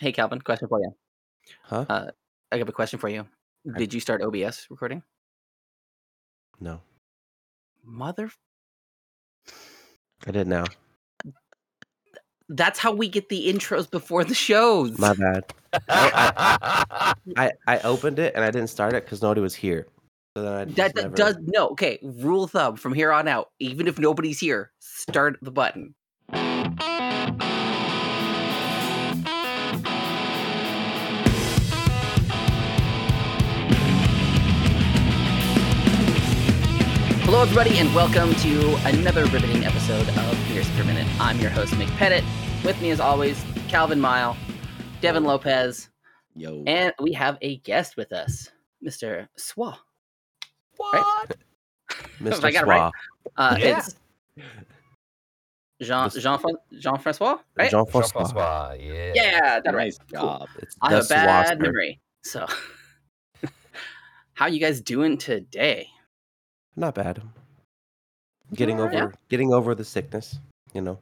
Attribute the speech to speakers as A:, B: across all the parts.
A: Hey, Calvin, question for you.
B: Huh?
A: Uh, I have a question for you.
B: Okay.
A: Did you start OBS recording?
B: No,
A: Mother,
B: I did now.
A: that's how we get the intros before the shows.
B: My bad. I, I opened it and I didn't start it because nobody was here. So then I just
A: that that
B: never-
A: does no. Okay, rule of thumb from here on out. Even if nobody's here, start the button. Hello, everybody, and welcome to another riveting episode of Beers Per Minute. I'm your host, Mick Pettit. With me, as always, Calvin Mile, Devin Lopez,
B: Yo.
A: and we have a guest with us, Mr. Swa.
C: What?
B: Mr.
A: I got it
B: Swa.
A: right. Uh,
C: Yeah.
A: It's Jean
B: This-
A: Jean Jean Francois, right?
B: Jean Francois.
C: Francois, yeah.
A: yeah, that right.
D: nice
A: Cool.
D: job.
B: It's
A: I have a
B: the Swa's
A: bad
B: birth-
A: memory. So, how you guys doing today?
B: Not bad. Getting
C: Alright.
B: over getting over the sickness, you know.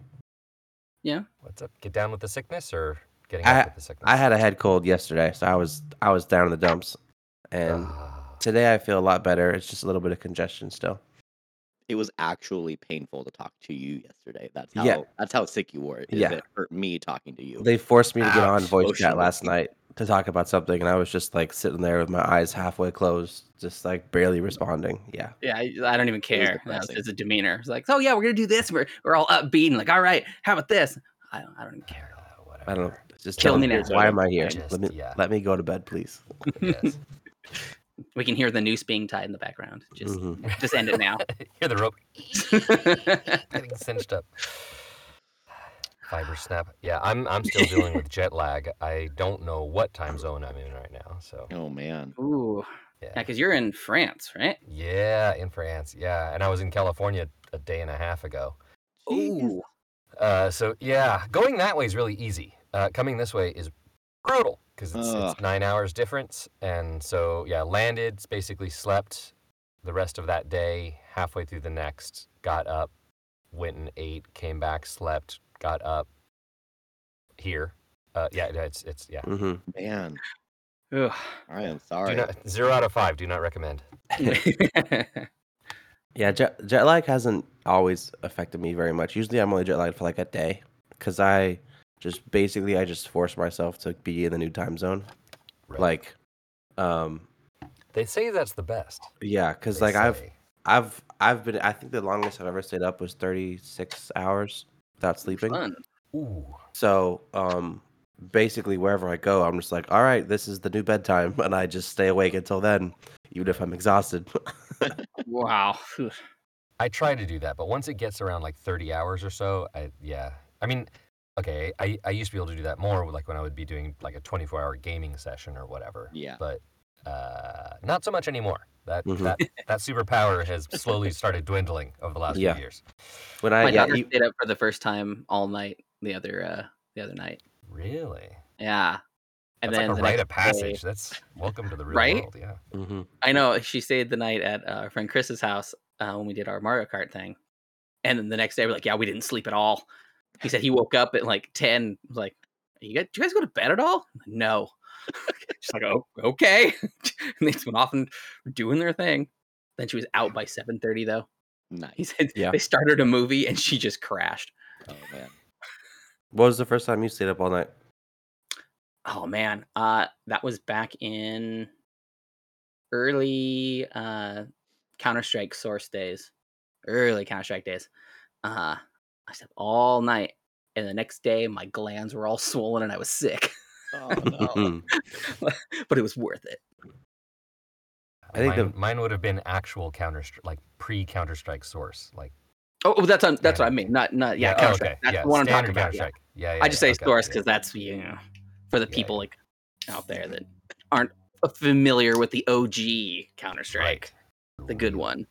C: What's up? Get down with the sickness or getting
B: I-
C: out with the sickness?
B: I had a head cold yesterday, so I was I was down in the dumps. And
C: Ah,
B: today I feel a lot better. It's just a little bit of congestion still.
D: It was actually painful to talk to you yesterday. That's how
B: Yeah.
D: that's how sick you were. Is
B: Yeah.
D: it hurt me talking to you.
B: They forced me to get on
D: Ouch.
B: voice chat
D: Emotional.
B: last night to talk about something, and I was just like sitting there with my eyes halfway closed, just like barely responding. Yeah.
A: Yeah, I, I don't even care. That was
D: depressing.
A: just a demeanor. It's like, oh yeah, we're gonna do this. We're we're all upbeat and like, all right, how about this? I don't, I don't even care.
C: whatever.
B: I don't know. Just
A: Kill
B: tell
A: me
B: me
A: now.
B: Why am I here?
C: Just-
B: let me
C: yeah.
B: let me go to bed, please.
C: Yes.
A: We can hear the noose being tied in the background. Just
B: Mhm.
A: just end it now.
C: Hear the rope getting cinched up. Fiber snap. Yeah, I'm I'm still dealing with jet lag. I don't know what time zone I'm in right now. So
D: oh man.
A: Ooh, yeah,
C: yeah,
A: because you're in France, right?
C: yeah, in France. Yeah, and I was in California a day and a half ago.
A: Ooh,
C: Uh, so yeah, going that way is really easy. Uh, coming this way is brutal because it's,
D: Ugh.
C: it's nine hours difference, and so yeah, landed, basically slept the rest of that day. Halfway through the next, got up, went and ate, came back, slept, got up. Here, uh, yeah, yeah, it's it's yeah.
B: Mhm.
D: Man.
A: Ugh.
D: I am
C: Do
D: sorry.
C: not, zero out of five. Do not recommend.
B: Yeah, jet, jet lag hasn't always affected me very much. Usually, I'm only jet lagged for like a day because I just basically I just force myself to be in the new time zone.
C: Right.
B: Like, um,
C: They say that's the best.
B: yeah, because
C: they
B: like I've
C: say.
B: I've I've been I think the longest I've ever stayed up was 36 hours without sleeping.
A: fun.
C: ooh
B: So, um, basically, wherever I go, I'm just like, all right, this is the new bedtime, and I just stay awake until then, even if I'm exhausted.
A: Wow. Phew.
C: I try to do that, but once it gets around like 30 hours or so, I yeah. I mean, okay, I, I used to be able to do that more like when I would be doing like a 24-hour gaming session or whatever.
D: Yeah.
C: But uh, not so much anymore. That
A: Mm-hmm.
B: Mhm.
C: that that superpower has slowly started dwindling over the last
B: Yeah.
C: few years.
B: when I
A: My
B: Uh, yeah, e-,
A: daughter
B: you-
A: stayed up for the first time all night the other uh the other night.
C: Really?
A: Yeah. And
C: that's
A: then
C: like a
A: the
C: rite
A: next
C: of passage.
A: day-
C: That's welcome to the real
A: Right?
C: world, yeah.
B: Mhm.
A: I know she stayed the night at uh, our friend Chris's house uh, when we did our Mario Kart thing. And then the next day we're like, yeah, we didn't sleep at all. He said he woke up at like 10 was like you guys, do you guys go to bed at all? I'm like, No. She's like, oh, okay. and they just went off and were doing their thing. Then she was out by 7.30, though. He
D: nice.
A: said
B: Yeah.
A: they started a movie and she just crashed.
D: Oh man.
B: what was the first time you stayed up all night?
A: oh man uh that was back in early uh counter-strike source days early counter-strike days uh i slept all night and the next day my glands were all swollen and i was sick
D: Oh no.
A: but it was worth it
B: I think
C: mine,
B: the-
C: mine would have been actual counter like pre Counter Strike source. Like
A: oh oh, that's on that's what i
C: Standard.
A: mean not not yeah,
C: oh,
A: counter-strike
C: okay,
A: that's
C: yeah,
A: the one i'm
C: standard
A: talking about yeah.
C: Counter-Strike. Yeah. yeah,
A: i just
C: yeah,
A: say
C: okay,
A: source
C: yeah.
A: because that's you know for the
C: Yeah,
A: people
C: yeah.
A: like out there that aren't familiar with the og counter-strike
C: Right.
A: the good one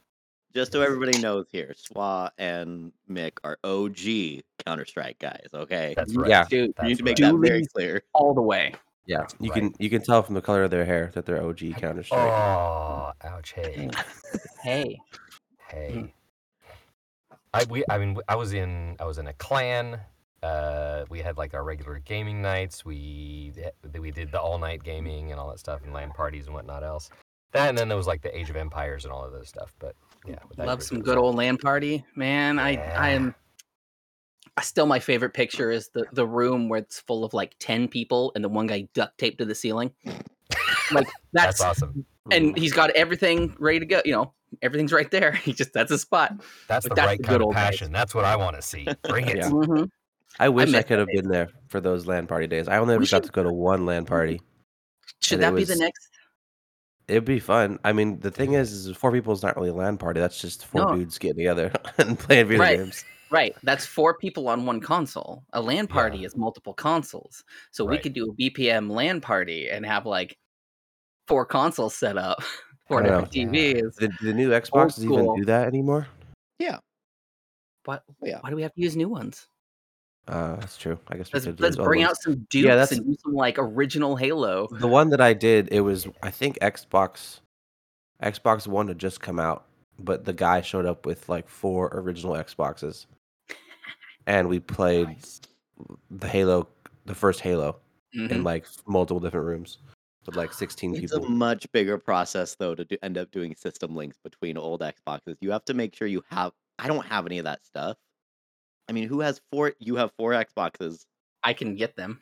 D: Just so everybody knows here, Swa and Mick are OG Counter Strike guys, okay?
C: That's right.
B: Yeah.
A: dude
D: you need to make
C: That's
D: that
A: right.
D: very clear.
A: all the way
B: Yeah, you
C: right.
B: can you can tell from the color of their hair that they're OG Counter Strike.
C: Oh, ouch! Hey,
A: Mm. hey Mm.
C: hey. I we I mean I was in I was in a clan. uh, we had like our regular gaming nights. We th- we did the all night gaming and all that stuff, and LAN parties and whatnot else. That and then there was like the Age of Empires and all of those stuff. But yeah, with that
A: Love
C: group, it
A: some
C: was
A: good
C: like-
A: old land party, man. I I am. I still my favorite picture is the the room where it's full of like ten people and the one guy duct taped to the ceiling. Like
C: That's
A: that's,
C: awesome.
A: and he's got everything ready to go. You know everything's right there. He just that's a spot.
C: That's
A: But
C: the
A: that's
C: right
A: the
C: kind
A: good
C: of
A: old days.
C: passion. That's what I want to see. Bring it.
B: Yeah.
A: Mhm.
B: I wish I,
A: miss that
B: could have been there for those land party days. I only ever got
A: should-
B: to go to one land party.
A: Should
B: And it
A: that be the
B: was-
A: next?
B: It'd be fun. I mean, the thing is, is four people is not really a land party. That's just four
A: No.
B: dudes getting together and playing video
A: Right.
B: games.
A: Right, that's four people on one console. A LAN
C: Yeah.
A: party is multiple consoles, so we
C: Right.
A: could do a BPM LAN party and have like four consoles set up, four
B: I know.
A: different TVs.
B: The, the new Xbox does even
A: school.
B: do that anymore.
A: What?
D: Yeah.
A: Why do we have to use new ones?
B: Uh, that's true. I guess we
A: Let's,
B: could do
A: let's
B: it all
A: bring
B: those.
A: out some dupes
B: Yeah, that's-
A: and do some like original Halo.
B: the one that I did. It was I think Xbox, Xbox One had just come out, but the guy showed up with like four original Xboxes, and we played the Halo, the first Halo, in
A: Mhm.
B: like multiple different rooms with like sixteen
D: Mm-hmm. It's a
B: people.
D: much bigger process though to do, end up doing system links between old Xboxes. You have to make sure you have. I don't have any of that stuff. I mean, who has four? You have four Xboxes.
A: I can get them.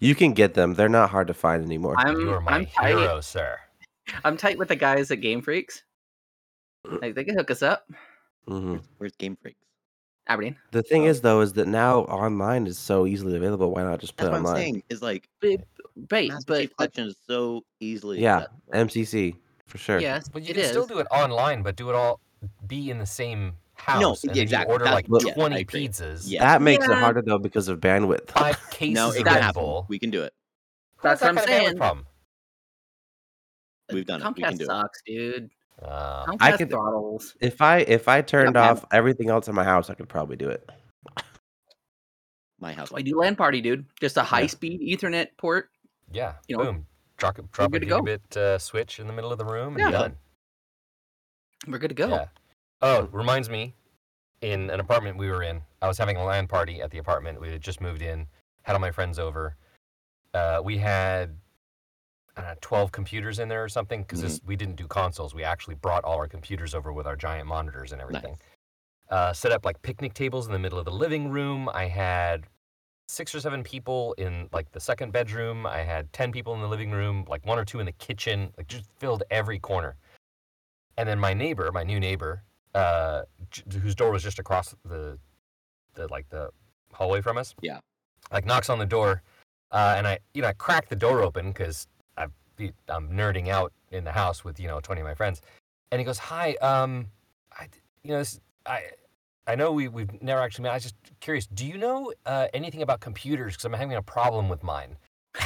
B: You can get them; they're not hard to find anymore.
C: You are
A: I'm
C: my
A: I'm tight.
C: hero, sir.
A: I'm tight with the guys at Game Freaks. Like they can hook us up,
B: hmm
D: Where's Game Freaks?
A: Aberdeen.
B: The thing
D: Oh.
B: is, though, is that now online is so easily available. Why not just play
D: That's what I'm
B: online?
D: saying. Is like
A: Right,
D: Master
A: but
D: Chief Collection is so easily.
B: Yeah,
D: accessible.
B: MCC for sure.
A: yes,
C: But you
A: it
C: can
A: is.
C: still do it online, but do it all be in the same house. and then you
D: exactly.
C: order
D: That's-
C: like
B: Look-
D: yeah, I
C: 20
D: agree.
C: pizzas,
D: Yeah.
B: That makes it
A: Yeah.
B: harder though because of bandwidth.
C: five cases
D: No,
C: of
A: that
D: it can
C: Red
D: happen.
C: Bull.
D: We can do it.
A: That's what I'm
C: that kind of bandwidth
A: saying.
C: problem.
D: We've done it. We can
A: Comcast
D: do it.
A: sucks, dude.
C: Uh,
A: Comcast
B: I could-
A: throttles.
B: If I if I turned
D: man.
B: off everything else in my house, I could probably do it.
D: My house.
A: That's why I do LAN party, dude. Just a high speed Ethernet port.
C: yeah,
A: You know,
C: boom. Drop, it- drop a
A: good to go.
C: gigabit uh, switch in the middle of the room and
A: Yeah.
C: done.
A: We're good to go.
C: Yeah. Oh, reminds me, in an apartment we were in, I was having a LAN party at the apartment. We had just moved in, had all my friends over. Uh, we had I don't know, 12 computers in there or something because
A: Mm-hmm.
C: we didn't do consoles. We actually brought all our computers over with our giant monitors and everything.
D: Nice.
C: Uh, set up like picnic tables in the middle of the living room. I had six or seven people in like the second bedroom. I had 10 people in the living room, like one or two in the kitchen, like just filled every corner. And then my neighbor, my new neighbor, uh, j- whose door was just across the, the like the hallway from us.
D: Yeah.
C: Like knocks on the door, uh, and I you know I crack the door open because I'm nerding out in the house with you know 20 of my friends, and he goes, "Hi, um, I you know this I." I know we, we've never actually met. I was just curious. Do you know uh, anything about computers? Because I'm having a problem with mine.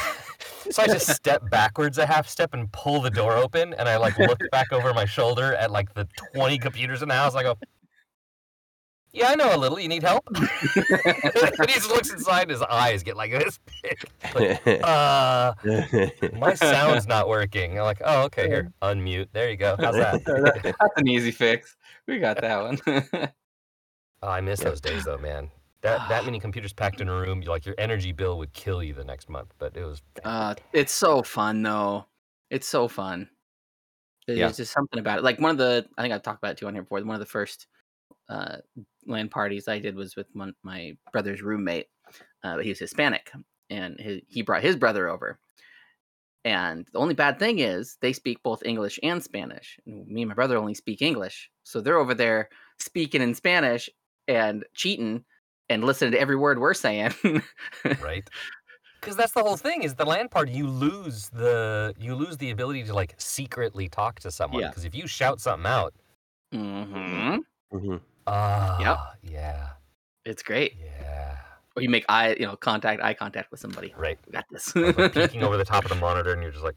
C: so I just step backwards a half step and pull the door open, and I like look back over my shoulder at like the 20 computers in the house. And I go, "Yeah, I know a little. You need help?" and he just looks inside. And his eyes get like this big. Uh, my sound's not working. I'm like, "Oh, okay. Here, unmute. There you go. How's that?"
A: That's an easy fix. We got that one.
C: Oh, I miss
B: Yeah.
C: those days though, man. That that many computers packed in a room, you- like your energy bill would kill you the next month. But it was
A: Uh, it's so fun though. It's so fun. There's
C: Yeah.
A: just something about it. Like one of the, I think I've talked about it too on here before. One of the first uh, land parties I did was with one, my brother's roommate. Uh, but he was Hispanic, and his, he brought his brother over. And the only bad thing is they speak both English and Spanish. And me and my brother only speak English, so they're over there speaking in Spanish and cheating and listening to every word we're saying.
C: right. Because that's the whole thing is the land part. You lose the you lose the ability to like secretly talk to someone.
D: Yeah.
C: Because if you shout something out,
A: hmm
B: Mhm.
C: ah, yeah,
A: It's great.
C: yeah,
A: or you make eye, you know, contact, eye contact with somebody.
C: right.
A: We got this.
C: Like peeking over the top of the monitor, and you're just like,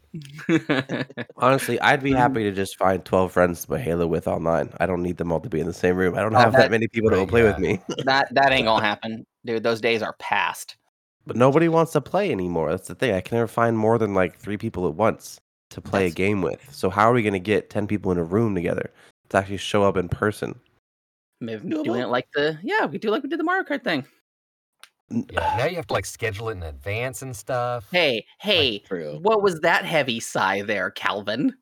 B: Honestly, I'd be
C: Mm-hmm.
A: Mhm.
B: happy to just find twelve friends to play Halo with online. I don't need them all to be in the same room. I don't
A: Oh,
B: have that
A: that-
B: many people that will
C: right,
B: play with
C: yeah.
B: me.
A: that that ain't gonna happen, dude. Those days are past.
B: But nobody wants to play anymore. That's the thing. I can never find more than like three people at once to play a
A: That's-
B: game with. So how are we gonna get ten people in a room together to actually show up in person?
A: Maybe
D: Doable.
A: doing it like the yeah, we do like we did the Mario Kart thing.
C: Yeah, now you have to like schedule it in advance and stuff.
A: Hey, hey,
D: True.
A: what was that heavy sigh there, Calvin?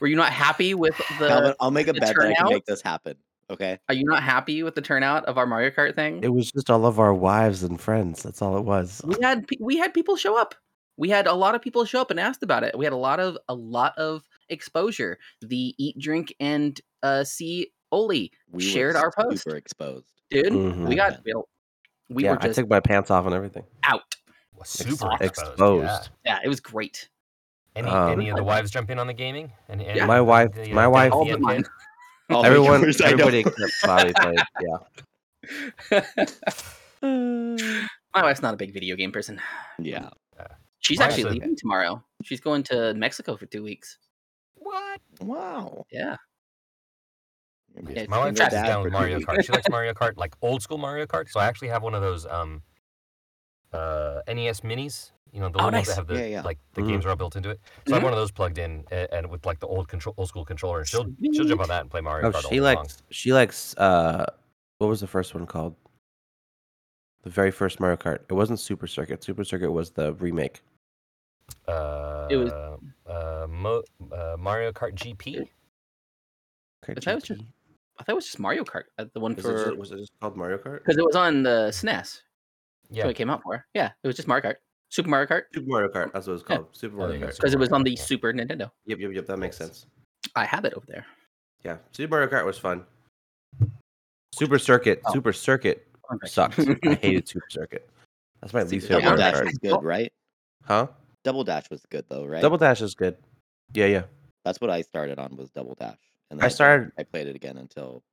A: Were you not happy with the?
D: Calvin, I'll make a
A: the
D: bet that I can
A: turnout?
D: make this happen. Okay.
A: Are you not happy with the turnout of our Mario Kart thing?
B: It was just all of our wives and friends. That's all it was.
A: we had pe- we had people show up. We had a lot of people show up and asked about it. We had a lot of a lot of exposure. The eat, drink, and uh, see Oli,
D: We
A: Shared our post.
D: Super exposed.
A: dude.
B: Mhm.
A: We got we, we
B: yeah,
A: were
B: I
A: just
B: took my pants off and everything.
A: out.
C: Super
A: Exposed.
C: exposed. yeah.
B: Exposed.
A: Yeah, it was great.
C: Any,
B: Um,
C: any of the wives jump in on the gaming? Any, any
A: Yeah.
C: of
B: My
C: the-
B: wife-
C: the, uh,
B: my wife-
A: All
C: DMPN?
A: but mine.
D: All the
B: Everyone,
D: viewers I know.
B: everybody except Bobby played. Yeah,
A: My wife's not a big video game person.
D: Yeah.
A: She's
C: Mine's
A: actually
C: okay.
A: leaving tomorrow. She's going to Mexico for two weeks.
C: What?
D: Wow.
A: Yeah,
D: You're gonna be
A: Yeah,
D: a
C: My wife
D: single
C: tracks
D: dad
C: down
D: for
C: with
D: two
C: Mario
D: weeks.
C: Kart. She likes Mario Kart, like old school Mario Kart. So I actually have one of those um, uh, NES minis. You know, the
A: Oh,
C: little
A: nice. Mm-hmm.
C: ones that have the
D: Yeah, yeah.
C: like the
B: Mhm.
C: games are all built into it. So I have one of those plugged in and, and with like the old control, old school controller. And she'll she'll jump on that and play Mario
B: Oh,
C: Kart. all
B: she
C: day long.
B: likes. She likes. Uh, what was the first one called? The very first Mario Kart. It wasn't Super Circuit. Super Circuit was the remake.
C: uh,
A: It was-
C: uh, Mo- uh, Mario Kart GP.
B: Kart
A: But that was just-
B: GT.
A: I thought it was just Mario Kart, uh, the one
B: Was it
A: for
B: just- was it just called Mario Kart?
A: because it was on the E SNES. Yeah.
C: Yeah,
A: it came out for. Yeah, it was just Mario Kart, Super Mario Kart,
B: Super Mario Kart. That's what it's
A: Yeah.
B: called. Super
C: Oh, there
B: Mario
C: you go.
B: Kart.
A: because it was on the
C: Yeah.
A: Super Nintendo.
B: Yep, yep, yep. That makes
C: Yes.
B: sense.
A: I have it over there.
B: Yeah, Super Mario Kart was fun. Super Circuit,
A: Oh.
B: Super Circuit sucked. I hated Super Circuit. That's my least
A: Super
B: favorite
D: Double
A: Mario
B: Mario
D: Dash
B: Kart.
D: was good, right?
B: Huh?
D: Double Dash was good though, right?
B: Double Dash is good. Yeah, yeah.
D: That's what I started on was Double Dash. And
B: I
D: didn't-
B: started-
D: I played it again until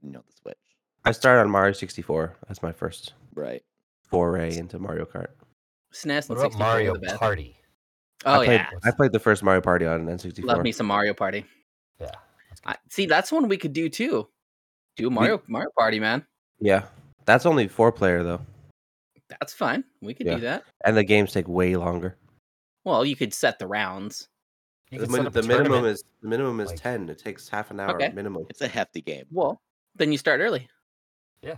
D: you know the Switch.
B: I started on Mario 64. That's my first
D: Right.
B: foray into Mario Kart.
A: SNES E and
C: what about
A: 64
C: Mario
A: were the best.
C: Party?
A: Oh
B: I played,
A: yeah,
B: I played the first Mario Party on an N64.
A: love me some Mario Party.
C: Yeah,
A: I, see, that's one we could do too. Do a Mario Mario Party, man.
B: Yeah, that's only four player though,
A: That's fine. We could
B: Yeah.
A: do that.
B: and the games take way longer.
A: Well, you could set the rounds.
C: You
B: The,
C: could set
B: min-
C: up a
B: the minimum
C: tournament.
B: is the minimum is
C: like-
B: ten. It takes half an hour
A: Okay.
B: minimum.
D: It's a hefty game.
A: Well, then you start early.
C: Yeah.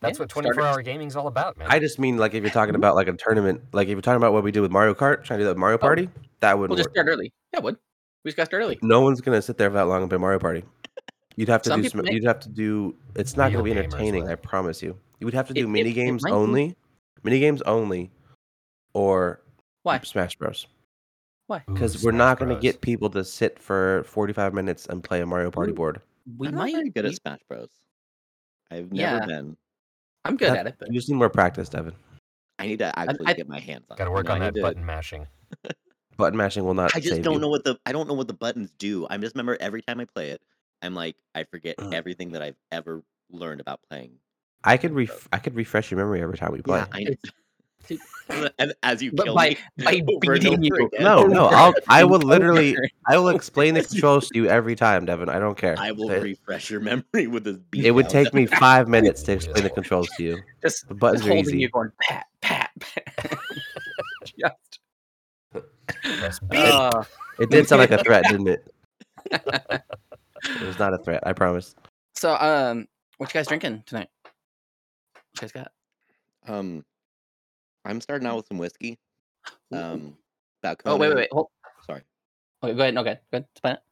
C: That's
A: Yeah, start
C: what 24
A: early.
C: hour gaming's all about, man.
B: I just mean like if you're talking about like a tournament, like if you're talking about what we did with Mario Kart, trying to do that with Mario Party, that would
A: We'll
B: not
A: just
B: work.
A: start early. Yeah, would. We just got to start early.
B: No one's gonna sit there for that long and play Mario Party. You'd have to
A: Some
B: do.
A: people
B: Some,
A: may-
B: you'd have to do. It's not gonna
C: Real
B: be
C: gamers
B: entertaining.
C: will.
B: I promise you. You would have to
A: It-
B: do
A: it-
B: mini
A: it
B: games
A: might be.
B: only, mini games only, or
A: Why?
B: Smash Bros.
C: Ooh,
B: Because we're
C: Smash
B: not gonna
C: Bros.
B: get people to sit for 45 minutes and play a Mario Party
A: Ooh,
B: board.
A: We
D: Mm, I'm
A: might.
D: not very good at
A: we-
D: Smash Bros. I've never
A: Yeah.
D: been.
A: I'm good
B: That-
A: at it, but
B: You just need more practice, Devin.
D: I need to actually
A: I-
D: get my hands on. it,
C: Gotta
D: you
C: work
D: know,
C: on
D: I
C: that
D: need to-
C: button mashing.
B: Button mashing will not.
D: I just
B: save
D: don't
B: you.
D: know what the I don't know what the buttons do. I just remember every time I play it, I'm like I forget
B: Mm.
D: everything that I've ever learned about playing.
B: I could ref- I could refresh your memory every time we play.
D: Yeah, I know.
A: Dude.
D: and as you
A: But
D: kill
A: by- by
D: me over and
A: beating
D: over
A: you.
D: again,
B: No, no, I'll, I will
A: Over.
B: literally, I will explain the controls to you every time, Devin. I don't care.
D: I will
B: It-
D: refresh your memory with this beat.
B: It would
D: down.
B: take me five minutes to
C: Yeah.
B: explain the controls to you.
A: just,
B: The
A: just
B: buttons are
A: holding
B: easy.
A: you, going pat, pat, pat. just.
C: Press B.
A: Uh,
B: It did sound like a threat, didn't it? It was not a threat. I promise.
A: so, um, what you guys drinking tonight? What you guys got?
D: Um, I'm starting out with some whiskey.
A: Ooh.
D: Um, Balcones.
A: oh wait, wait, wait. Hold.
D: Sorry,
A: Okay, go ahead. No, good. Good. Explain it.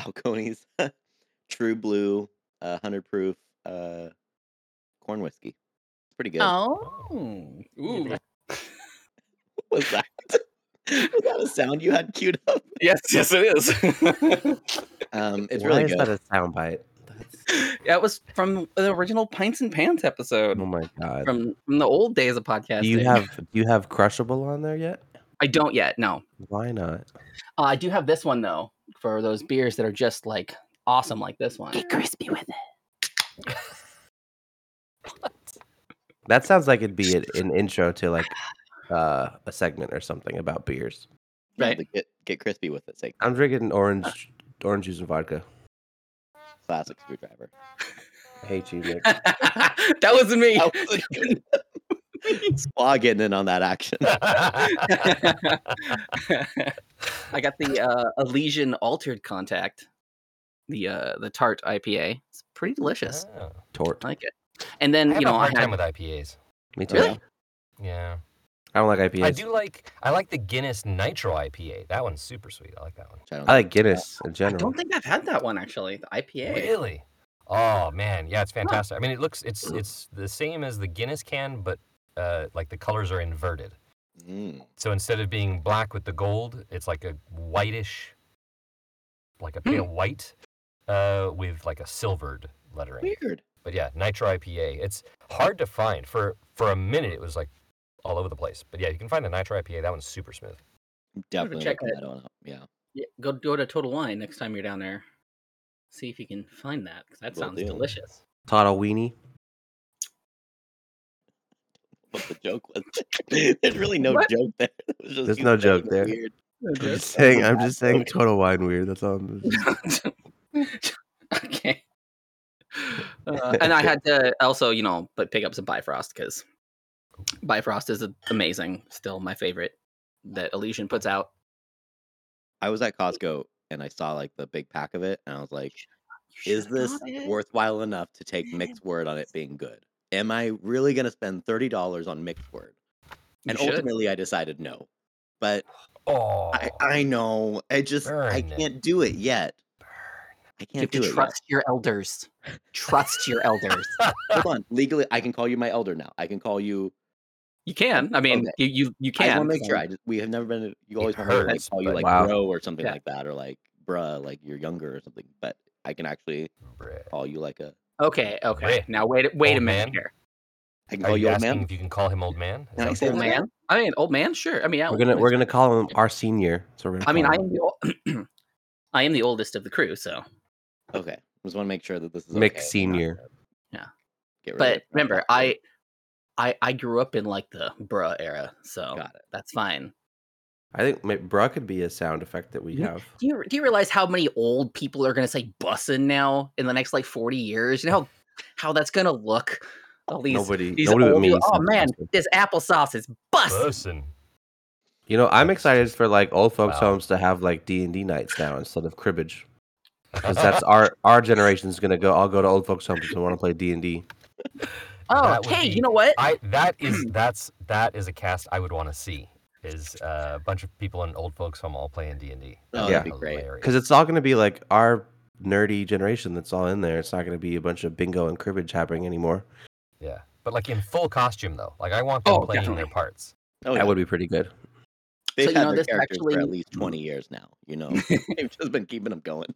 D: Balcones. True Blue, uh, hundred proof, uh, corn whiskey. It's pretty good.
A: Oh. Ooh.
D: What was that? was that a sound you had queued up?
A: yes, yes, it is.
D: Um, it's
B: Why
D: really
B: is
D: good.
B: that a soundbite?
A: that was from the original Pints and Pants episode
B: Oh my god!
A: from, from the old days of podcasting.
B: Do you have do you have crushable on there yet?
A: I don't yet. No,
B: Why not?
A: uh, I do have this one though for those beers that are just like awesome, like this one. Get crispy with it.
B: That sounds like it'd be an, an intro to like uh, a segment or something about beers.
D: Yeah,
A: right?
D: the Get, get crispy with it. Say
B: I'm drinking orange orange juice and vodka.
D: classic screwdriver.
B: I hate you, Nick.
A: that wasn't me.
C: Oh.
D: That was good. Squaw getting in on that action.
A: I got the uh, Elysian Altered Contact, the uh, the tart IPA. It's pretty delicious.
C: Oh.
B: Tort.
A: I like it. And
C: I
A: then
C: have
A: you
C: a
A: know I
C: hard
A: had
C: time with IPAs.
B: Me too.
A: Really?
C: Yeah.
B: I don't like IPAs.
C: I
B: I,
C: do like I like the Guinness Nitro IPA. That one's super sweet. I like that one.
D: Which I don't
B: like Guinness in
A: I
B: general.
A: don't think I've had that one actually. The IPA.
C: Really? Oh man, yeah, it's fantastic. I mean, it looks it's it's the same as the Guinness can, but uh, like the colors are inverted.
D: Mm.
C: So instead of being black with the gold, it's like a whitish, like a
D: Hmm.
C: pale white, uh, with like a silvered lettering.
D: Weird.
C: But yeah, Nitro IPA. It's hard to find. For for a minute, it was like all over the place. But yeah, you can find a Nitro IPA. That one's super smooth.
D: I'm Definitely
A: check
D: looking
A: it.
D: that one up. Yeah.
A: Yeah, go go to Total Wine next time you're down there. See if you can find that 'cause that
D: Will
A: sounds
D: do.
A: delicious.
B: Toddle weenie.
D: What the joke was. There's really no
A: What?
D: joke there. It was just
B: There's
D: you
B: no
D: saying
B: joke
D: the
B: there.
D: Weird.
B: I'm just saying. I'm just saying. Total wine weird. That's all. I'm
A: okay. Uh, and I had to also, you know, but pick up some Bifrost because Bifrost is a- amazing. Still my favorite that Elysian puts out.
D: I was at Costco and I saw like the big pack of it and I was like,
A: You
D: is
A: should've
D: this
A: got it.
D: worthwhile enough to take mixed word on it being good? Am I really going to spend $30 on mixed word?
A: You
D: And
A: should.
D: ultimately I decided no. But
C: Oh,
D: I, I know. I just I
C: Burn.
D: can't do it yet. I
A: You
D: can't
A: have
D: do
A: to
D: it.
A: trust your elders. Trust your elders.
D: Yet. Hold on. Legally, I can call you my elder now. I can call you.
A: You can. I mean,
D: Okay.
A: you you you
D: I
A: can.
D: want to make
A: 'cause
D: sure.
A: I'm-
D: I just, we have never been. You always
C: It
D: want me to like
C: hurts,
D: call you
C: but-
D: like
B: Wow.
D: bro or something
A: Yeah.
D: like that, or like bruh, like you're younger or something. But I can actually
C: Brit.
D: call you like a.
A: Okay, okay.
C: Rick,
A: Now wait wait a
C: old
A: minute
C: man.
A: here.
D: I can
C: Are
D: call
C: you
D: you old
C: asking
D: man.
C: if you can call him old man? Is
D: Can I
C: that
D: say
A: Old
C: what-
D: that?
A: man? I mean, old man, sure. I mean, yeah,
B: we're gonna
A: old
B: we're
A: man.
B: gonna call him our senior. So we're gonna
A: I mean,
B: call
A: I
B: him
A: am the ol- I am the oldest of the crew, so.
D: Okay, just want to make sure that this is
B: Mick
D: okay.
B: Senior.
D: Get rid of
A: But
D: it.
A: remember, I I I grew up in like the bruh era, so
D: got it.
A: that's fine.
B: I think ma- bruh could be a sound effect that we
A: Yeah.
B: have.
A: Do you do you realize how many old people are going to say bussin now in the next like 40 years? You know how, how that's going to look all these
B: nobody,
A: these
B: nobody
A: old people-
B: means
A: Oh
B: something
A: man,
B: to.
A: this applesauce is bussin.
C: Listen.
B: You know, I'm excited for like old folks
C: Wow.
B: homes to have like D and D nights now instead of cribbage, because that's our our generation's gonna go. I'll go to old folks homes and want to play D and D.
A: Oh,
C: That would
A: hey,
C: be-
A: you know what?
C: I that is that's that is a cast I would want to see. Is uh, a bunch of people in old folks home all playing D and D.
D: Oh,
B: that'd Yeah.
D: be great.
B: Because it's all gonna be like our nerdy generation that's all in there. It's not gonna be a bunch of bingo and cribbage happening anymore.
C: yeah, but like in full costume though. Like I want them
A: Oh,
C: playing their
A: definitely.
C: parts.
D: Oh, yeah.
B: That would be pretty good.
D: They've
A: So, you
D: had
A: know,
D: their
A: this
D: characters for at
A: actually-
D: least 20 years now, you know. They've just been keeping them going.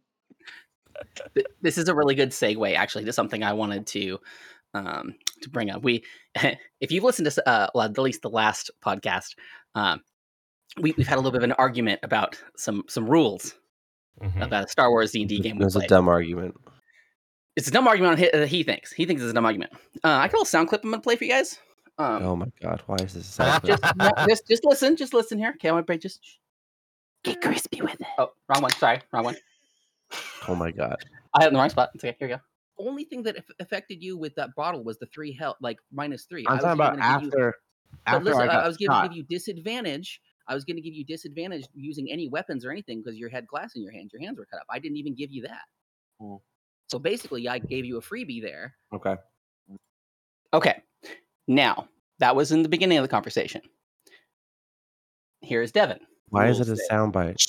A: th- this is a really good segue actually to something I wanted to um, to bring up. We, if you've listened to s- uh, well, at least the last podcast, um, we, we've had a little bit of an argument about some some rules
C: Mhm.
A: about a Star Wars D and D game. We
B: That's Hmm. a
A: played.
B: dumb argument.
A: It's a dumb argument. On hi- that he thinks he thinks it's a dumb argument. Uh, I can little sound clip I'm gonna play for you guys. Um,
B: Oh my god, why is this? a sound clip?
A: just, no, just just listen, just listen here. Okay, I want to just get crispy with it. Oh, wrong one. Sorry, wrong one.
B: oh my god.
A: I had it in the wrong spot. It's okay. Here we go. Only thing that aff- affected you with that bottle was the three health, like minus three.
E: I'm
A: was
E: talking about
A: even gonna give you-
E: after.
A: but
E: After
A: listen,
E: I
A: I,
E: got
A: I was going to
E: shot.
A: give you disadvantage. I was going to give you disadvantage using any weapons or anything because you had glass in your hands. Your hands were cut up. I didn't even give you that.
E: Mm.
A: So basically, I gave you a freebie there.
B: Okay.
A: Okay. Now that was in the beginning of the conversation. Here is Devin.
B: Why is it
A: Rules
B: a sound bite?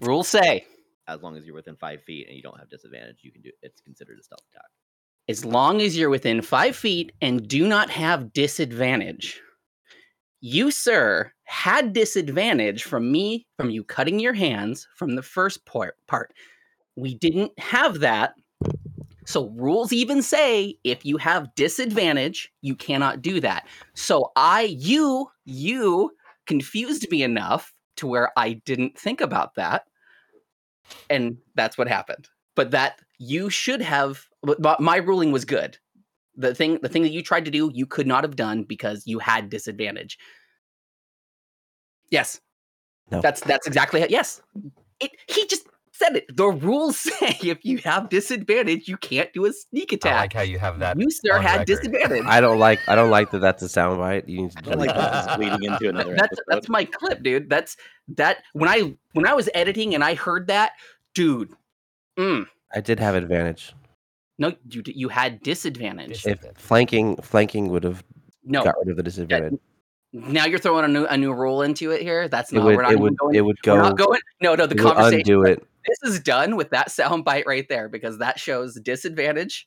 A: Rules say
D: As long as you're within five feet and you don't have disadvantage, you can do it's considered a stealth attack.
A: as long as you're within five feet and do not have disadvantage. You, sir, had disadvantage from me, from you cutting your hands from the first part. part. We didn't have that. So, rules even say if you have disadvantage, you cannot do that. So, I, you, you confused me enough to where I didn't think about that. And that's what happened but that you should have but but my ruling was good the thing the thing that you tried to do you could not have done because you had disadvantage yes
B: No.
A: that's that's exactly it yes it he just said it the rules say if you have disadvantage you can't do a sneak
C: I
A: attack
C: like how you have that.
A: you sir
C: on
A: had
C: record.
A: disadvantage
B: I don't like. I don't like that. That's a sound bite. You need to
D: I don't like
B: delete that.
D: that. It's leading into
A: Th-
D: another
A: that's that's
D: episode.
A: my clip, dude. That's that when I when I was editing and I heard that, dude. Mm,
B: I did have advantage.
A: No, you d- you had disadvantage.
C: Dis-
B: If flanking flanking would have
A: no,
B: got rid of the disadvantage,
A: now you're throwing a new a new rule into it here. That's
B: it
A: not.
B: would
A: we're not
B: it
A: even
B: would
A: going.
B: it would
A: we're
B: go
A: not going. No, no. The
B: it would
A: conversation.
B: undo it.
A: This is done with that sound bite right there because that shows disadvantage.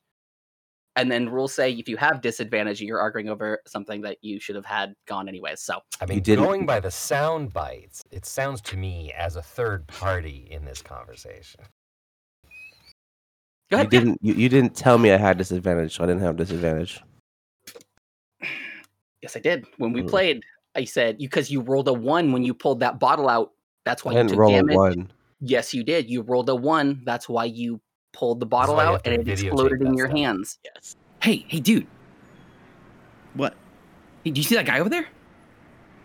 A: And then rules say if you have disadvantage, you're arguing over something that you should have had gone anyway. So
C: I mean,
B: didn't-
C: going by the sound bites, it sounds to me as a third party in this conversation.
A: go
B: You
A: ahead. yeah.
B: didn't you, you didn't tell me I had disadvantage, so I didn't have disadvantage.
A: Yes, I did. When we
B: Mm.
A: played, I said you because you rolled a one when you pulled that bottle out. That's
B: I
A: why you
B: didn't
A: took
B: roll
A: damage.
B: a one.
A: Yes, you did. You rolled a one. That's why you pulled the bottle
C: why you
A: out
C: have
A: and it
C: to videotape
A: exploded in
C: that
A: your
C: stuff.
A: hands.
D: Yes.
A: Hey, hey, dude.
D: What?
A: Hey, do you see that guy over there?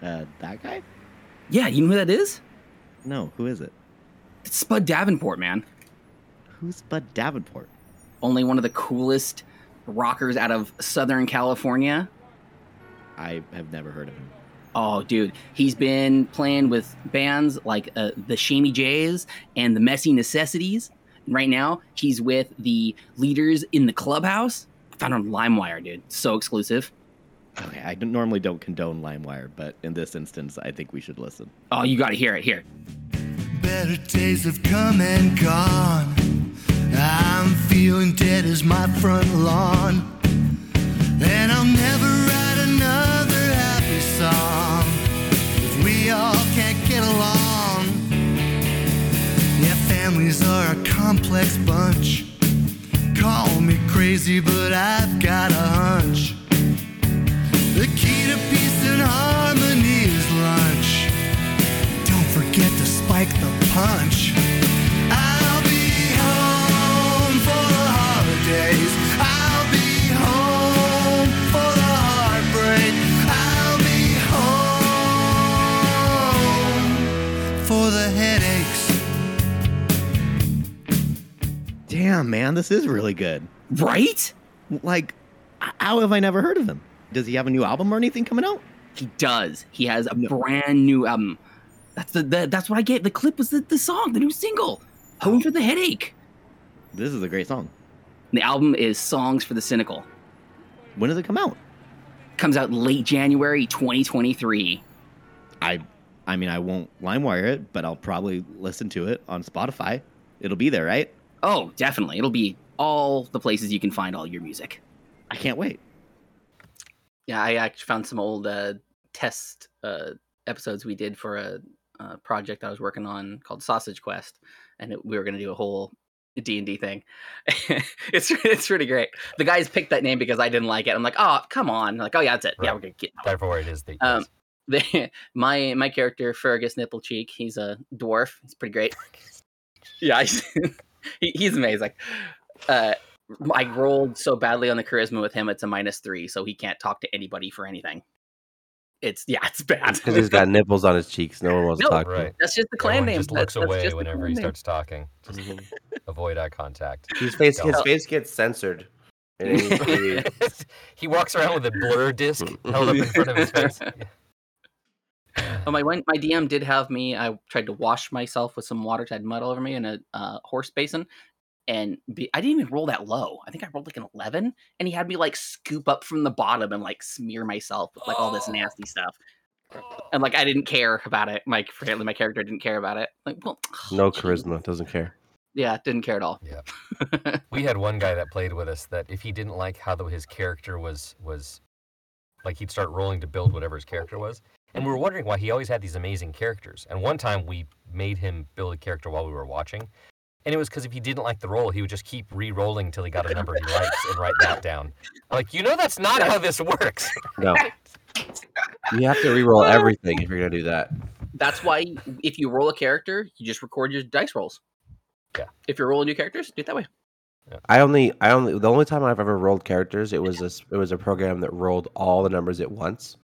D: Uh, that guy?
A: Yeah, you know who that is?
D: No. Who is it?
A: It's Spud Davenport, man.
D: Who's Bud Davenport?
A: Only one of the coolest rockers out of Southern California.
D: I have never heard of him.
A: Oh, dude, he's been playing with bands like uh, the Shamey Jays and the Messy Necessities. Right now, he's with the leaders in the clubhouse. I found him on LimeWire, dude. So exclusive.
D: Okay, I don't- normally don't condone LimeWire, but in this instance, I think we should listen.
A: Oh, you got to hear it here.
E: Better days have come and gone. I'm feeling dead as my front lawn. And I'll never write another happy song if we all can't get along. Yeah, families are a complex bunch. Call me crazy, but I've got a hunch. The key to peace and harmony is lunch. Don't forget to spike the punch. I'll be home for the holidays. I'll be home for the heartbreak. I'll be home for the headaches.
D: Damn, man, this is really good.
A: Right?
D: Like, h- how have I never heard of him? Does he have a new album or anything coming out?
A: He does. He has a
D: No.
A: brand new album. That's the, the that's what I get. The clip was the, the song, the new single, "Home for the Headache."
D: This is a great song.
A: The album is "Songs for the Cynical."
D: When does it come out?
A: Comes out late January 2023.
D: I, I mean, I won't LimeWire it, but I'll probably listen to it on Spotify. It'll be there, right?
A: Oh, definitely. It'll be all the places you can find all your music.
D: I can't wait.
A: Yeah, I actually found some old uh, test uh, episodes we did for a, uh project I was working on called Sausage Quest, and it, we were going to do a whole D and D thing. it's it's pretty great. The guys picked that name because I didn't like it. I'm like, oh come on, like oh yeah, that's it. Yeah,
C: Right.
A: we're gonna get.
C: Therefore, it is the.
A: Um, the, my my character Fergus Nipplecheek, he's a dwarf. He's pretty great. yeah, he's, he, he's amazing. Uh, I rolled so badly on the charisma with him; it's a minus three, so he can't talk to anybody for anything. It's yeah, it's bad.
B: Because he's got nipples on his cheeks. No one wants
A: No,
B: to talk
C: right.
A: that's just the clan
C: Everyone
A: name.
C: just
A: That's-
C: looks
A: that's
C: away
A: just the
C: whenever
A: clan
C: he
A: name.
C: starts talking.
B: to
C: Just
B: him.
D: Mm-hmm.
C: avoid eye contact.
B: His face
C: Go.
B: his face gets censored. in any movie.
C: he walks around with a blur disc held up in front of his face.
A: Oh, my one, my DM did have me. I tried to wash myself with some water, tied mud all over me in a uh, horse basin, and be, I didn't even roll that low. I think I rolled like an eleven, and he had me like scoop up from the bottom and like smear myself with like all this nasty stuff, and like I didn't care about it. My apparently my character didn't care about it. Like, well,
B: No
A: gee.
B: charisma, doesn't care.
A: Yeah, didn't care at all.
C: we had one guy that played with us that if he didn't like how the, his character was was like he'd start rolling to build whatever his character was and we were wondering why he always had these amazing characters and one time we made him build a character while we were watching and it was because if he didn't like the role he would just keep re-rolling till he got a number he likes and write that down like you know that's not how this works
B: No. You have to re-roll everything if you're gonna do that.
A: That's why if you roll a character, you just record your dice rolls.
C: Yeah.
A: If you're rolling new characters, do it that way.
B: I only, I only, the only time I've ever rolled characters, it was this, it was a program that rolled all the numbers at once.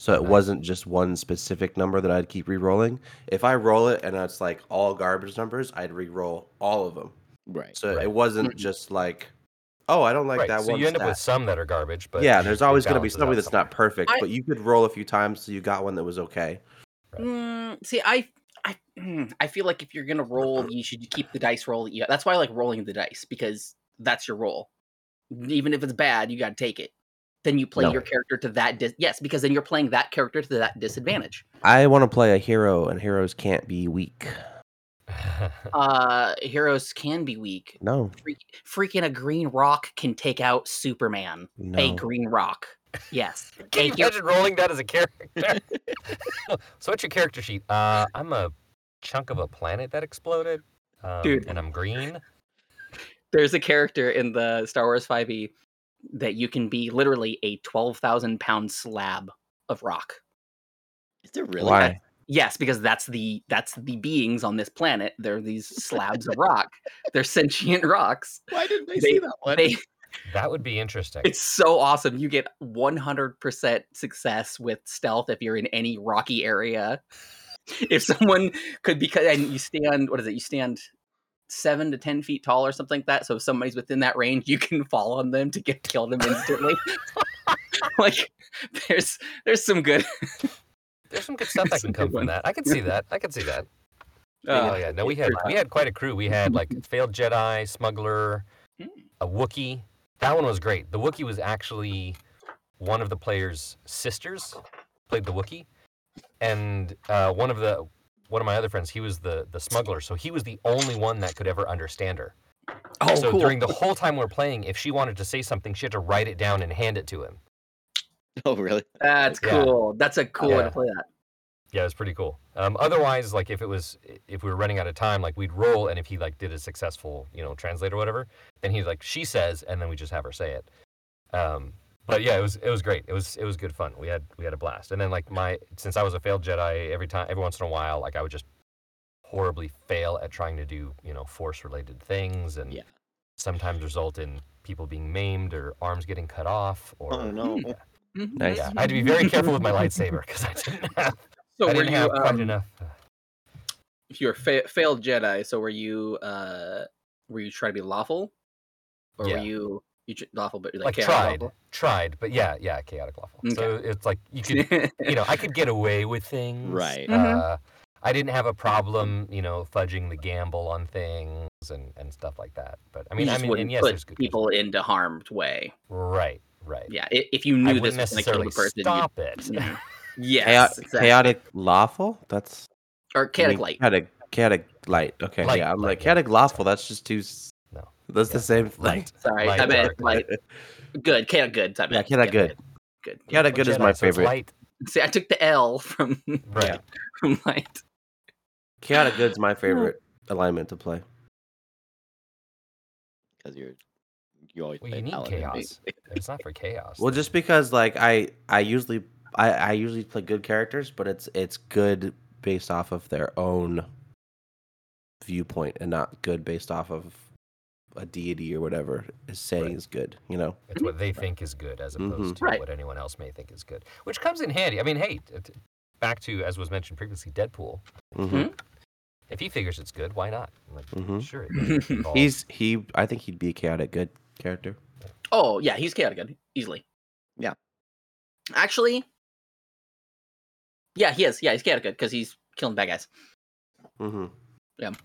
B: So it
C: Nice.
B: wasn't just one specific number that I'd keep re-rolling. If I roll it and it's like all garbage numbers, I'd re-roll all of them.
D: Right.
B: So
C: Right. Mm-hmm.
B: it wasn't
A: Mhm.
B: just like, oh, I don't like
C: right
B: that
C: so
B: one.
C: you end up
B: stat.
C: with some that are garbage but
B: yeah, there's
C: it
B: always going to be
C: balances
B: something
C: out
B: that's
C: somewhere.
B: not perfect,
A: I-
B: but you could roll a few times so you got one that was okay.
C: Right.
A: Mm, see, I, I, mm, I feel like if you're gonna roll, you should keep the dice roll. that you- that's why I like rolling the dice because that's your role. Even if it's bad, you got to take it. Then you play
B: No.
A: your character to that dis- yes, because then you're playing that character to that disadvantage.
B: I want to play a hero, and heroes can't be weak.
A: Uh heroes can be weak.
B: No,
A: Freak, freaking a green rock can take out Superman.
B: no.
A: A green rock. Yes.
C: Can you
A: Thank you.
C: imagine rolling that as a character? so what's your character sheet? Uh, I'm a chunk of a planet that exploded, um,
A: Dude.
C: and I'm green.
A: There's a character in the Star Wars 5e that you can be literally a 12,000 pound slab of rock.
D: Is there really?
B: Why?
D: that-
A: Yes, because that's the that's the beings on this planet. They're these slabs of rock. They're sentient rocks.
D: Why didn't they,
A: They-
D: see that one?
A: They,
C: That would be interesting.
A: it's so awesome. You get 100% success with stealth if you're in any rocky area. If someone could be and you stand, what is it? You stand seven to ten feet tall or something like that. So if somebody's within that range, you can fall on them to get kill them instantly. like there's there's some good.
C: There's some good stuff that
A: It's a
C: can come
A: good
C: from
A: one.
C: that. I can see that. I can see that.
A: Uh,
C: oh yeah, no, we had we had quite a crew. We had like failed Jedi, smuggler,
A: Hmm.
C: a Wookiee. That one was great. The Wookiee was actually one of the players' sisters played the Wookiee, and uh, one of the one of my other friends, he was the the smuggler, so he was the only one that could ever understand her.
A: oh,
C: so
A: cool.
C: during the whole time we're playing, if she wanted to say something, she had to write it down and hand it to him.
D: Oh, really?
A: That's
C: Yeah.
A: cool. That's a cool way
C: Yeah.
A: to play that.
C: Yeah, it was pretty cool. Um, otherwise, like if it was if we were running out of time, like we'd roll, and if he like did a successful, you know, translate or whatever, then he's like she says, and then we just have her say it. Um, but yeah, it was it was great. It was it was good fun. We had we had a blast. And then like my since I was a failed Jedi, every time every once in a while, like I would just horribly fail at trying to do you know force related things, and
D: Yeah.
C: sometimes result in people being maimed or arms getting cut off or.
D: Oh no.
A: Hmm. Mhm.
B: Nice.
C: Yeah, I had to be very careful with my lightsaber because I didn't have,
A: So
C: I
A: were
C: didn't
A: you
C: have quite
A: um,
C: enough. uh,
A: you were fa- failed Jedi, so were you uh were you trying to be lawful, or
C: Yeah.
A: were you you tr- lawful but you're
C: like
A: like,
C: tried, tried, but yeah, yeah, chaotic lawful. So it's like you could,
A: lawful.
C: you know, I could get away with things,
D: Right.
A: Mhm.
C: Uh, I didn't have a problem, you know, fudging the gamble on things and and stuff like that. But I
A: I
C: mean,
A: mean,
C: I mean,
A: wouldn't
C: and yes, there's
A: put
C: good
A: people into harm's way.
C: Right, right.
A: Yeah, i- if you
C: I
A: knew
C: wouldn't
A: this was going to kill
C: necessarily
A: the person, you'd-
C: stop it.
A: Mhm.
B: Chao-
A: yes, exactly.
B: chaotic lawful. That's
A: or
B: I mean,
A: chaotic light.
B: Chaotic, chaotic light. Okay,
C: Light,
B: yeah. I'm
C: light,
B: like
C: yeah.
B: chaotic lawful. That's just too. s-
C: No.
B: That's
C: Yeah,
B: the same. Like,
C: Light.
A: Sorry,
C: light
A: I meant
C: dark.
A: light. Good, chaotic good. I
B: yeah,
A: meant,
B: chaotic good.
A: good. Good.
B: Chaotic good is
C: Jedi,
B: my
C: so it's
B: favorite.
C: Light,
A: See, I took the L from
C: right.
B: Yeah.
A: from light.
B: Chaotic good's my favorite
C: Hmm.
B: alignment to play.
D: Because you're you always
C: Well,
D: play
C: you need
D: paladin,
C: chaos.
D: basically.
C: It's not for chaos.
B: Well, just because like I I usually I I usually play good characters, but it's it's good based off of their own viewpoint and not good based off of a deity or whatever is saying
C: Right.
B: is good, you know.
C: It's what they think is good as opposed
B: Mhm.
C: to
A: Right.
C: what anyone else may think is good, which comes in handy. I mean, hey, t- t- back to, as was mentioned previously, Deadpool.
A: Hmm?
B: Mhm,
C: If he figures it's good, why not? I'm Like,
B: mhm.
C: Sure. it involves-
B: He's he I think he'd be a chaotic good character.
A: Oh yeah, he's chaotic good easily.
D: Yeah.
A: Actually, yeah, he is. Yeah, he's chaotic good because he's killing bad guys.
C: Mm-hmm.
B: Mhm.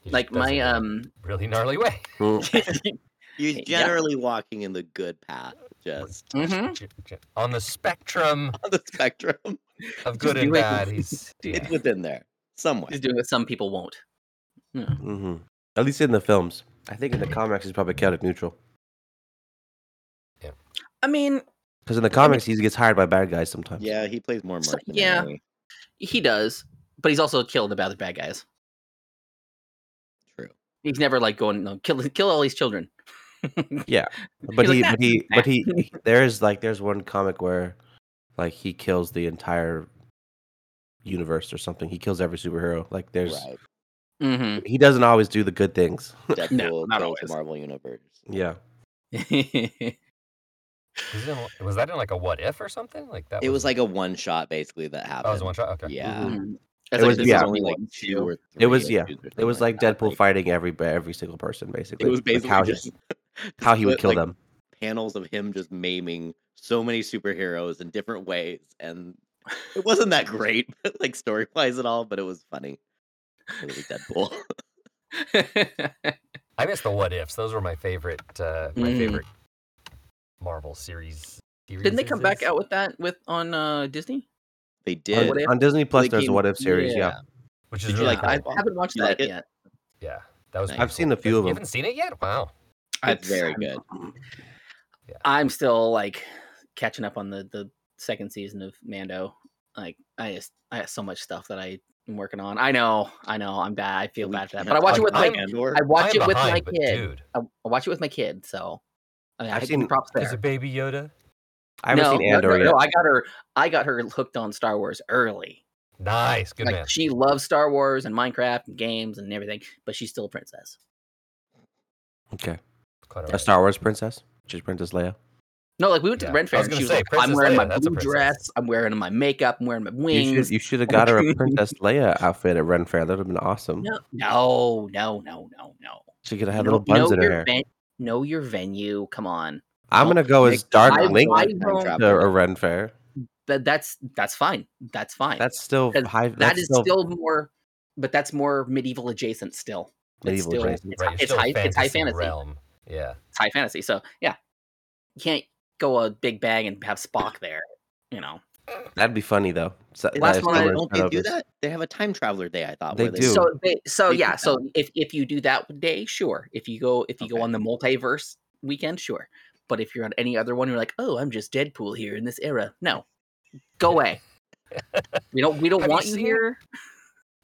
C: he just
A: Like
C: does it
A: my
C: in a
A: um,
C: really gnarly way.
B: Mm.
D: You're
A: Yeah.
D: generally walking in the good path, just
A: mhm.
C: On the spectrum
D: on the spectrum.
C: of good
A: do
C: and
A: it.
C: bad, he's
D: It's
C: yeah.
D: within there somewhere.
A: he's doing what some people won't.
B: Mhm. At least in the films. I think in the comics he's probably chaotic neutral.
A: I mean,
B: Because in the comics he gets hired by bad guys sometimes.
D: Yeah, he plays more
A: So- yeah.
D: mercenary.
A: he does, but he's also killing the bad, the bad guys.
D: True.
A: He's never like going, no, kill, kill all these children.
D: Mm-hmm.
B: but
A: You're
B: he,
A: like,
B: but he,
A: "Nah,
B: but he, he- there is like, there's one comic where, like, he kills the entire universe or something. He kills every superhero. Like, there's,
D: Right.
A: Mm-hmm.
B: he doesn't always do the good things.
D: Deadpool
A: not
D: kills
A: always.
D: the Marvel universe.
B: Yeah,
C: was, it in- was that in like a what if or something? Like that
D: It was like a one shot basically that happened.
C: that was one shot. Okay.
D: Yeah.
A: Mm-hmm.
B: It was-
D: There's
B: yeah.
D: only like two or three
B: It was- yeah.
D: issues or
B: it
D: something
B: was like
D: that,
B: Deadpool fighting every every single person basically.
D: It was
B: Like,
D: basically
B: how
D: just
B: he, how he would
D: split,
B: kill
D: like,
B: them.
D: Panels of him just maiming so many superheroes in different ways, and it wasn't that great, like story wise at all. But it was funny. It was Deadpool.
C: I miss the what ifs. Those were my favorite. Uh, my
A: Mm.
C: favorite Marvel series.
A: Didn't they come back
C: serieses.
A: out with that with on uh, Disney?
D: They
B: On-
D: did.
A: What If?
B: on Disney Plus,
D: Like
B: there's a
D: in-
B: What If series. Yeah,
C: Which is
D: Did you
C: really
D: like
C: cool.
D: that?
A: I haven't watched
D: You like
A: that
D: it?
A: yet.
C: Yeah, that was.
D: Nice.
C: pretty
B: I've seen
C: cool.
B: a few of
C: You
B: them.
C: haven't seen it yet? Wow.
D: It's very good.
A: I'm still like catching up on the the second season of Mando. Like I just I have so much stuff that I am working on. I know, I know, I'm bad. I feel
D: We
A: bad for that. But
D: can't
A: I watch it
D: talk
A: with
D: about
A: like
C: I'm-
D: Andor.
A: I watch
C: I'm
A: it with
C: behind,
A: my
C: but
A: kid.
C: Dude,
A: I, I watch it with my kid, so I mean, I
B: I've
A: give
B: seen-
A: props
C: there's
A: there.
C: a baby Yoda.
B: I haven't
A: no,
B: seen
A: no,
B: Andor
A: no,
B: yet.
A: no, I got her I got her hooked on Star Wars early.
C: Nice, good
A: like
C: man.
A: she loves Star Wars and Minecraft and games and everything, but she's still a princess.
B: okay,
C: Quite all
B: a
C: right.
B: Star Wars princess. She's Princess Leia.
A: No, like we went to
C: Yeah,
A: the Ren
C: I
A: Fair
C: was
A: and
C: gonna
A: she was
C: say,
A: like, I'm
C: Princess
A: wearing my
C: Leia, that's a
A: blue
C: princess.
A: dress, I'm wearing my makeup, I'm wearing my
B: You
A: wings.
B: should, you should have got her a Princess Leia outfit at Ren Fair. That would have been awesome.
A: No, no, no, no, no, no.
B: She could have had
A: Know-
B: little buns
A: know
B: in her
A: your
B: hair.
A: ven- know your venue. Come on,
B: I'm gonna go as Dark
A: I-
B: Link
A: I
B: to
A: don't- uh,
D: Time
B: a
D: travel.
B: Ren Fair.
A: that that's that's fine. That's fine.
B: That's still
A: Because
B: high.
A: That
B: That's
A: is
B: still,
A: still more, but that's more medieval adjacent. Still, it's
B: medieval.
A: still
B: adjacent.
A: it's,
C: Right,
A: hi-
C: you're
A: it's
C: still
A: high, it's high
C: fantasy
A: fantasy.
C: realm. Yeah,
A: It's high fantasy. So yeah, you can't go a big bag and have Spock there. You know,
B: That'd be funny though. So-
D: Is
A: Last
B: that
D: that-
A: one I-
B: summer
D: don't they do
B: turnovers.
D: that? They have a time traveler day. I thought.
B: They
D: where
B: do.
A: so they, so
D: They do
A: yeah,
D: that.
A: so if if you do that day, sure. If you go if you
D: Okay.
A: go on the multiverse weekend, sure. But if you're on any other one, you're like, oh, I'm just Deadpool here in this era. No, go away. we don't we don't
C: Have you
A: want you
C: seen-
A: here.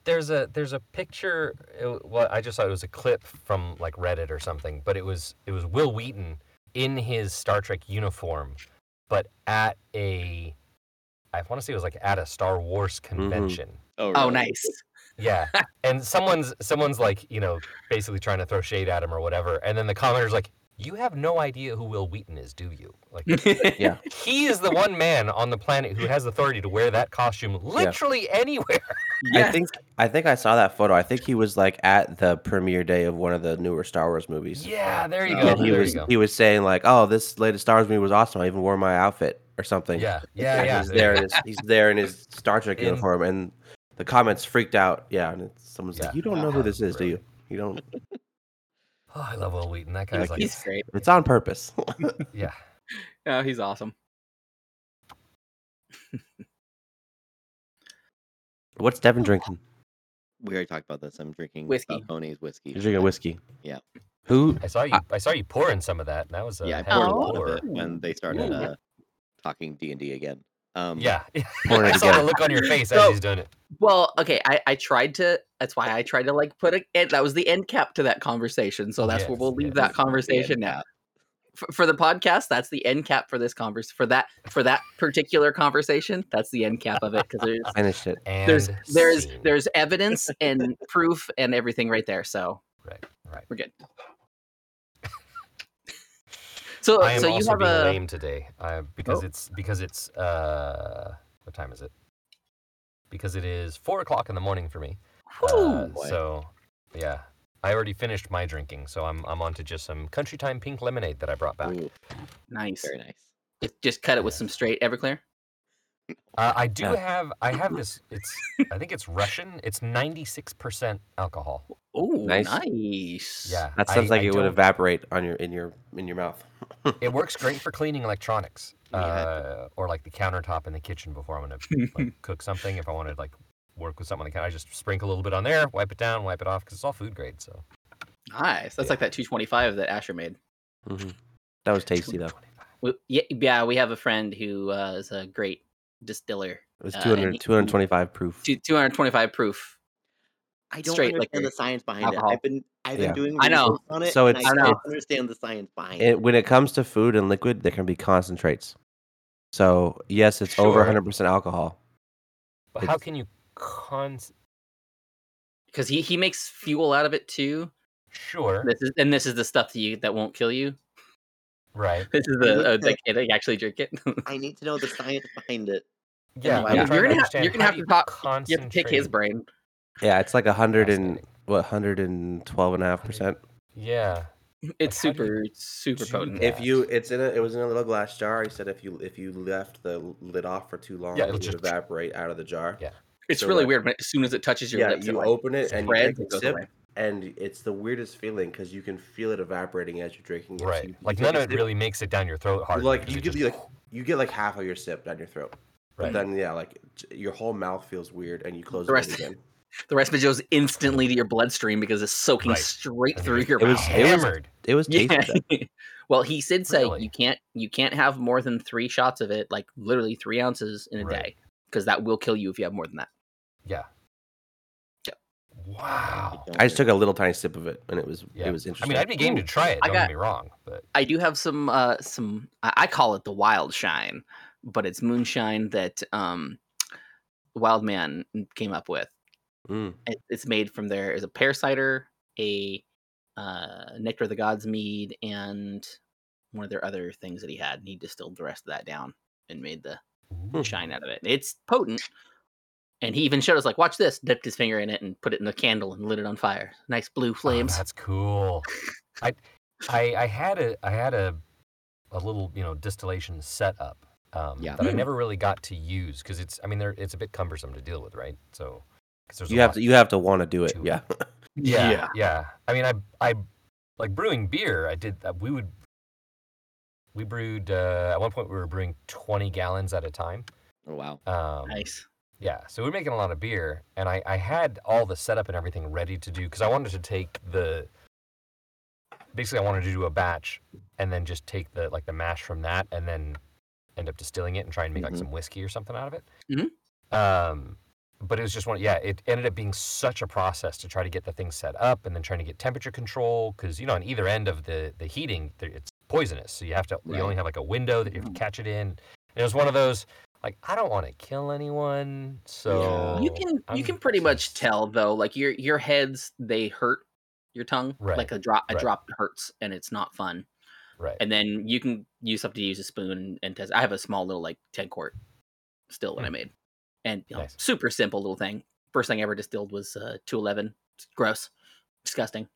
C: there's a there's a picture. It, well, I just saw it was a clip from like Reddit or something, but it was it was Will Wheaton in his Star Trek uniform, but at a I want to say it was like at a Star Wars
B: Mm-hmm.
C: convention.
D: oh,
A: Oh,
D: really?
A: nice.
C: Yeah. And someone's someone's like, you know, basically trying to throw shade at him or whatever. And then the commenter's like, "You have no idea who Will Wheaton is, do you?" Like
A: yeah.
C: he is the one man on the planet who has authority to wear that costume literally anywhere.
B: I think I think I saw that photo. I think he was like at the premiere day of one of the newer Star Wars movies.
C: Yeah, there you
D: Yeah,
C: go.
B: and he
C: there
B: was
C: you go.
B: he was saying like, "Oh, this latest Star Wars movie was awesome. I even wore my outfit or something."
C: Yeah. Yeah,
B: And
C: yeah.
B: He's there. In his, he's there in his Star Trek
C: In-
B: uniform, and the comments freaked out. Yeah, and it's, someone's
C: Yeah.
B: like, "You don't know who this is, do you? You don't."
C: Oh, I love Will Wheaton. That guy's
B: Like,
C: like,
A: He's great.
B: It's on purpose.
C: yeah.
A: Oh, he's awesome.
B: What's Devin drinking?
D: We already talked about this. I'm drinking
A: Whiskey.
D: Scott Pony's whiskey.
B: He's drinking whiskey.
D: Yeah.
B: Who?
C: I saw you. I saw you pouring some of that. and That was a
D: yeah, I
C: heck of
D: poured
C: a
D: a lot
C: pour.
D: of it when they started
A: Ooh.
D: uh, talking D and D again. Um,
C: Yeah,
B: Pouring it
C: I saw the
B: together.
C: look on your face as
A: So-
C: he's doing it.
A: Well, okay, I, I tried to. That's why I tried to like put a. It, that was the end cap to that conversation. So that's where
C: Yes,
A: we'll leave
C: yes.
A: that conversation now. For, for the podcast, that's the end cap for this converse. For that for that particular conversation, that's the end cap of it because there's
B: Finished it.
C: And
A: there's there's
C: scene.
A: there's evidence and proof and everything right there. So
C: right, right.
A: we're good. So
C: I am
A: so you
C: also
A: have
C: being
A: a
C: lame today uh, because
B: Oh.
C: it's because it's uh, what time is it? Because it is four o'clock in the morning for me. Uh,
A: Whew.
D: boy.
C: so yeah, I already finished my drinking, so I'm I'm on to just some country time pink lemonade that I brought back.
D: uh, Ooh,
A: nice.
D: very nice.
A: Just- Just cut it with some straight Everclear.
C: Uh, I do
B: Yeah.
C: have I have this. It's I think it's Russian. It's ninety six percent alcohol.
A: Oh,
B: Nice.
A: nice.
C: Yeah,
B: That
C: I-
B: sounds like
C: I
B: it would
C: don't-
B: evaporate on your in your in your mouth.
C: It works great for cleaning electronics,
D: Yeah.
C: uh, or like the countertop in the kitchen before I'm gonna like, cook something. If I want to like work with something on the counter, I just sprinkle a little bit on there, wipe it down, wipe it off because it's all food grade. So
A: Nice. That's like that 225 that Asher made.
C: Mm-hmm.
B: Mhm. That was tasty though.
A: W- ye- Yeah, we have a friend who uh, is a great distiller.
B: It was
A: Uh,
B: 200,
A: and he-
B: 225 proof.
A: Two- 225 proof.
D: I don't
A: Straight
D: understand
A: liquor.
D: the science behind
A: Alcohol.
D: it. I've been I've been
B: Yeah.
D: doing
A: I know.
D: research on it.
B: So
D: and
B: it's-
D: I
A: I know.
D: don't understand the science behind it.
B: It, when it comes to food and liquid, there can be concentrates. So yes, it's over
C: Sure.
B: hundred percent alcohol.
C: But how
B: It's-
C: can you cons?
A: Because he, he makes fuel out of it too.
C: Sure,
A: This is and this is the stuff that you that won't kill you.
C: right?
A: This is
D: You
A: the uh,
D: need
A: they,
D: to-
A: they actually drink it.
D: I need to know the science behind it.
C: Yeah,
D: why
C: I'm
D: would-
C: trying
A: You're gonna have-
C: understand
A: you're gonna
C: how
A: have
C: do
A: to
C: you
A: talk- you have to pick his
C: concentrate-
A: brain.
B: Yeah, it's like a hundred and
C: Fascinating.
B: what hundred and twelve and a half percent.
C: Yeah,
A: It's
C: how do you
A: super super
C: do
A: potent.
C: that?
B: If you, it's in a, it was in a little glass jar. He said if you if you left the lid off for too long,
C: Yeah,
B: it
C: it'll
B: would
C: just-
B: evaporate out of the jar.
C: Yeah.
A: It's
B: so
A: really
B: like-
A: weird, but as soon as it touches your
B: yeah,
A: lips, it,
B: you
A: like,
B: open it and you
A: spreads
B: take
A: and
B: a
A: goes
B: sip,
A: away.
B: and it's the weirdest feeling because you can feel it evaporating as you're drinking. it. So
C: Right.
B: you- you
C: Like
B: take
C: none
B: a
C: of it
B: sip,
C: really makes it down your throat hard.
B: Like
C: because
B: you
C: it
B: get
C: just-
B: like you get like half of your sip down your throat,
C: Right.
B: but then yeah, like t- your whole mouth feels weird and you close
A: The
B: it
A: rest-
B: again.
A: The rest of it goes instantly to your bloodstream because it's soaking
C: Right.
A: straight
C: and
A: through
C: you're
A: your
C: just
B: It was-
A: mouth.
B: it was-
C: hammered.
B: It was tasty.
A: Yeah.
B: though.
A: well, he did say
C: Really?
A: you can't you can't have more than three shots of it, like literally three ounces in a
C: Right.
A: day, because that will kill you if you have more than that.
C: Yeah.
A: Yep.
C: Wow.
B: I just took a little tiny sip of it and it was
C: Yeah.
B: it was
C: I
B: interesting.
C: mean, I'd be game to try it.
A: I
C: Don't
A: got-
C: get me wrong, but
A: I do have some uh some I, I call it the wild shine, but it's moonshine that um Wild Man came up with.
B: Mm.
A: It, it's made from there is a pear cider, a uh, nectar of the gods mead, and one of their other things that he had. And he distilled the rest of that down and made the
C: Hmm.
A: shine out of it. It's potent. And he even showed us like, watch this. Dipped his finger in it and put it in a candle and lit it on fire. Nice blue
C: Oh,
A: flames.
C: that's cool. I, I, I had a, I had a, a little, you know, distillation setup um,
D: Yeah.
C: that I
A: Mm.
C: never really got to use because it's, I mean, there, it's a bit cumbersome to deal with, right? So, 'cause there's a
B: Mm. You have
C: lot-
B: to you have to want to do it.
C: to it.
B: Yeah.
C: yeah, yeah, I mean, I, I, like brewing beer. I did. that we would, we brewed. Uh, at one point, we were brewing 20 gallons at a time.
D: Oh, wow.
C: Um,
A: nice.
C: Yeah, so we we're making a lot of beer, and I, I had all the setup and everything ready to do because I wanted to take the. Basically, I wanted to do a batch, and then just take the like the mash from that, and then end up distilling it and try and make
D: Mhm.
C: like some whiskey or something out of it.
A: Mhm.
C: Um, but it was just one. Yeah, it ended up being such a process to try to get the thing set up, and then trying to get temperature control because you know on either end of the the heating there- it's poisonous, so you have to
D: Right.
C: you only have like a window that you have to catch it in. And it was one of those like I don't want to kill anyone, so
A: you can
C: I'm
A: you can pretty much
C: just-
A: tell though, like your your heads they hurt your tongue.
C: Right,
A: Like a drop a
C: right.
A: drop hurts and it's not fun.
C: Right.
A: And then you can use something to use a spoon and, and test. I have a small little like ten quart still that I
C: Mm.
A: made, and you know,
C: Nice.
A: super simple little thing. First thing I ever distilled was uh, two eleven. Gross, disgusting.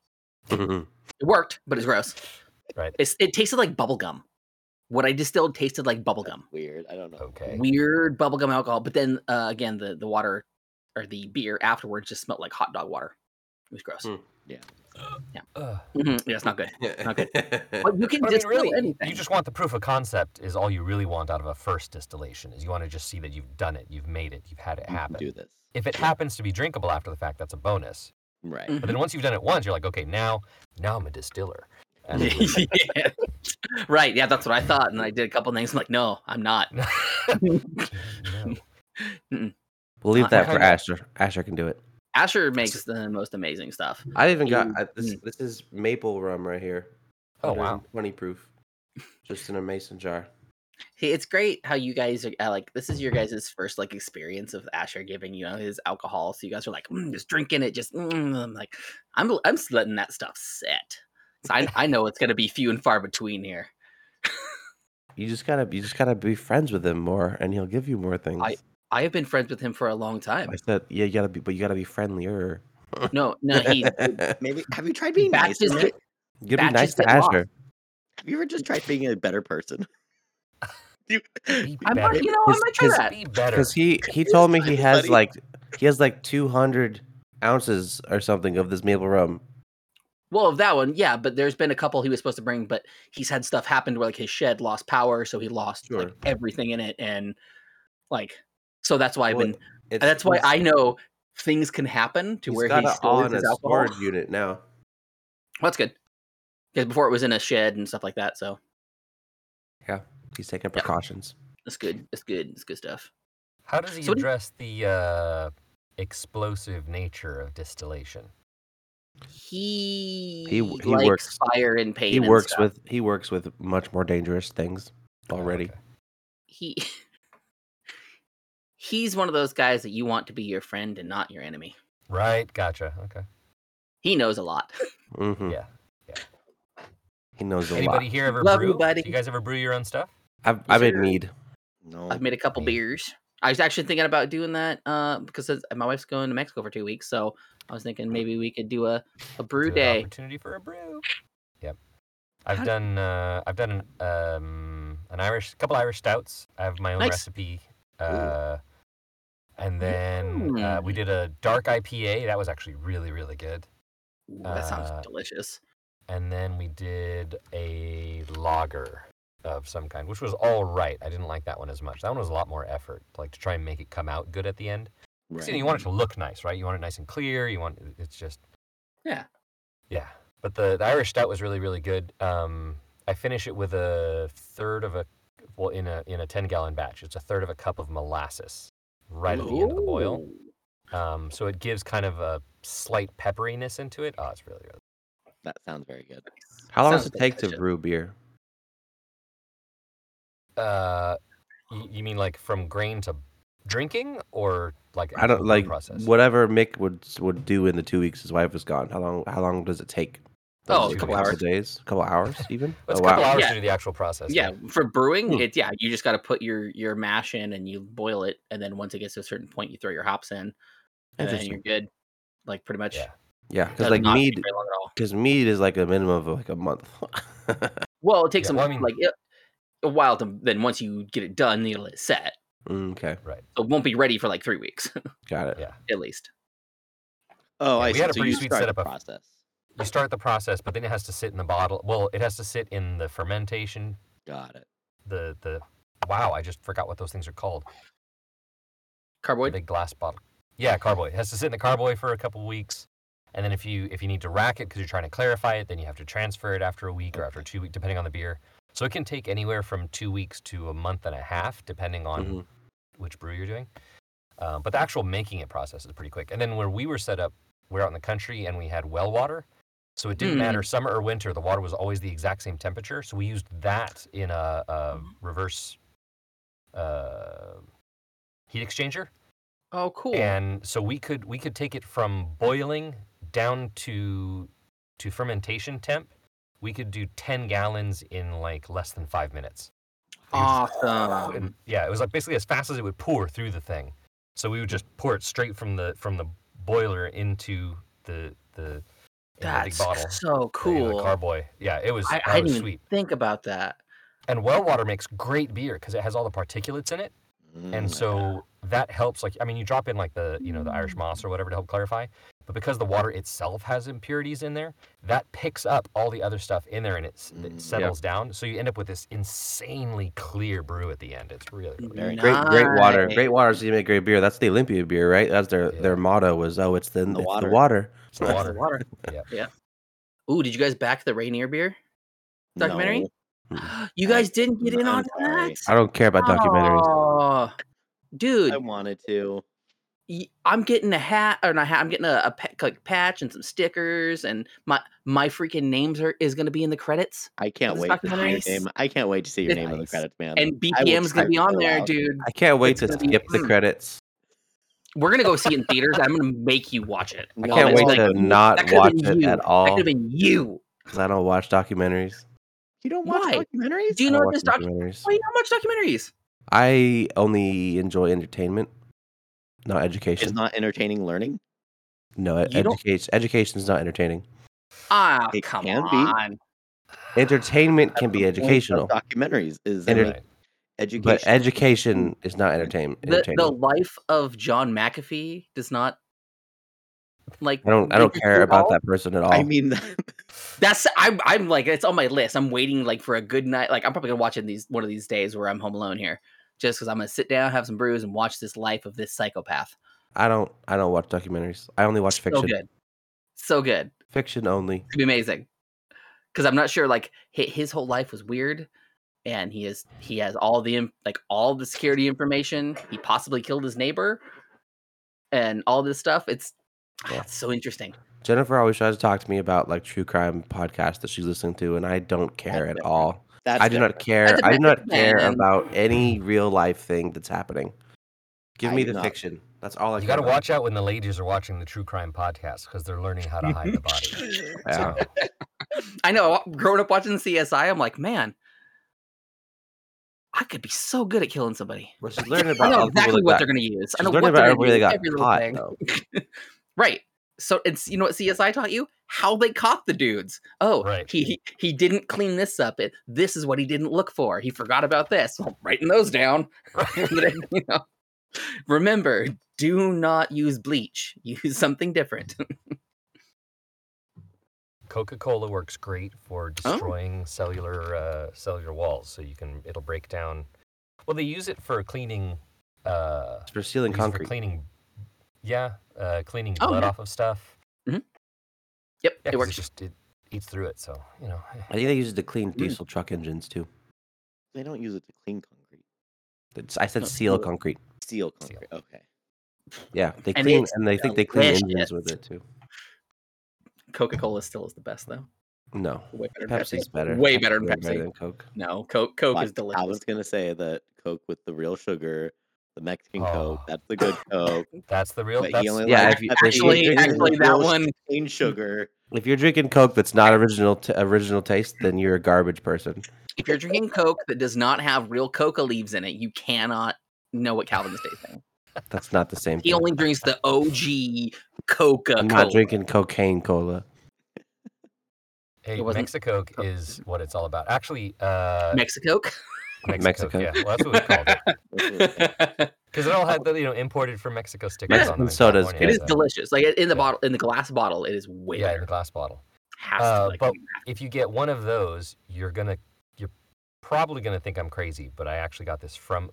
B: Mhm.
A: It worked, but it's gross.
C: Right.
A: It's, it tasted like bubblegum. What I distilled tasted like bubblegum.
D: Weird. I don't know.
C: Okay.
A: Weird bubblegum alcohol. But then uh, again, the, the water or the beer afterwards just smelled like hot dog water. It was gross.
B: Mm.
C: Ugh.
A: Mhm, Yeah, it's not good. Okay. But you can
C: Hmm. But I mean,
A: distill
C: really,
A: anything.
C: you just want the proof of concept is all you really want out of a first distillation is you want to just see that you've done it, you've made it, you've had it
D: You can
C: happen.
D: do this.
C: If it happens to be drinkable after the fact, that's a bonus.
D: Right.
A: Mm.
C: But then once you've done it once, you're like, okay, now, now I'm a distiller. And
A: yeah. Right. Yeah, that's what I thought. And then I did a couple things. I'm like, no, I'm not.
C: No.
B: We'll leave
A: Uh,
B: that
C: I
B: for
C: kinda-
B: Asher. Asher can do it.
A: Asher makes the most amazing stuff.
B: I even got
A: Mm,
B: I, this. This is maple rum right here.
C: Oh, wow.
B: twenty proof, just in a mason jar.
A: Hey, it's great how you guys are uh, like this is your guys' first like experience of Asher giving you know, his alcohol. So you guys are like mm, just drinking it, just mm. I'm like I'm I'm just letting that stuff set. So I I know it's gonna be few and far between here.
B: You just gotta you just gotta be friends with him more, and he'll give you more things. I,
A: I have been friends with him for a long time.
B: said yeah, you gotta be, but you gotta be friendlier.
A: No, no, he
D: Maybe have you tried being nice?
A: batches
D: Matt?
A: get-
B: Give be
A: Batches
B: nice to
A: get lost.
B: Asher.
D: Have you ever just tried being a better person? Do you-
C: Be
A: I
C: better.
A: might, you know, I
B: His-
A: might try
B: his-
A: that.
C: Be better.
B: Because he he told me he has
D: Buddy.
B: like he has like two hundred ounces or something of this maple rum.
A: Well, of that one, yeah, but there's been a couple he was supposed to bring, but he's had stuff happen where like his shed lost power, so he lost like
B: Sure.
A: everything in it, and like so that's why I've
B: Well,
A: been.
B: It's-
A: That's why
B: he's-
A: I know things can happen to
B: he's
A: where
B: got
A: he
B: it
A: stores
B: on
A: his
B: a
A: alcohol.
B: storage unit now.
A: That's good. Because before it was in a shed and stuff like that, so
B: He's taking
A: Yeah.
B: precautions.
A: it's good. It's good. It's good stuff.
C: How does he
A: So what do you-
C: address the uh, explosive nature of distillation?
A: He
B: he
A: likes
B: works-
A: fire and pain.
B: He
A: and
B: works
A: stuff.
B: with he works with much more dangerous things
C: Oh,
B: already.
C: okay.
A: he. He's one of those guys that you want to be your friend and not your enemy.
C: Right. Gotcha. Okay.
A: He knows a lot.
B: hmm
C: Yeah.
B: He knows a
C: Anybody
B: lot.
C: here ever
A: Love you,
C: brew?
A: buddy.
C: Do you guys ever brew your own stuff?
B: I've, I've been
A: Sure.
B: need.
D: No.
A: I've made a couple
C: Yeah.
A: beers. I was actually thinking about doing that uh, because it's- my wife's going to Mexico for two weeks, so I was thinking maybe we could do a, a brew
C: It's an
A: day.
C: Opportunity for a brew. Yep. I've
A: How-
C: done. Uh, I've done an, um, an Irish, couple Irish stouts. I have my own
A: Nice.
C: recipe. Uh, and then uh, we
A: Mm.
C: did a dark IPA. That was actually really, really good.
A: Ooh, that sounds
C: Uh,
A: delicious.
C: and then we did a lager of some kind, which was all right. I didn't like that one as much. That one was a lot more effort, like to try and make it come out good at the end. 'Cause, you, know, you want it to look nice, right? You want it nice and clear. You want it's just
A: Yeah.
C: yeah. But the, the Irish stout was really really good. Um, I finish it with a third of a well in a in a ten gallon batch. It's a third of a cup of molasses right at the end of the boil.
A: Ooh.
C: Um, so it gives kind of a slight pepperiness into it. Oh, it's really really.
D: That sounds very good.
B: How long
A: Sounds
B: does it take to
A: delicious.
B: brew beer?
C: Uh, you, you mean like from grain to drinking or like
B: I don't
C: actual brewing
B: like
C: process?
B: whatever Mick would would do in the two weeks his wife was gone. How long? How long does it take? Does
A: Oh,
B: it
A: a
B: take
A: couple
B: couple
A: hours.
B: days, a couple hours even.
C: It's
B: Oh,
C: a couple
B: wow.
C: hours
A: Yeah.
C: to do the actual process.
A: Yeah, for brewing,
B: Hmm.
A: it's yeah, you just got to put your your mash in and you boil it, and then once it gets to a certain point, you throw your hops in, and then you're
B: Interesting.
A: good. Like pretty much,
C: Yeah.
B: Yeah,
A: does
B: because like
A: not take
B: mead,
A: very long at all.
B: because mead is like a minimum of like a month.
A: Well, it takes
C: Yeah,
A: them
C: well, I mean-
A: like it, a while to. Then once you get it done, you let it set.
B: Mm, okay,
A: So it won't be ready for like three weeks
B: got it.
C: Yeah.
A: at least.
D: Oh,
C: Yeah,
D: I
C: we
D: see.
C: had a
D: so
C: pretty
D: you
C: sweet
D: start the
C: setup of-
D: process.
C: you start the process, but then it has to sit in the bottle. Well, it has to sit in the fermentation.
D: Got it.
C: The the wow, I just forgot what those things are called. The
A: Carboid.
C: big glass bottle. Yeah, carboy. It has to sit in the carboy for a couple weeks, and then if you if you need to rack it because you're trying to clarify it, then you have to transfer it after a week or after two weeks, depending on the beer. So it can take anywhere from two weeks to a month and a half, depending on
B: Mhm.
C: which brew you're doing. Uh, but the actual making it process is pretty quick. And then where we were set up, we're out in the country and we had well water. So it didn't
A: Hmm.
C: matter summer or winter, the water was always the exact same temperature. So we used that in a, a reverse uh, heat exchanger.
A: Oh, cool.
C: And so we could we could take it from boiling down to to fermentation temp. We could do 10 gallons in like less than five minutes. It was
A: awesome.
C: and yeah, it was like basically as fast as it would pour through the thing. So we would just pour it straight from the from the boiler into the the, into the big
A: That's
C: bottle.
A: so
C: the, you know, the
A: cool.
C: carboy. Yeah, it was
A: I,
C: that
A: I
C: was
A: didn't even
C: sweet.
A: think about that.
C: And well water makes great beer because it has all the particulates in it,
D: Mm,
C: and so that helps. Like I mean, you drop in like the you know the Irish moss or whatever to help clarify, but because the water itself has impurities in there, that picks up all the other stuff in there and it's,
D: Mm, yeah.
C: it settles down. So you end up with this insanely clear brew at the end. It's really, really
D: Very
B: Great, great water.
A: Nice.
B: Great water is you make great beer. That's the Olympia beer, right? That's their
C: Yeah.
B: their motto was oh, it's the,
D: The
B: it's
D: water.
B: the water.
C: it's the
A: That's
C: water.
A: the water.
C: Yeah.
A: Yeah. Ooh, did you guys back the Rainier beer? documentary?
D: no,
A: You
D: I-
A: guys didn't get in
D: I'm
A: on
D: sorry.
A: that.
B: I don't care about documentaries.
A: Aw, dude,
D: I wanted to.
A: y- I'm getting a hat or not a hat. I'm getting a, a pa- like patch and some stickers, and my my freaking names are is going to be in the credits,
D: I can't
A: This
D: wait to see your
A: documentary-
D: name. I can't wait to see your
A: It-
D: name in the
C: Nice.
D: credits, man.
A: and
D: I will
A: BPM's going
D: type
A: to be on
D: so
A: there,
D: loud.
A: dude.
B: I can't wait
A: It's
B: to
A: gonna be mm.
B: skip the
A: awesome.
B: credits.
A: We're going to go see it in theaters. and I'm going to make you watch it.
B: I
D: No,
B: can't
D: it's
B: wait to
D: like-
B: not
A: could've
B: watch
A: been
B: it
A: you.
B: at
A: That
B: all
A: could have been you.
B: because I don't watch documentaries.
D: You don't watch
A: Why?
D: documentaries?
A: Do you
B: I
A: know
B: don't
A: what this
B: watch
A: documentary?
B: documentaries.
A: Why do you not watch documentaries?
B: I only enjoy entertainment, not
D: It's
B: education.
D: not entertaining learning.
B: no,
A: You don't-
B: education education is not entertaining.
A: Ah,
D: It
A: come
D: can be.
A: on.
B: Entertainment can be
D: The point of
B: educational,
D: Documentaries is
B: Enter-
D: like education.
B: but education is not entertainment.
A: The, the
B: entertaining.
A: life of John McAfee does not like.
B: I don't I don't
A: interest
B: care
A: you at
B: about
A: all?
B: that person at all.
D: I mean, that,
A: That's I'm I'm like it's on my list. I'm waiting like for a good night. Like I'm probably gonna watch it these one of these days where I'm home alone here, just because I'm gonna sit down, have some brews, and watch this life of this psychopath.
B: I don't I don't watch documentaries. I only watch
A: So
B: fiction.
A: good, so good.
B: Fiction only.
A: It'd be amazing. Because I'm not sure like his, his whole life was weird, and he is he has all the in- like all the security information. He possibly killed his neighbor, and all this stuff. It's ah,
B: Yeah.
A: it's so interesting.
B: Jennifer always tries to talk to me about like true crime podcasts that she's listening to, and I don't care at
D: different.
B: all.
D: that's
B: I do not
D: different.
B: care.
A: That's a
B: I do not
A: different
B: care
A: thing.
B: about any real life thing that's happening. Give
D: I
B: me
D: do
B: the
D: not.
B: fiction. That's all I
C: you
B: care
C: got to
B: about.
C: watch out when the ladies are watching the true crime podcast because they're learning how to hide the body.
B: Yeah.
A: I know. uh, Growing up watching CSI, I'm like, man, I could be so good at killing somebody.
B: Well, she's learning
A: I
B: about
A: know
B: all the people
A: exactly
B: that
A: what
B: got-
A: they're going to use. I
B: she's
A: know
B: learning
A: what
B: about
A: they're going
B: everybody
A: to
B: that
A: use.
B: got
A: Every little
B: caught.
A: thing.
B: though.
A: Right. So it's you know what CSI taught you how they caught the dudes. Oh,
C: Right.
A: he, he he didn't clean this up. It, this is what he didn't look for. He forgot about this. Well, writing those down. you know. Remember, do not use bleach. Use something different.
C: Coca Cola works great for
D: Oh.
C: destroying cellular uh, cellular walls. So you can it'll break down. Well, they use it for cleaning. Uh,
B: It's for sealing
C: they use it for
B: concrete.
C: cleaning. Yeah, uh, cleaning
A: Oh,
C: blood
A: yeah.
C: off of stuff.
A: Yep,
C: Yeah,
A: it
C: 'cause
A: works.
C: just it eats through it. So you know, eh.
B: I think they use it to clean
D: Mm.
B: diesel truck engines too.
D: They don't use it to clean concrete.
B: It's- I said
A: No,
B: seal
A: seal it.
B: concrete.
D: Seal
C: Seal.
D: concrete. Okay.
B: Yeah, they
A: And
B: clean
A: it's
B: and they think they clean
A: delicious.
B: engines with it too.
A: Coca Cola still is the best though.
B: No,
A: Way better than
B: Pepsi's better.
A: Way better than
B: Pepsi's
A: Pepsi.
B: than Coke.
A: No, Coke Coke is
D: Like, I
A: delicious.
D: was gonna say that Coke with the real sugar, the Mexican Coke,
C: Oh.
D: that's the good Coke.
C: that's the real.
D: but you
C: That's,
D: only
B: yeah,
D: like
B: if you-
D: Pepsi
A: actually,
D: with
A: actually, that
D: real
A: one
D: plain sugar.
B: If you're drinking Coke that's not original t- original taste, then you're a garbage person.
A: if you're drinking Coke that does not have real coca leaves in it, you cannot know what Calvin's tasting.
B: That's not the same
A: He
B: thing.
A: only drinks the OG Coca.
B: I'm not drinking cocaine cola.
C: hey,
A: It wasn't-
C: Mexico
A: Oh.
C: is what it's all about. Actually, uh,
A: Mexico.
B: Mexico.
C: Yeah, well, that's what we called it
D: That's what it's-
C: because it all had the you know imported from Mexico stickers
B: Mexican
C: on them. in
B: soda's
C: California,
A: it is
C: so-
A: delicious. Like in the
C: Yeah.
A: bottle, in the glass bottle, it is way
C: Yeah, in the
A: better.
C: glass bottle.
A: Has
C: Uh,
A: to, like,
C: but if you get one of those, you're gonna you're probably gonna think I'm crazy, but I actually got this from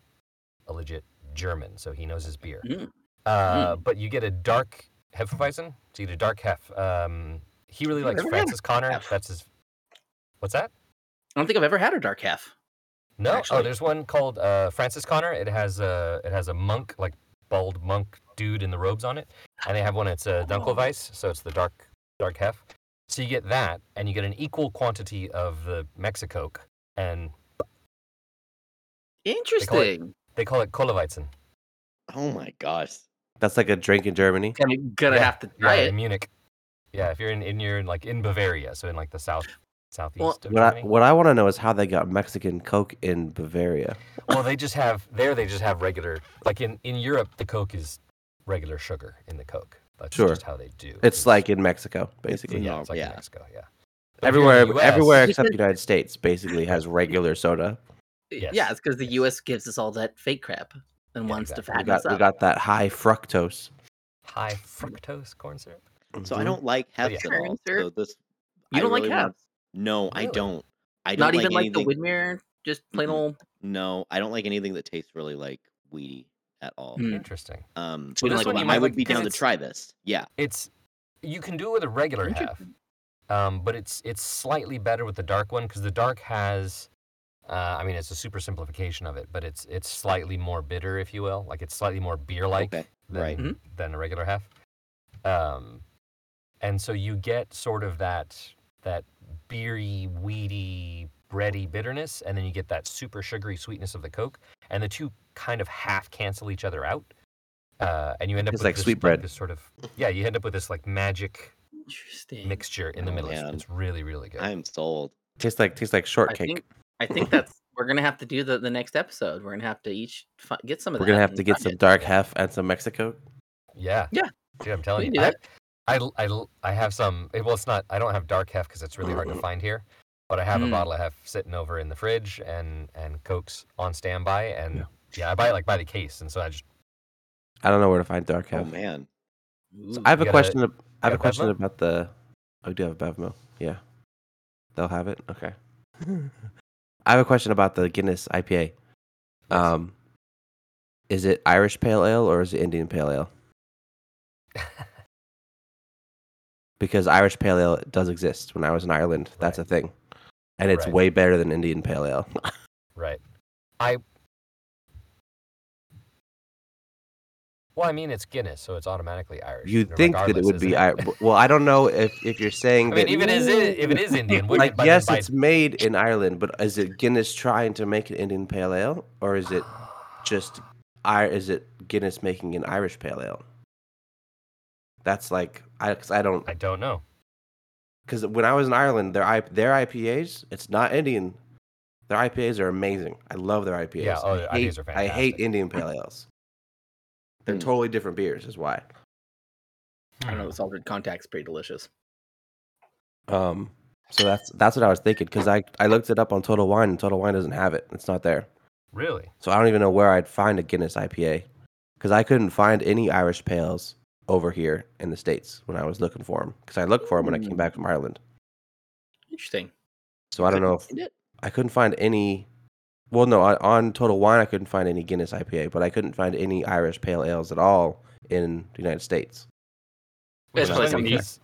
C: a legit German, so he knows his beer.
A: Mm.
C: Uh, But you get a dark Hefeweizen, so you get a dark Hef. Um, he really likes
A: never had
C: Francis Connor.
A: Hef.
C: That's his. What's that?
A: I don't think I've ever had a dark half.
C: No,
A: Actually.
C: oh, there's one called uh, Francis Connor. It has a it has a monk like bald monk dude in the robes on it, and they have one. It's
B: Oh.
C: a Dunkelweiss, so it's the dark dark hef. So you get that, and you get an equal quantity of the Mexicoke, and
A: Interesting.
C: they call it Koloweizen.
D: oh my gosh.
B: That's like a drink in Germany.
A: I'm gonna
C: Yeah,
A: have to
C: Yeah,
A: try
C: in
A: it.
C: Munich. Yeah, if you're in, in you're in, like in Bavaria, so in like the south southeast
A: Well-
C: of
B: What I,
C: Germany.
B: what I want to know is how they got Mexican Coke in Bavaria.
C: Well, they just have there. They just have regular like in in Europe, the Coke is regular sugar in the Coke. That's
B: Sure.
C: just how they do.
B: It's like in Mexico, basically.
C: Yeah, it's like in
D: Yeah.
C: Mexico. Yeah. But if you're in
B: Everywhere,
C: the US,
B: everywhere except the
A: Because-
B: United States, basically has regular soda.
A: Yeah,
C: yes,
A: it's because the
C: yes.
A: U.S. gives us all that fake crap and
C: Yeah,
A: wants
C: exactly.
A: to
B: We
A: fatten
B: got,
A: us up.
B: we got that high fructose.
C: High fructose corn syrup.
D: So I
B: Mhm.
D: don't like
C: Oh, yeah.
D: hefts at all. So this
A: Mm-hmm. you
D: I
A: don't
D: really
A: like
D: want-
A: halves?
D: no, I
C: Really?
D: don't. I don't
A: Not even like
D: anything,
A: the Widmere, just plain
D: Mm-mm.
A: old.
D: No, I don't like anything that tastes really like weedy at all.
A: Mm.
C: Interesting.
D: Um,
A: So you
D: but
A: don't like
D: I
A: one you
D: I
A: might
D: would
C: like
D: be
C: because
D: down to
C: it's-
D: try this. Yeah,
C: It's you can do it with a regular half,
A: Interesting.
C: um, but it's it's slightly better with the dark one because the dark has. Uh, I mean, it's a super simplification of it, but it's it's slightly more bitter, if you will. Like it's slightly more beer-like
D: Okay,
C: than,
D: right.
A: Mhm.
C: than a regular half. Um, and so you get sort of that that beery, weedy, bready bitterness, and then you get that super sugary sweetness of the Coke, and the two kind of half cancel each other out, uh, and you end up
B: It's
C: with
B: like
C: this,
B: sweet bread.
C: this sort of yeah, you end up with this like magic
A: Interesting.
C: mixture in the
D: Oh,
C: middle.
D: man.
C: It's, it's really really good.
D: I'm sold.
B: Tastes like tastes like
A: I
B: shortcake.
A: think I think that's we're gonna have to do the, the next episode. We're gonna have to each fi- get some of
B: We're
A: that.
B: gonna have
A: and
B: to get
A: try
B: some
A: it.
B: dark hef and some Mexico.
C: Yeah.
A: Yeah.
C: Dude, I'm telling
A: We
C: you.
A: can
C: I,
A: do
C: I, l- I, l- I have some. eh, Well, it's not. I don't have dark hef because it's really hard to
B: Mm.
C: find here. But I have a
A: Mm.
C: bottle of hef sitting over in the fridge and and cokes on standby. And yeah, I buy it like by the case, and so I just
B: I don't know where to find dark
D: Oh
B: hef.
D: man,
A: Mm.
B: So I have
C: You
B: a
C: got a-
B: question. ab- I have a
C: got
B: question
C: Bevmo?
B: about the. I do have Bevmo. Yeah, they'll have it. Okay. I have a question about the Guinness IPA. Um, is it Irish Pale Ale or is it Indian Pale Ale? Because Irish Pale Ale does exist. When I was in Ireland, that's
C: Right.
B: a thing, and it's
C: Right.
B: way better than Indian Pale Ale.
C: right. I. Well, I mean, it's Guinness, so it's automatically Irish.
B: You'd think that it
C: regardless,
B: would be.
C: isn't it?
B: Ir- well, I don't know if if you're saying
C: I
B: that.
C: mean, even as it, if it is Indian, wouldn't
B: like
C: it by,
B: yes,
C: by
B: it's made in Ireland, but is it Guinness trying to make an Indian Pale Ale, or is it just I? Is it Guinness making an Irish Pale Ale? That's like I, cause I don't
C: I don't know.
B: because when I was in Ireland, their I- their IPAs, it's not Indian. Their IPAs are amazing. I love their IPAs.
C: Yeah, oh, their
B: I hate,
C: IPAs are
B: I hate
C: fantastic.
B: Indian Pale Ales. They're
D: Hmm.
B: totally different beers, is why.
A: I don't know. This altered contact's pretty delicious.
B: Um, so that's that's what I was thinking because I I looked it up on Total Wine and Total Wine doesn't have it. It's not there.
C: Really?
B: So I don't even know where I'd find a Guinness IPA because I couldn't find any Irish
C: Hmm.
B: pales over here in the states when I was looking for them because I looked for them when I came back from Ireland.
A: Interesting.
B: So I don't know if
D: Find it?
B: I couldn't find any. Well, no, I, on Total Wine I couldn't find any Guinness IPA, but I couldn't find any Irish pale ales at all in the United States.
A: That's
C: Which is
A: probably
C: funny
A: something you-
C: because,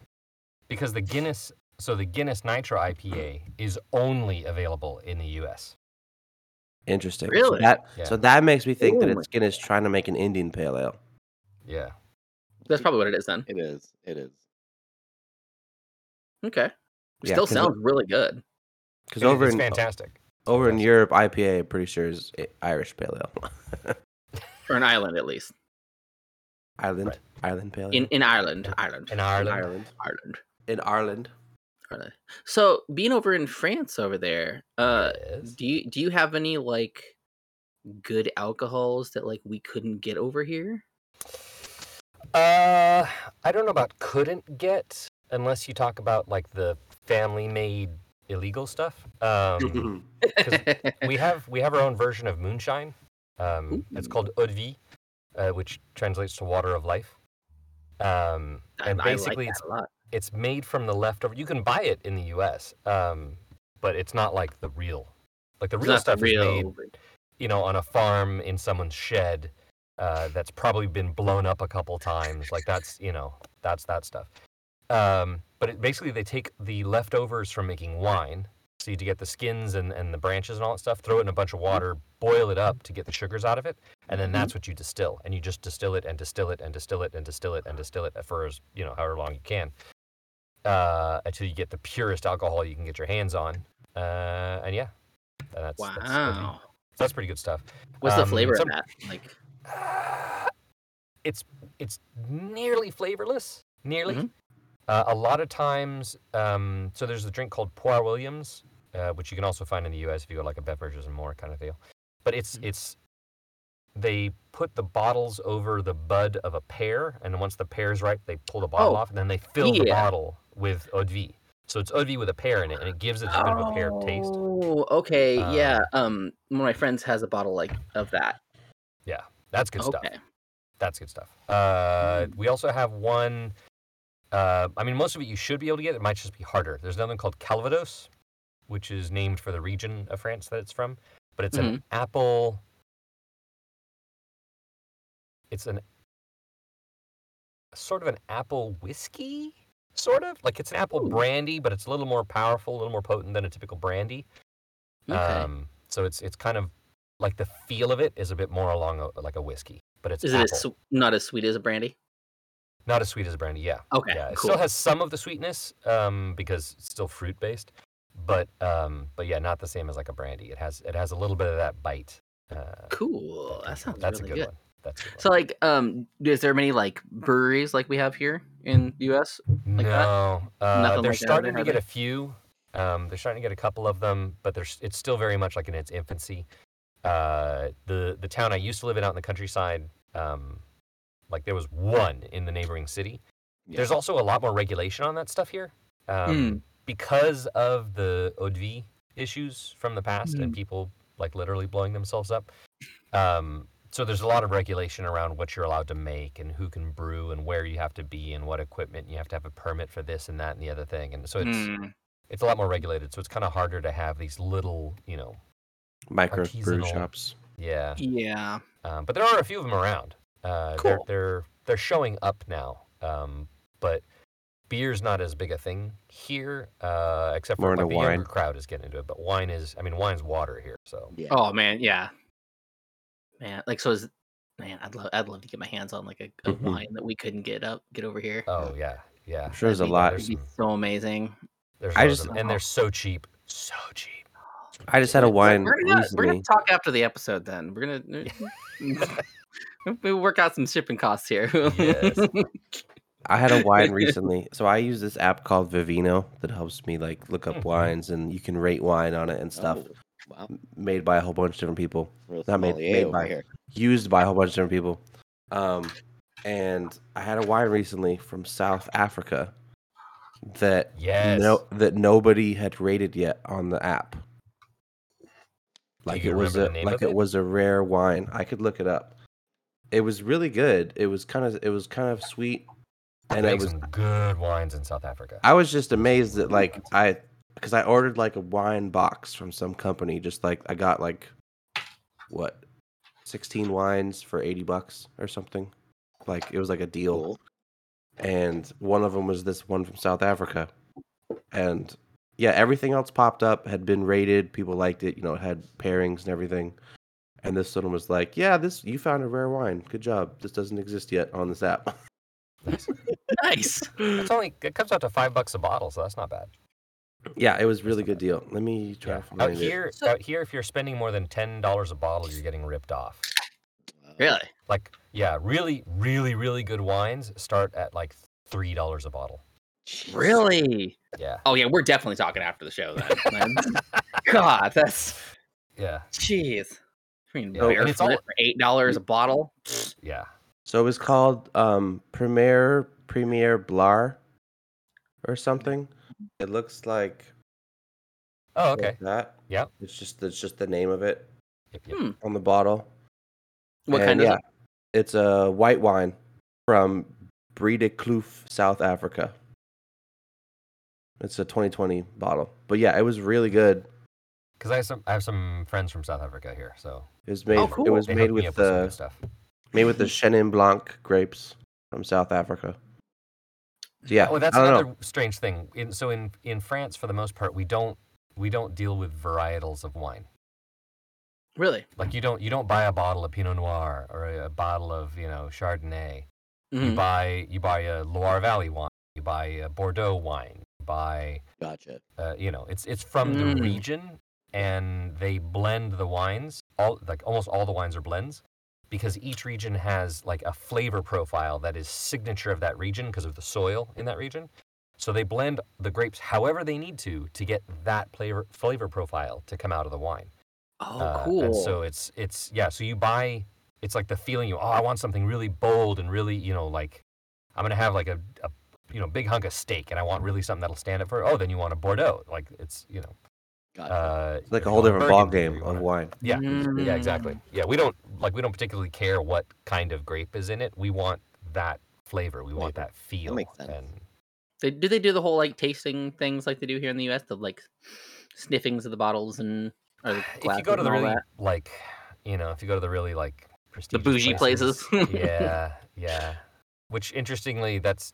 C: because the Guinness, so the Guinness Nitro IPA is only available in the U.S.
B: Interesting.
A: Really?
B: So that,
C: Yeah.
B: so that makes me think that
A: Oh
B: it's Guinness trying to make an Indian pale ale.
C: Yeah,
A: That's probably what it is then.
D: It is. It is.
A: Okay.
B: Yeah,
A: Still
B: 'cause it-
A: sounds really good.
B: Because
C: It-
B: over
C: it's
B: in
C: fantastic.
B: over in Europe, IPA I'm pretty sure is I- Irish pale ale.
A: For an island at least.
B: Ireland, Ireland pale ale.
A: In in Ireland. Ireland.
C: In Ireland.
B: Uh, Ireland.
A: Ireland.
B: In Ireland.
A: Ireland. So being over in France over there, uh
C: Yes.
A: do you do you have any like good alcohols that like we couldn't get over here?
C: Uh, I don't know about couldn't get unless you talk about like the family-made illegal stuff. Um,
A: Mm-hmm.
C: we have we have our own version of moonshine. Um, it's
A: Ooh.
C: called eau de vie, uh, which translates to water of life. Um,
A: I-
C: and
A: I like
C: basically,
A: that
C: it's
A: a lot.
C: it's made from the leftover. You can buy it in the U.S., um, but it's not like the real, like the
A: It's
C: real
A: not
C: stuff
A: real,
C: is made,
A: but-
C: you know, on a farm in someone's shed uh, that's probably been blown up a couple times. Like that's you know that's that stuff. Um, but it, basically, they take the leftovers from making wine, so you to get the skins and, and the branches and all that stuff, throw it in a bunch of water, boil it up to get the sugars out of it, and then that's what you distill. And you just distill it and distill it and distill it and distill it and distill it for as you know however long you can, uh, until you get the purest alcohol you can get your hands on. Uh, and yeah, that's that's, that's,
A: Wow.
C: that's pretty good stuff.
A: What's the
C: Um,
A: flavor
C: some-
A: of that? Like
C: it's it's nearly flavorless, nearly.
A: Mhm.
C: Uh, a lot of times, um, so there's a drink called Poir Williams, uh, which you can also find in the U.S. if you go like a beverages and more kind of deal. But it's
A: Mm-hmm.
C: it's they put the bottles over the bud of a pear, and once the pear's ripe, they pull the bottle
A: Oh,
C: off, and then they fill the
A: yeah.
C: bottle with eau de vie. So it's eau de vie with a pear in it, and it gives it a bit of a pear taste.
A: Oh, okay,
C: Uh,
A: yeah. Um, one of my friends has a bottle like of that.
C: That's good stuff.
A: okay,
C: that's good stuff. Uh,
A: Hmm.
C: We also have one. Uh, I mean, most of it you should be able to get. It might just be harder. There's another one called Calvados, which is named for the region of France that it's from. But it's
A: Mm-hmm.
C: an apple. It's an sort of an apple whiskey, sort of like it's an apple
A: Ooh.
C: brandy, but it's a little more powerful, a little more potent than a typical brandy.
A: okay.
C: Um, so it's it's kind of like the feel of it is a bit more along a, like a whiskey, but it's
A: Is it
C: apple.
A: as, sw- not as sweet as a brandy?
C: not as sweet as brandy. Yeah,
A: Okay,
C: yeah. It
A: cool.
C: still has some of the sweetness um, because it's still fruit based, but um, but yeah, not the same as like a brandy. It has it has a little bit of that bite. Uh,
A: cool. That
C: comes from it.
A: sounds
C: that's
A: really
C: a good,
A: good.
C: one. That's a good
A: So, like, um, is there many like breweries like we have here in the U.S.?
C: one.
A: like that?
C: no,
A: Nothing
C: uh,
A: like that
C: they're
A: over
C: starting
A: there,
C: to get
A: they?
C: a few. Um, they're starting to get a couple of them, but there's it's still very much like in its infancy. Uh, the the town I used to live in out in the countryside, um, like there was one in the neighboring city.
D: Yeah.
C: There's also a lot more regulation on that stuff here um, because of the Odvi issues from the past and people like literally blowing themselves up. Um, so there's a lot of regulation around what you're allowed to make and who can brew and where you have to be and what equipment you have to have a permit for this and that and the other thing. And so it's
A: Hmm,
C: it's a lot more regulated. So it's kind of harder to have these little, you know,
B: Micro brew
C: Artisanal.
B: shops.
C: yeah.
A: yeah.
C: Um, but there are a few of them around. Uh, they're,
A: Cool.
C: they're they're showing up now. Um, but beer's not as big a thing here, uh, except for
B: More
C: like,
B: into
C: the younger
B: wine.
C: crowd is getting into it. But wine is, I mean, wine's water here. So
D: Yeah.
A: Oh man, yeah. Man, like, so is man. I'd love, I'd love to get my hands on like a, a
B: Mhm.
A: wine that we couldn't get up, get over here.
C: oh yeah, yeah.
B: I'm sure there's a
A: That'd be-
B: lot.
A: That'd be so amazing.
C: There's
B: I
C: loads
B: just-
C: of them. and they're so cheap, so cheap.
B: I just had a
A: We're-
B: wine
A: We're gonna, we're
B: recently.
A: gonna talk after the episode. Then we're gonna we'll work out some shipping costs here.
C: Yes.
B: I had a wine recently. So I use this app called Vivino that helps me like look
C: Hmm.
A: Mm-hmm.
B: up wines and you can rate wine on it and stuff.
D: Oh, wow.
B: Made by a whole bunch of different people.
D: Real
B: Not made-
D: sommelier
B: made
D: over
B: by-
D: here.
B: Used by a whole bunch of different people. Um and I had a wine recently from South Africa that
C: Yes.
B: no that nobody had rated yet on the app. Like
C: you
B: it was
C: remember the
B: a
C: name
B: like
C: of
B: it
C: it?
B: was a rare wine. I could look it up. It was really good. It was kind of it was kind of sweet,
C: They
B: and it
C: make
B: was
C: some good wines in South Africa.
B: I was just amazed that like I because I ordered like a wine box from some company. Just like I got like what sixteen wines for eighty bucks or something. Like it was like a deal,
D: Cool.
B: and one of them was this one from South Africa, and yeah, everything else popped up had been rated. People liked it. You know, it had pairings and everything. And this one was like, "Yeah, this you found a rare wine. Good job. This doesn't exist yet on this app."
A: Nice.
C: It's only it comes out to five bucks a bottle, so that's not bad.
B: yeah, it was really
C: not
B: good deal. Let me try
C: Yeah.
B: to find
C: Out
B: it.
C: here,
A: So-
C: out here, if you're spending more than ten dollars a bottle, you're getting ripped off.
D: Wow.
A: Really?
C: Like, yeah, really, really, really good wines start at like three dollars a bottle.
D: Jeez.
A: Really?
C: Yeah,
A: Oh yeah, we're definitely talking after the show then. man. God, that's
C: yeah,
A: jeez. I mean,
C: Yeah, and
A: beer
C: it's
A: for
C: all-
A: it for eight dollars a bottle.
C: yeah.
B: So it was called um Premier Premier Blar or something. It looks like
C: Oh,
B: like
C: okay.
B: that.
C: Yep.
B: It's just it's just the name of it
C: Yep, yep.
A: Hmm.
B: on the bottle.
A: What
B: And
A: kind is
B: yeah,
A: it?
B: It's a white wine from Kloof, South Africa. It's a 2020 bottle. But yeah, it was really good.
C: Because I have some, I have some friends from South Africa here, so
B: It was made
A: cool.
B: it was
C: Oh, they
B: made
C: hooked me
B: with
C: up with some good
B: the
C: stuff.
B: made with the Chenin Blanc grapes from South Africa. So yeah,
C: Oh, that's
B: I don't know.
C: another strange thing. In, so in in France, for the most part, we don't we don't deal with varietals of wine.
A: Really?
C: Like you don't you don't buy a bottle of Pinot Noir or a, a bottle of you know Chardonnay. You
B: Hmm.
A: Mhm.
C: buy you buy a Loire Valley wine. You buy a Bordeaux wine. You buy
D: Gotcha.
C: uh, you know it's it's from
A: Mm.
C: the region, and they blend the wines. All like almost all the wines are blends, because each region has like a flavor profile that is signature of that region because of the soil in that region. So they blend the grapes however they need to to get that flavor flavor profile to come out of the wine.
A: Oh,
C: Uh,
A: cool.
C: And so it's it's yeah. So you buy it's like the feeling you oh I want something really bold and really you know like I'm gonna have like a, a you know big hunk of steak and I want really something that'll stand up for oh then you want a Bordeaux like it's you know
D: Gotcha.
C: uh,
B: It's like
C: if you
B: a whole
C: want
B: different ball
C: Burgundy or
B: game
C: you
B: of
C: want a-
B: wine.
C: yeah yeah
A: Mm.
C: exactly yeah we don't like we don't particularly care what kind of grape is in it we want that flavor we want
D: Flavor.
C: that feel
D: makes sense.
C: and
A: They, do they do the whole like tasting things like they do here in the U.S. The like sniffings of the bottles and or the
C: if
A: glasses
C: you go to the
A: and all
C: really
A: that?
C: like you know if you go to the really like prestigious
A: bougie places.
C: yeah yeah which interestingly that's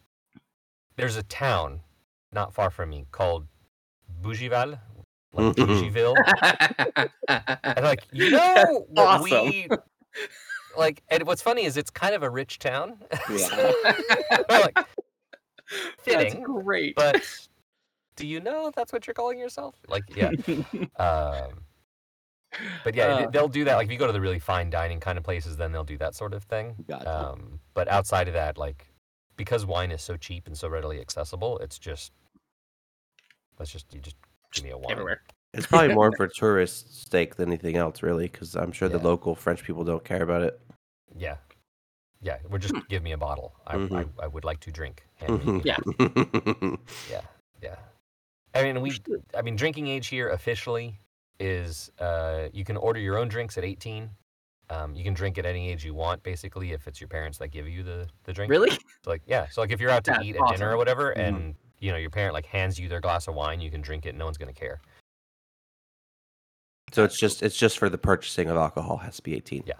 C: there's a town not far from me called Bougival like
B: Mhm.
C: Bougieville and like you know what
A: awesome.
C: we like and what's funny is it's kind of a rich town
D: Yeah.
C: like,
A: That's
C: Oh, fitting
A: great.
C: but do you know that's what you're calling yourself like yeah um, but yeah,
A: Uh.
C: th- they'll do that. Like if you go to the really fine dining kind of places, then they'll do that sort of thing.
D: Gotcha.
C: Um, but outside of that, like because wine is so cheap and so readily accessible, it's just let's just you just give me a wine.
A: Everywhere.
B: It's probably more for tourist stake than anything else, really, because I'm sure the
C: Yeah.
B: local French people don't care about it.
C: Yeah, yeah. Or just give me a bottle. I, I,
B: Mhm.
C: I would like to drink. Hand me,
B: Mhm.
A: Yeah.
C: yeah, yeah. I mean, we. I mean, drinking age here officially is uh, you can order your own drinks at 18. Um, you can drink at any age you want, basically, if it's your parents that give you the the drink.
A: Really?
C: So, like yeah, so like if you're out to
A: That's
C: eat at dinner
A: awesome.
C: or whatever,
B: Mhm.
C: and you know your parent like hands you their glass of wine, you can drink it. No one's gonna care.
B: so it's just it's just for the purchasing of alcohol has to be 18.
C: Yeah.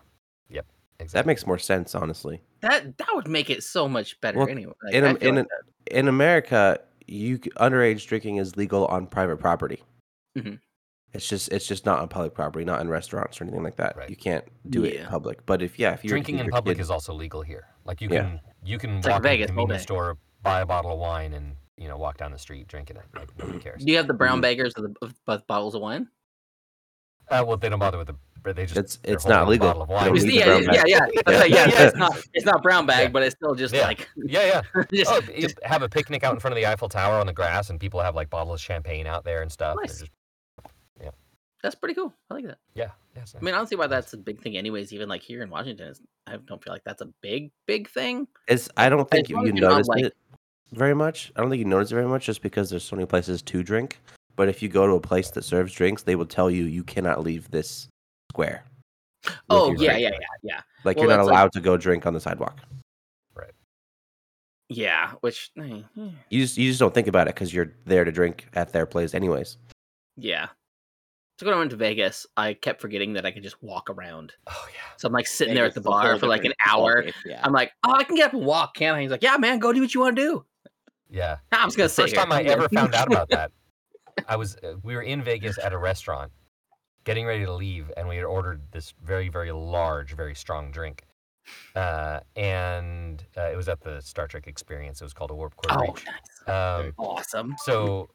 C: Yep, exactly.
B: That makes more sense, honestly.
A: That that would make it so much better
B: Well,
A: anyway. Like,
B: in
A: I
B: Am-
A: feel
B: in
A: like
B: In America, you c- underage drinking is legal on private property.
C: Mm-hmm.
A: Mhm.
B: It's just it's just not on public property, not in restaurants or anything like that.
C: Right.
B: You can't do it in
A: Yeah.
B: public. But if yeah, if you're
C: drinking in public is also legal here. Like you
B: Yeah.
C: can you can
A: It's like
C: walk
A: Vegas
C: into
A: all
C: a convenience
A: day.
C: store, buy a bottle of wine, and you know walk down the street drinking it. Like nobody cares.
A: that. Do you have the brown
B: Mhm.
A: baggers of, the, of both bottles of wine?
C: Uh, well, they don't bother with the. but They just
B: It's-
C: they're
B: it's
C: holding
B: not
C: a
B: legal.
C: Bottle of
B: You
C: wine.
B: don't
A: It's-
B: need the
A: yeah,
B: brown
A: yeah,
B: bag.
A: yeah, That's right, yeah, yeah, It's not it's not brown bag,
C: Yeah.
A: but it's still just
C: Yeah.
A: like
C: yeah, yeah.
A: just,
C: Oh, you have a picnic out in front of the Eiffel Tower on the grass, and people have like bottles of champagne out there and stuff. and
A: Nice.
C: they're just-
A: that's pretty cool. I like that.
C: yeah, yeah. it's nice.
A: I mean, I don't see why that's a big thing, anyways. Even like here in Washington, it's, I don't feel like that's a big, big thing.
B: It's I don't think
A: As
B: you
A: long
B: you
A: as you're not,
B: notice
A: like-
B: it very much. I don't think you notice it very much just because there's so many places to drink. But if you go to a place that serves drinks, they will tell you you cannot leave this square. with
A: Oh
B: your
A: yeah,
B: drink.
A: yeah, yeah, yeah.
B: Like
A: Well,
B: you're not
A: that's like-
B: allowed to go drink on the sidewalk.
A: Yeah, which I mean, eh,
B: You just you just don't think about it because you're there to drink at their place anyways.
A: yeah. So when I went to Vegas, I kept forgetting that I could just walk around.
C: Oh yeah.
A: So I'm like sitting
D: Vegas
A: there at the
D: is a whole
A: bar for like an
D: different
A: hour.
D: ballgame, Yeah.
A: I'm like, oh, I can get up and walk, can't I? He's like, yeah, man, go do what you want to do.
C: Yeah.
A: Nah, I'm just gonna
C: The
A: sit
C: first
A: here.
C: time I
A: I'm gonna-
C: ever found out about that, I was uh, we were in Vegas at a restaurant, getting ready to leave, and we had ordered this very very large, very strong drink, uh, and uh, it was at the Star Trek Experience. It was called a Warp Core
A: Oh,
C: Breach.
A: nice.
C: Um,
A: awesome.
C: so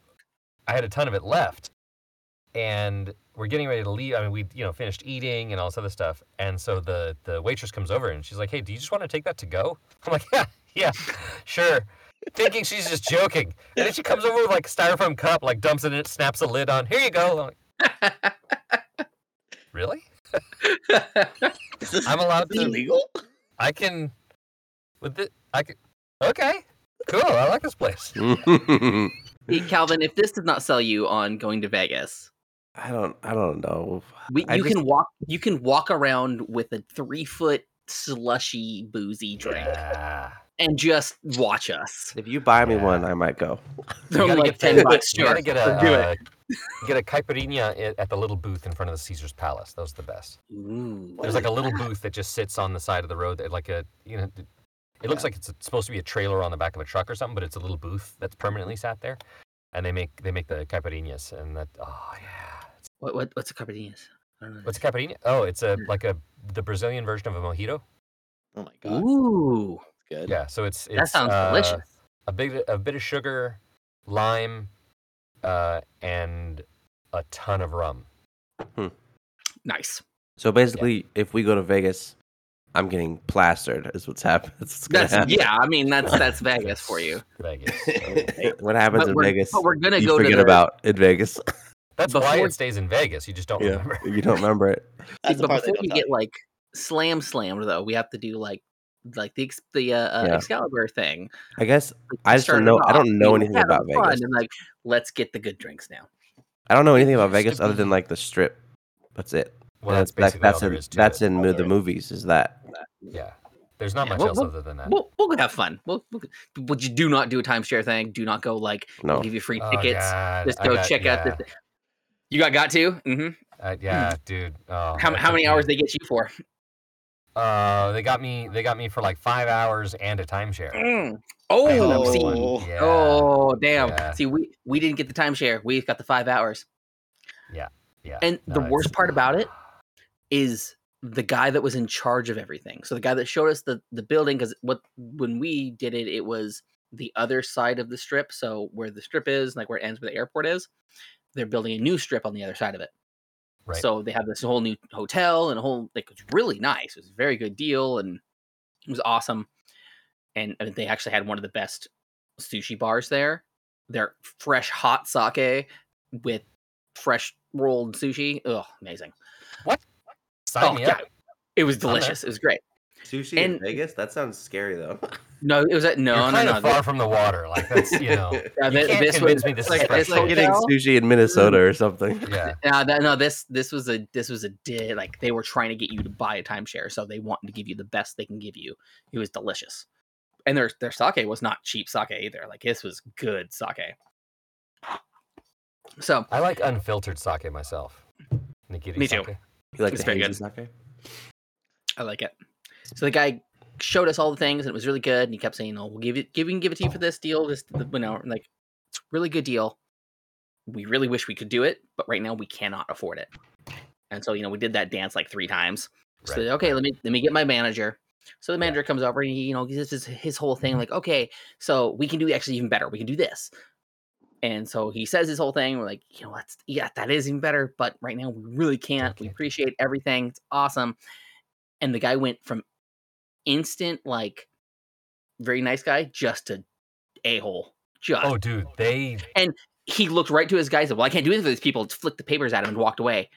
C: I had a ton of it left, and we're getting ready to leave. I mean, we you know finished eating and all this other stuff, and so the the waitress comes over and she's like, "Hey, do you just want to take that to go?" I'm like, "Yeah, yeah, sure." Thinking she's just joking, and then she comes over with like a styrofoam cup, like dumps it in it, snaps a lid on. Here you go. I'm like, really?
D: This is-
C: I'm allowed
D: this is
C: to-
D: illegal?
C: I can with it. I can. Okay, cool. I like this place.
B: I
A: Hey, Calvin, if this does not sell you on going to Vegas,
B: don't I don't know.
A: we,
B: I
A: you
B: just-
A: can walk. You can walk around with a three foot slushy boozy drink
C: Yeah.
A: and just watch us.
B: If you buy me
C: Yeah.
B: one, I might go.
A: Throw
C: You
A: me
C: gotta
A: like
C: get
A: ten
C: the-
A: bucks.
C: You
A: Sure,
C: gotta get a
A: do
C: uh, get a caipirinha i- at the little booth in front of the Caesar's Palace. Those are the best.
A: it. Ooh.
C: There's like a little booth that just sits on the side of the road. That like a you know, it looks
D: Yeah.
C: like it's supposed to be a trailer on the back of a truck or something, but it's a little booth that's permanently sat there. And they make they make the caipirinhas and that oh yeah.
A: What, what what's a carpadinus? I don't know.
C: What's a caipirinha? Oh, it's a like a the Brazilian version of a mojito.
D: Oh my god.
A: Ooh,
D: It's good.
C: Yeah, so it's, it's
A: that sounds
C: uh,
A: delicious.
C: a big a bit of sugar, lime, uh, and a ton of rum.
A: Nice.
B: Hmm. So basically, if we go to Vegas, I'm getting plastered. Is what's happening. That's what's gonna
A: That's
B: happen.
A: yeah. I mean, that's that's Vegas for you.
C: Vegas. Oh,
B: what happens
A: But
B: in
A: we're,
B: Vegas?
A: but we're gonna
B: you
A: go to
B: forget
A: the,
B: about in Vegas.
C: That's why
A: Before-
C: it stays in Vegas. You just don't
B: yeah,
C: remember.
B: you don't remember it.
A: See,
D: That's the
A: but
D: part they
A: before
D: don't
A: we
D: tell
A: get
D: you.
A: like slam slammed though, we have to do like like the ex- the uh, uh,
B: Yeah.
A: Excalibur thing.
B: I guess
A: Like,
B: I just
A: start
B: don't
A: it
B: know- I
A: off,
B: don't know
A: and
B: anything
A: having
B: about
A: fun,
B: Vegas.
A: And like, let's get the good drinks now.
B: I don't know anything about Vegas
A: Skip
B: other
A: it.
B: than like the Strip. That's it.
C: Well,
B: And
C: that's
B: that-
C: basically
B: that's
C: all there
B: in
C: is to
B: that's
C: it.
B: in mo-
D: All there
B: the
D: is.
B: movies. Is that
C: Yeah. There's not
A: Yeah,
C: much
A: we'll-
C: else
A: we'll-
C: other than that.
A: We'll we'll go have fun. We'll, we'll but you do not do a timeshare thing. Do not go like we'll
B: no?
A: give you free
C: Oh,
A: tickets.
C: God,
A: Just
C: I
A: go
C: got-
A: check out
C: yeah.
A: this. You got got to. Mm-hmm.
C: Uh, yeah, dude. Oh,
A: How
C: that
A: how
C: took
A: many
C: me-
A: hours they get you for?
C: Uh, they got me. They got me for like five hours and a timeshare.
A: Mm.
C: That
A: Oh,
C: was
A: see.
C: one.
D: Oh.
C: Yeah.
A: Oh damn!
C: Yeah.
A: See, we we didn't get the timeshare. We got the five hours.
C: yeah.
A: And
C: No,
A: the
C: it's-
A: worst part about it is the guy that was in charge of everything. So the guy that showed us the the building because what when we did it, it was the other side of the strip. So where the strip is, like where it ends, where the airport is, they're building a new strip on the other side of it.
C: Right.
A: So they have this whole new hotel and a whole like it's really nice. It was a very good deal and it was awesome. And I mean, they actually had one of the best sushi bars there. Their fresh hot sake with fresh rolled sushi. Oh, amazing.
C: Sign
A: oh,
C: me
A: yeah.
C: up.
A: It was
C: there.
A: delicious. It was great.
B: Sushi
A: in And-
B: Vegas? That sounds scary though.
A: No, it was at no,
C: You're
A: no,
C: kind
A: no.
C: of far from the water. Like that's you know.
A: uh,
C: you
A: thi-
C: can't
A: this
C: convince
A: was
C: me this
A: like,
C: is fresh
A: this
C: food.
B: Getting
A: hotel-
B: sushi in Minnesota
C: Mm.
B: or something.
C: Yeah.
A: Uh, that, no, this this was a this was a di- like they were trying to get you to buy a timeshare, so they wanted to give you the best they can give you. It was delicious, and their their sake was not cheap sake either. Like this was good sake. So
C: I like unfiltered sake myself. Nigiri
A: Me too.
C: sake.
B: You like
A: It's
B: the
A: very
B: hazy sake?
A: I like it. So the guy showed us all the things, and it was really good. And he kept saying, "Oh, we'll give it, give, we can give it to you for this deal. Just you know, and, like it's a really good deal. We really wish we could do it, but right now we cannot afford it." And so you know, we did that dance like three times. So
C: Right.
A: okay, let me let me get my manager. So the manager comes over and he, you know, this is his whole
C: Mm-hmm.
A: thing. Like, okay, so we can do actually even better. We can do this. And so he says his whole thing. We're like, you know, that's yeah, that is even better. But right now we really can't. We
C: can't do
A: appreciate everything. It's awesome. And the guy went from instant like very nice guy just to a hole. Just
C: Oh, dude, they
A: he looked right to his guy and said, "Well, I can't do anything for these people." Just flicked the papers at him and walked away.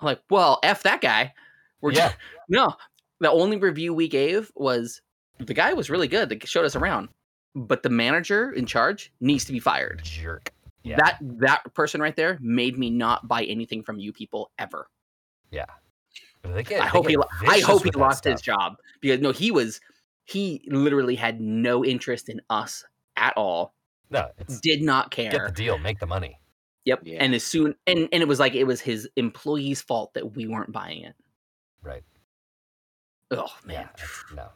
A: I'm like, "Well, f that guy." We're
C: Yeah.
A: just, no. The only review we gave was the guy was really good. They showed us around, but the manager in charge needs to be fired.
C: jerk. Yeah.
A: That that person right there made me not buy anything from you people ever.
C: Yeah. They get,
A: I
C: they
A: hope
C: get
A: he lo- I
C: vicious
A: hope he
C: with that
A: lost
C: stuff.
A: his job because no, he was He literally had no interest in us at all.
C: No, it's
A: Did not
C: get the
A: care.
C: deal, make the money.
A: Yep.
D: Yeah.
A: And as soon and and it was like it was his employees' fault that we weren't buying it.
C: Right.
A: Oh
C: Yeah,
A: man.
C: it's- no.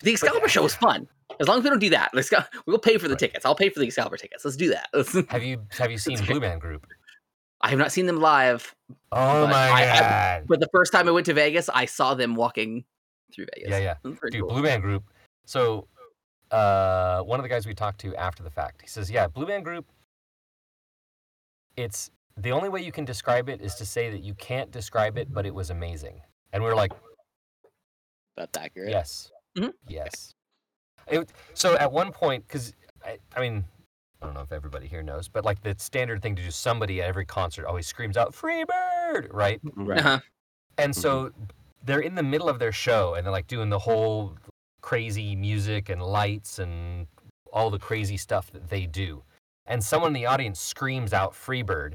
A: The Excalibur show was fun. As long as we don't do that, let's go. We'll pay for the tickets. I'll pay for the Excalibur tickets. Let's do that.
C: Have you have you seen
A: It's-
C: Blue Man Group?
A: I have not seen them live,
C: Oh
A: But
C: my
A: I
C: god.
A: have- but the first time I went to Vegas, I saw them walking through Vegas.
C: Yeah, yeah.
A: It was pretty
C: Dude,
A: cool.
C: Blue Man Group. So, uh, one of the guys we talked to after the fact, he says, "Yeah, Blue Man Group. It's the only way you can describe it is to say that you can't describe it, but it was amazing." And we were like,
D: That's accurate.
C: "Yes,
A: Mhm.
C: yes." It, so at one point, because I, I mean, I don't know if everybody here knows, but like the standard thing to do, somebody at every concert always screams out "Freebird," right?
B: Right.
A: Uh-huh.
C: And
B: Mhm.
C: so they're in the middle of their show and they're like doing the whole crazy music and lights and all the crazy stuff that they do. And someone in the audience screams out Freebird.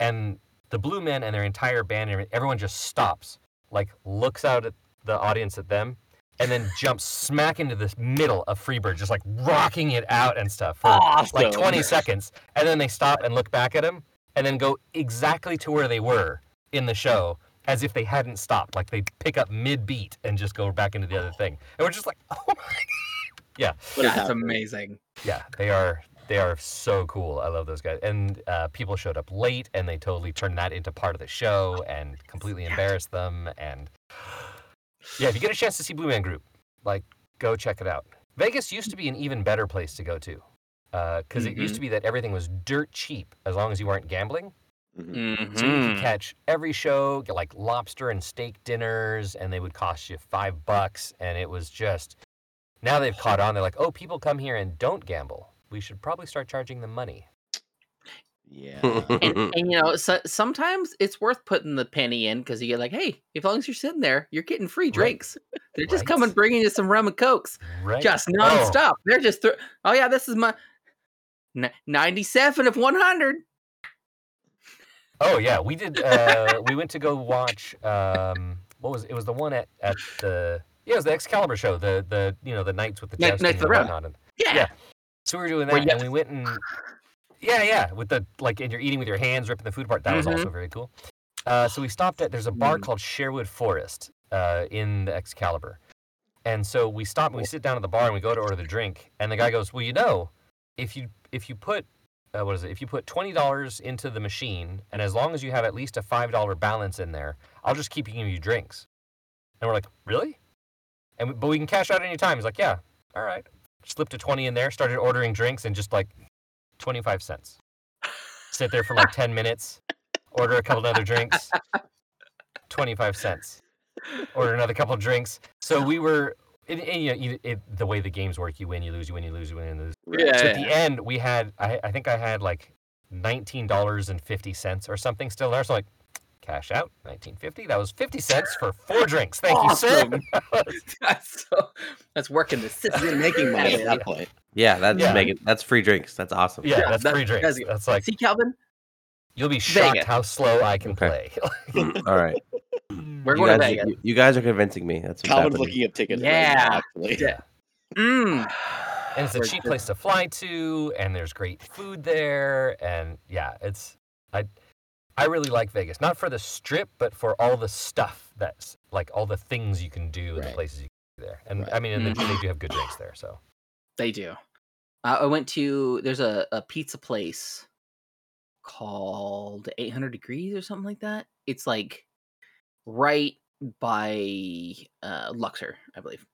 C: And the Blue Men and their entire band, and everyone just stops, like looks out at the audience at them, and then jumps smack into the middle of Freebird, just like rocking it out and stuff for like 20 seconds. And then they stop and look back at him and then go exactly to where they were in the show as if they hadn't stopped. Like they pick up mid beat and just go back into the other thing. And we're just like, oh my God. Yeah.
D: What is
A: That's
D: happening?
A: amazing.
C: Yeah. They are. They are so cool. I love those guys. And uh, people showed up late, and they totally turned that into part of the show, and completely embarrassed them. And yeah, if you get a chance to see Blue Man Group, like go check it out. Vegas used to be an even better place to go to, because it used to be that everything was dirt cheap as long as you weren't gambling.
D: Mhm.
C: So you could
A: Mhm.
C: catch every show, get like lobster and steak dinners, and they would cost you five bucks. And it was just, now they've caught on. They're like, oh, people come here and don't gamble. We should probably start charging them money.
D: Yeah.
A: and,
B: Mm-hmm.
A: and, you know, so, sometimes it's worth putting the penny in because you get like, hey, as long as you're sitting there, you're getting free
C: Right.
A: drinks. They're just
C: Right.
A: coming, bringing you some rum and cokes,
C: Right? Oh.
A: just nonstop. They're just, thr- oh yeah, this is my n- 97 of 100.
C: Oh, yeah. We did, uh, we went to go watch, um, what was it? It was the one at, at the, yeah, it was the Excalibur show, the, the you know, the nights with the
A: Night-
C: jousting
A: Knights of the
C: and
A: Round.
C: whatnot. And,
A: Yeah.
C: Yeah. so we were doing
A: Where
C: that,
A: you-
C: and we went and yeah, yeah, with the like, and you're eating with your hands, ripping the food apart. That was
A: Mhm.
C: also very cool. Uh, so we stopped at there's a bar called Sherwood Forest uh, in the Excalibur, and so we stop and we sit down at the bar and we go to order the drink, and the guy goes, "Well, you know, if you if you put uh, what is it? If you put twenty dollars into the machine, and as long as you have at least a five dollar balance in there, I'll just keep giving you drinks." And we're like, "Really?" And we, but we can cash out any time. He's like, "Yeah, all right." Slipped a twenty in there, started ordering drinks, and just like twenty five cents. Sit there for like ten minutes, order a couple other drinks, twenty five cents. Order another couple drinks. So we were. It, it, you know, you- it, the way the games work, you win, you lose, you win, you lose, you win, you lose. So at the end, we had I, I think I had like nineteen dollars and fifty cents or something still there. So like, cash out nineteen fifty. That was fifty cents for four drinks. Thank
A: Awesome.
C: you, sir.
A: That's, so, that's working the system.
D: You're making money at that point.
B: yeah, that's
C: Yeah.
B: making that's free drinks. That's awesome.
C: yeah, that's
A: that's-
C: free drinks.
A: that's-
C: That's, like
A: See, Calvin,
C: you'll be shocked
A: Vegas.
C: how slow I can
B: Okay.
C: play.
B: All right.
A: we're
B: You
A: going to
B: guys,
A: Vegas.
B: you, you guys are convincing me. That's what's
D: Calvin's
B: happening.
D: looking up tickets.
A: Yeah.
D: Right now, actually.
A: Yeah. Mm.
C: and it's a
A: We're
C: cheap
A: good.
C: place to fly to, and there's great food there, and yeah, it's I I really like Vegas, not for the strip, but for all the stuff that's like all the things you can do and the
D: Right.
C: places you can do there. And
D: Right.
C: I mean, and
A: Mm.
C: they- they do have good drinks there, so
A: They do. Uh, I went to there's a, a pizza place called 800 Degrees or something like that. It's like right by uh, Luxor, I believe.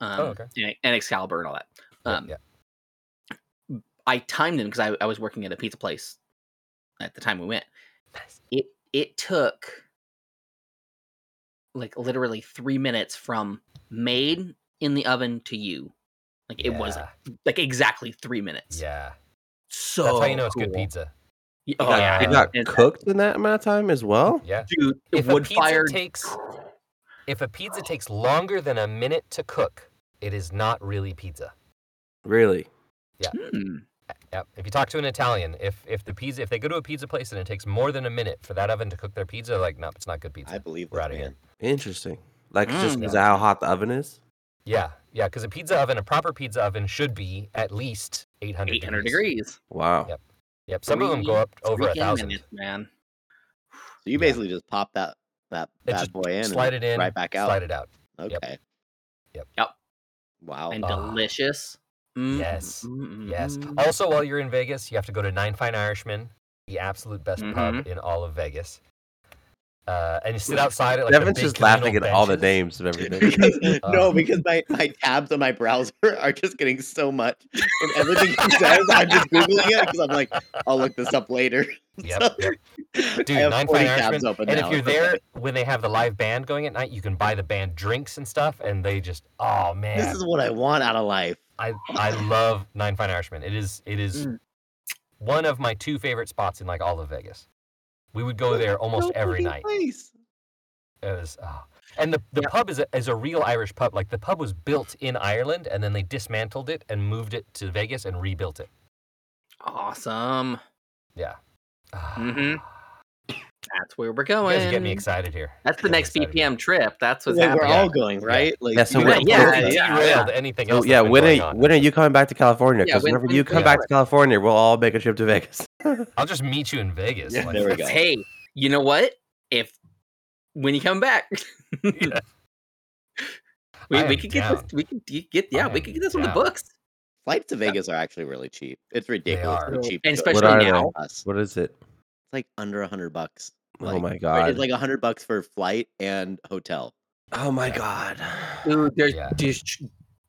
A: Um,
C: okay.
A: And, and Excalibur and all that.
C: yeah,
A: Um,
C: yeah.
A: I timed them because I, I was working at a pizza place at the time we went. It it took like literally three minutes from made in the oven to you. Like it was
C: Yeah.
A: like exactly three minutes.
C: yeah.
A: So
C: That's how you know it's good
A: cool.
C: pizza.
A: Y-
B: You
A: Oh,
B: got,
A: yeah.
B: you got
A: It's-
B: cooked in that amount of time as well.
C: Yeah.
A: Dude,
C: If a
A: wood
C: pizza
A: fired.
C: takes if a pizza takes longer than a minute to cook, it is not really pizza.
B: Really?
A: Hmm.
C: Yep. If you talk to an Italian, if if the pizza if they go to a pizza place and it takes more than a minute for that oven to cook their pizza, they're like, no, it's not good pizza.
D: I believe
C: We're
D: this
C: outta
D: man.
C: here.
B: Interesting. Like just
A: Mm.
B: because of how hot the oven is.
C: Yeah, yeah, because a pizza oven, a proper pizza oven, should be at least 800,
A: 800 degrees.
B: Wow.
C: Yep. Yep, some of them go
A: Three-
C: up over a
A: freaking
C: thousand.
A: minutes, man.
D: So you
C: Yeah.
D: basically just pop that that
C: It
D: bad
C: just
D: boy in, and
C: slide it in,
D: right back out.
C: slide it out.
D: Okay.
C: yep. Yep.
A: Yep.
D: Wow.
A: And
C: Ah.
A: delicious. Mm,
C: Yes.
A: mm, mm,
C: Yes.
A: mm.
C: Also, while you're in Vegas, you have to go to Nine Fine Irishmen, the absolute best
A: Mm-hmm.
C: pub in all of Vegas. Uh, and you sit outside at like
B: Devin's
C: the big
B: just laughing at
C: communal
B: all the names
C: benches.
B: of everything.
D: because, no,
C: Um,
D: because my, my tabs on my browser are just getting so much from everything he says. I'm just googling it because I'm like, I'll look this up later.
C: Yep, yep. Dude,
D: I have
C: Nine
D: 40
C: Fine
D: tabs
C: Irishmen.
D: open
C: And
D: now.
C: if you're there when they have the live band going at night, you can buy the band drinks and stuff. And they just, oh man,
D: This is what I want out of life.
C: I I love Nine Fine Irishmen. It is it is
A: Mm.
C: one of my two favorite spots in like all of Vegas. We would go there almost
D: No
C: every
D: fucking
C: night.
D: place.
C: It was, ah. and the, the pub is a, is a real Irish pub. Like the pub was built in Ireland, and then they dismantled it and moved it to Vegas and rebuilt it.
A: Awesome.
C: Yeah. Ah,
D: Mm-hmm.
A: Mhm. That's where we're
C: You
A: going.
C: guys are getting me excited here.
A: That's the
C: Getting me
A: next
C: excited.
A: BPM trip. That's what's
D: Well, we're
A: happening.
D: all going, right? Like,
B: Yeah, so
D: you
B: we're-
D: know,
A: yeah,
D: we're-
C: We
A: yeah.
C: derailed anything
B: So,
C: else.
B: yeah,
C: that's been
B: when
C: going
B: are,
C: on.
B: when are you coming back to California?
A: Yeah,
B: Because
A: when-
B: whenever
A: when
B: you
A: do
B: come
A: you
B: back
A: do
B: to California, we'll all make a trip to Vegas.
C: I'll just meet you in Vegas.
D: Yeah, there we go.
A: Hey, you know what? If when you come back, we,
C: I
A: we
C: am
A: could get this,
C: down.
A: we could g- get yeah
C: I
A: we
C: am
A: could get this on the
C: down.
A: books
D: flights to Vegas are actually really cheap. It's ridiculous
C: are.
D: how cheap.
A: And
D: it is.
A: especially
B: What are they?
A: now.
D: Us.
B: what is it?
D: It's like under a hundred bucks.
B: oh
D: Like,
B: my
D: Right,
B: god!
D: It's like a hundred bucks for flight and hotel.
B: oh my god!
A: Dude, there's
C: Yeah.
A: there's-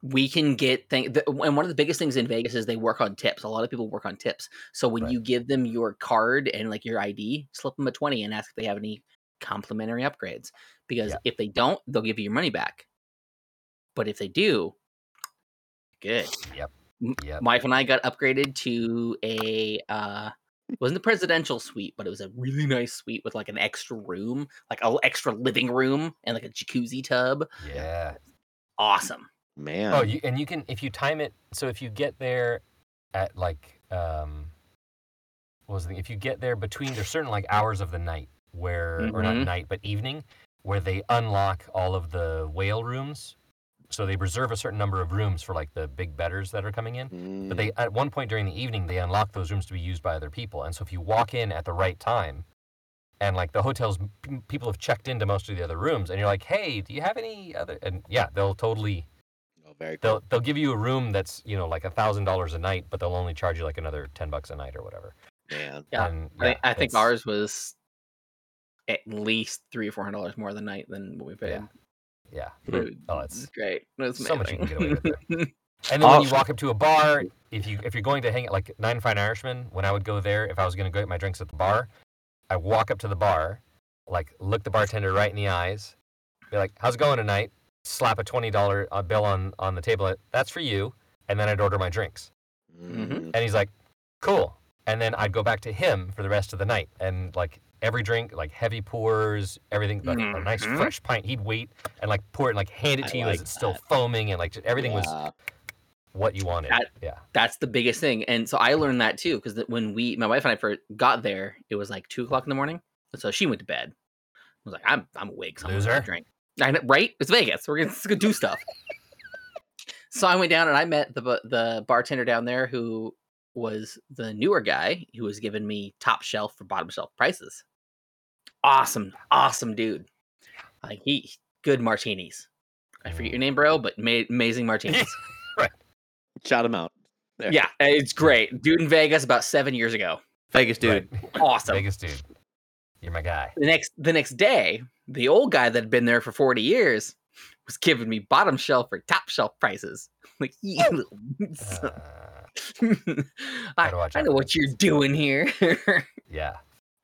A: we can get things. And one of the biggest things in Vegas is they work on tips. A lot of people work on tips. So when
C: Right.
A: you give them your card and like your ID, slip them a twenty and ask if they have any complimentary upgrades. Because
C: Yeah.
A: if they don't, they'll give you your money back. But if they do, good.
C: Yep.
A: My wife and I got upgraded to a uh it wasn't the presidential suite, but it was a really nice suite with like an extra room, like a extra living room and like a jacuzzi tub.
C: Yeah.
A: Awesome.
D: Man.
C: Oh, you, and you can if you time it. So if you get there at like um, what was the thing? If you get there between there's certain like hours of the night where or not
A: Mhm.
C: night but evening where they unlock all of the whale rooms. So they reserve a certain number of rooms for like the big betters that are coming in.
D: Mm.
C: But they
A: Mm-hmm.
C: at one point during the evening they unlock those rooms to be used by other people. And so if you walk in at the right time, and like the hotels, p- people have checked into most of the other rooms, and you're like, hey, do you have any other? And yeah, they'll totally
D: Oh, very cool.
C: they'll they'll give you a room that's you know like a thousand dollars a night, but they'll only charge you like another ten bucks a night or whatever.
D: Man.
A: Yeah,
C: And,
A: I, I think
C: it's-
A: ours was at least three or four hundred dollars more the night than what we paid.
C: Yeah. Yeah,
B: Mm.
A: It
C: Oh,
A: was
C: it's
A: great. It was
C: so much you can get away
A: amazing.
C: with there. And then when you
B: Also-
C: walk up to a bar, if you if you're going to hang out like Nine Fine Irishmen, when I would go there, if I was going to go get my drinks at the bar, I walk up to the bar, like look the bartender right in the eyes, be like, "How's it going tonight?" Slap a twenty dollar uh, bill on on the table. like, That's for you. And then I'd order my drinks.
A: Mhm.
C: Mm-hmm.
D: Mm.
C: And he's like, cool. And then I'd go back to him for the rest of the night. And like every drink, like heavy pours, everything, like a nice
A: Mhm.
C: fresh pint, he'd wait and like pour it and like hand it
D: I
C: to you as
D: like
C: it's still
D: that.
C: foaming and like just, everything was
D: Yeah.
C: what you wanted.
A: That-
C: yeah.
A: That's the biggest thing. And so I learned that too, because when we, my wife and I first got there, it was like two o'clock in the morning. And so she went to bed. I was like, I'm, I'm awake. So I'm gonna have a
C: Loser.
A: drink. I know, right? It's Vegas. We're gonna, let's go do stuff. so I went down and I met the bu- the bartender down there who was the newer guy who was giving me top shelf for bottom shelf prices. Awesome, awesome dude. Like he good martinis. I forget your name, bro, but ma- amazing martinis.
D: Shout him out. There.
A: yeah, uh, it's great. Dude in Vegas about seven years ago.
B: Vegas, dude.
C: Right.
A: Awesome.
C: Vegas dude. You're my guy.
A: The next the next day, the old guy that had been there for 40 years was giving me bottom shelf or top shelf prices. Like you little
C: Uh,
A: I,
C: Gotta watch
A: I
C: out
A: know
C: for
A: what
C: those
A: you're doing here.
C: yeah.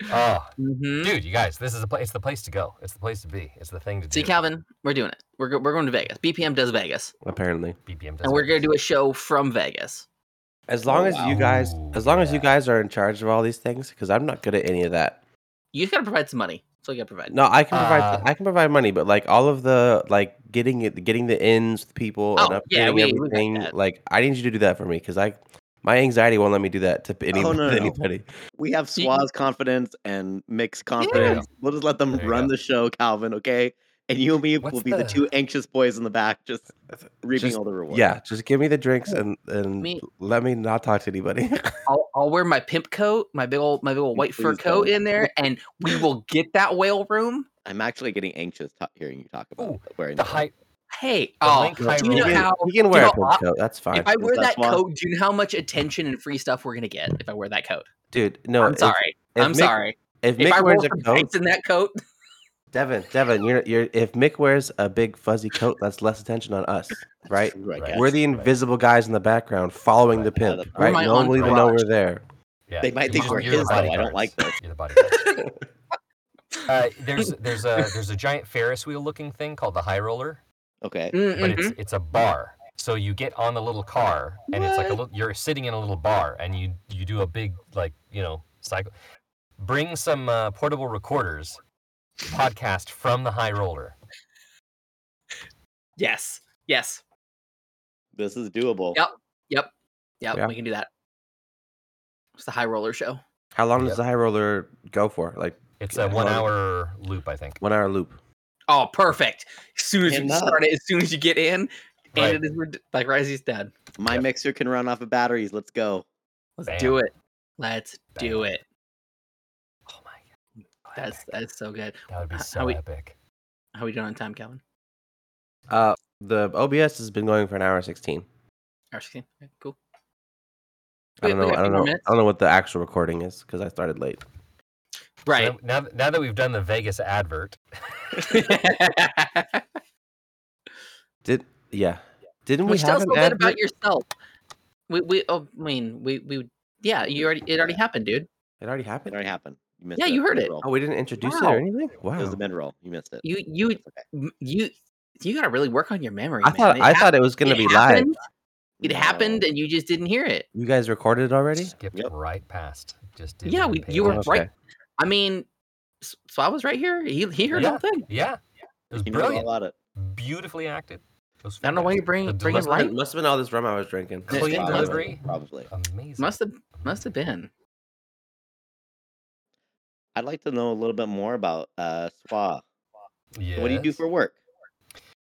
C: Oh,
A: Mhm.
C: dude, you guys, this is the place. It's the place to go. It's the place to be. It's the thing to do.
A: See, Calvin, we're doing it. We're, go- we're going to Vegas. BPM does Vegas.
B: Apparently,
C: BPM
A: and we're going to do a show from Vegas.
B: as long
D: Oh,
B: as you guys,
C: wow.
B: as long as you
C: Yeah.
B: guys are in charge of all these things, because I'm not good at any of that.
A: You got to provide some money. So you got to provide.
B: No, I can provide.
C: Uh,
B: I can provide money, but like all of the like getting it, getting the ins, the people,
A: Oh,
B: and
A: yeah,
B: updating
A: we- we got
B: everything.
A: that.
B: like I need you to do that for me because I, my anxiety won't let me do that to any,
D: Oh, no, no, no.
B: anybody.
D: We have
A: You-
D: Swaz confidence and Mix
A: you
D: confidence. We'll just let them
C: There you
D: run
C: go.
D: the show, Calvin, okay? and you and me will
C: What's
D: be the
C: the-
D: two anxious boys in the back, just reaping
B: Just-
D: all the rewards.
B: Yeah, just give me the drinks and and
A: Me-
B: let me not talk to anybody.
A: I'll, I'll wear my pimp coat, my big old my big old white fur
D: Please
A: coat
D: don't.
A: in there, and we will get that whale room.
D: I'm actually getting anxious ta- hearing you talk about
C: Ooh,
D: wearing
C: The
D: that.
C: high.
A: Hey,
C: The
A: oh,
C: link
A: do
C: high
A: you know
C: room.
A: how?
B: you can
A: do
B: wear
A: you
B: a
A: know,
B: pimp coat. That's fine,
A: If I wear that
D: that's why-
A: coat, do you know how much attention and free stuff we're gonna get if I wear that coat?
B: dude. No,
A: I'm
B: if-
A: sorry.
B: if
A: I'm
B: Mick-
A: sorry.
B: If
A: if I
B: Mick
A: roll
B: wears a
A: some
B: coat,
A: dice in that coat,
B: Devin, Devin, you're you're. If Mick wears a big fuzzy coat, that's less attention on us, right?
D: Right.
C: Right.
D: yeah.
B: We're the
C: Right.
B: invisible guys in the background following the
D: Right, yeah,
B: pimp,
D: that's-
A: We're
B: right?
A: my
B: No one
A: own
B: will even know
A: garage.
B: we're there.
C: Yeah,
D: They might
C: you
D: think
C: just-
D: we're
C: the
D: his, though. I don't
C: bodyguards.
D: like this.
C: You're the bodyguards. uh, there's there's a there's a giant Ferris wheel looking thing called the high roller,
D: Okay.
A: Mm,
C: but
A: mhm.
C: it's it's a bar. So you get on the little car, and it's like a
A: What?
C: little. You're sitting in a little bar, and you you do a big like you know cycle. Bring some uh, portable recorders, podcast from the high roller.
A: yes, yes,
D: This is doable.
A: Yep. yep, yep.
B: Yeah.
A: We can do that. It's the high roller show.
B: How long
C: Yep.
B: does the high roller go for? Like
C: It's
B: Yeah,
C: a
B: I
C: one
B: love it.
C: hour loop, I think.
B: one hour loop.
A: Oh, perfect! As soon as you
D: Enough.
A: start it, as soon as you get in,
C: Right.
A: and it is rid- like Rizzy's dead.
D: My
C: Yep.
D: mixer can run off of batteries. Let's go.
A: Let's
C: Bam.
A: do it. Let's do
C: Bam.
A: it.
C: Oh my god, Oh,
A: That's
C: epic.
A: that's so good.
C: that would be
A: how- how
C: so
A: we-
C: epic.
A: How we doing on time, Calvin?
B: Uh, the OBS has been going for an hour sixteen.
A: Hour 16? Okay, cool.
B: I
A: We-
B: don't
A: we
B: know.
A: got a few
B: I don't
A: more
B: know.
A: minutes.
B: I don't know what the actual recording is because I started late.
A: Right.
C: So now, now now that we've done the Vegas advert,
B: Did yeah? Didn't we
A: Which
B: have
A: tells a
B: an
A: little bit
B: ad?
A: about yourself. We we oh, I mean we we yeah you already it already happened, dude.
B: It already
D: It
B: happened.
D: already happened. You missed
A: Yeah, you heard it.
D: Mid-roll.
B: Oh, we didn't introduce it
A: Wow.
B: or anything.
D: It was
B: Wow.
D: a mid roll. You missed it.
A: You you
D: It's okay.
A: m- you you got to really work on your memory.
B: I thought
A: man.
B: I
A: hap-
B: thought it was gonna
A: it
B: be live.
A: happened, It
D: No.
A: happened, and you just didn't hear it.
B: You guys recorded it already?
C: skipped
D: Yep.
C: right past. Just didn't
A: Yeah,
C: even
A: we,
C: pay
A: you were
C: attention.
A: right. I mean, s- so I was right here. He he heard the whole thing.
C: Yeah, it was
D: You know all
C: brilliant,
D: about it.
C: beautifully acted. It was
A: I don't know why
C: fantastic.
A: you're bringing
C: The
A: bringing
C: delivery-
A: light.
B: Must have been all this rum I was drinking.
A: Yeah,
C: Clean
A: yeah.
C: delivery,
D: Probably.
C: amazing.
A: Must have must have been.
D: I'd like to know a little bit more about uh, SWA.
C: Yes.
D: What do you do for work?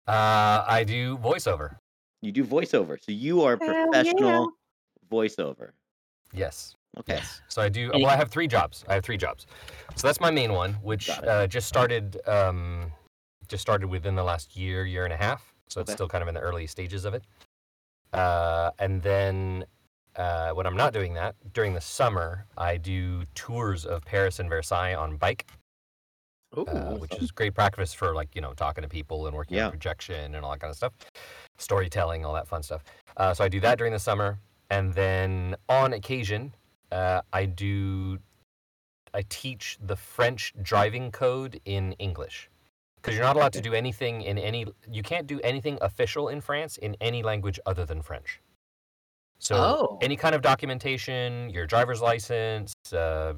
C: Uh, I do voiceover.
D: You do voiceover. So you are a professional voiceover.
C: Yes.
D: Okay.
C: Yes. So I do.
A: Any-
C: Well, I have three jobs. I have three jobs. So that's my main one, which
D: Got it.
C: uh, just started. Um, just started within the last year, year and a half. So it's
D: Okay.
C: still kind of in the early stages of it. Uh, and then uh, when I'm not doing that, during the summer, I do tours of Paris and Versailles on bike,
A: Ooh,
C: uh, which is great practice for like you know talking to people and working
D: Yeah.
C: on projection and all that kind of stuff, storytelling, all that fun stuff. Uh, so I do that during the summer, and then on occasion, uh, I do I teach the French driving code in English because you're not allowed to do anything in any you can't do anything official in France in any language other than French. So
A: Oh.
C: any kind of documentation, your driver's license, uh,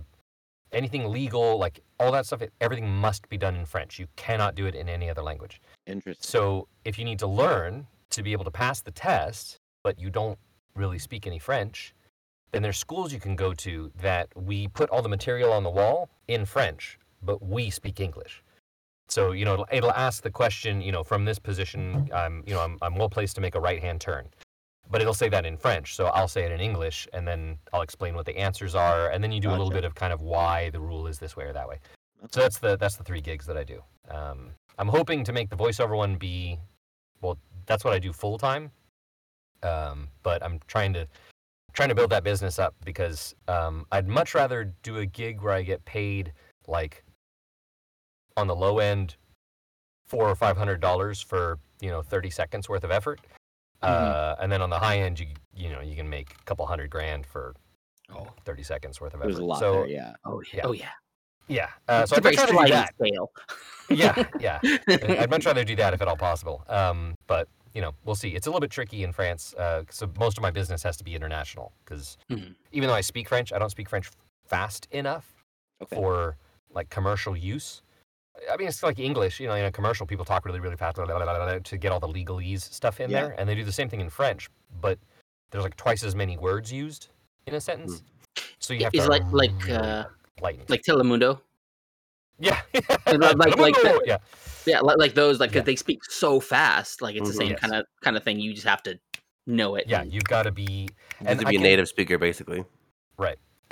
C: anything legal, like all that stuff, everything must be done in French. You cannot do it in any other language.
D: Interesting.
C: So if you need to learn to be able to pass the test, but you don't really speak any French, then there's schools you can go to that we put all the material on the wall in French, but we speak English. So you know it'll, it'll ask the question, you know, from this position, I'm you know I'm, I'm well placed to make a right hand turn, but it'll say that in French. So I'll say it in English, and then I'll explain what the answers are, and then you do a little
D: Gotcha.
C: bit of kind of why the rule is this way or that way. So that's the that's the three gigs that I do. Um, I'm hoping to make the voiceover one be, well, that's what I do full time. Um, but I'm trying to trying to build that business up because um, I'd much rather do a gig where I get paid like on the low end four or five hundred dollars for you know thirty seconds worth of effort, uh,
D: Mm-hmm.
C: and then on the high end you you know you can make a couple hundred grand for
A: Oh.
C: thirty seconds worth of effort.
D: there's a lot
C: so
D: there. Yeah.
A: oh yeah,
C: yeah.
A: oh yeah.
C: yeah, uh,
A: It's
C: so
A: a
C: I'd
A: very
C: much rather do
A: sliding
C: that.
A: scale.
C: Yeah, yeah. I'd much rather do that if at all possible. Um, but you know, we'll see. It's a little bit tricky in France, uh, so most of my business has to be international because
A: Mhm.
C: even though I speak French, I don't speak French fast enough
D: Okay.
C: for like commercial use. I mean, it's like English, you know. In a commercial, people talk really, really fast blah, blah, blah, blah, blah, to get all the legalese stuff in
D: Yeah.
C: there, and they do the same thing in French, but there's like twice as many words used in a sentence. So you have
A: It's
C: to
A: Mm. like- like,
C: really
A: uh,
C: lighten.
A: Like Telemundo.
C: Yeah.
A: And like- like- uh, like that-
C: yeah.
A: Yeah, like, like those, like 'cause
C: Yeah. Mm-hmm.
A: they speak so fast, like it's
B: Mhm.
A: the same
C: Yes.
A: kind of kind of thing. You just have to know it.
C: Yeah.
A: and-
C: You've got to be
B: You have
C: And
B: to
C: I
B: be a
C: can-
B: native speaker, basically.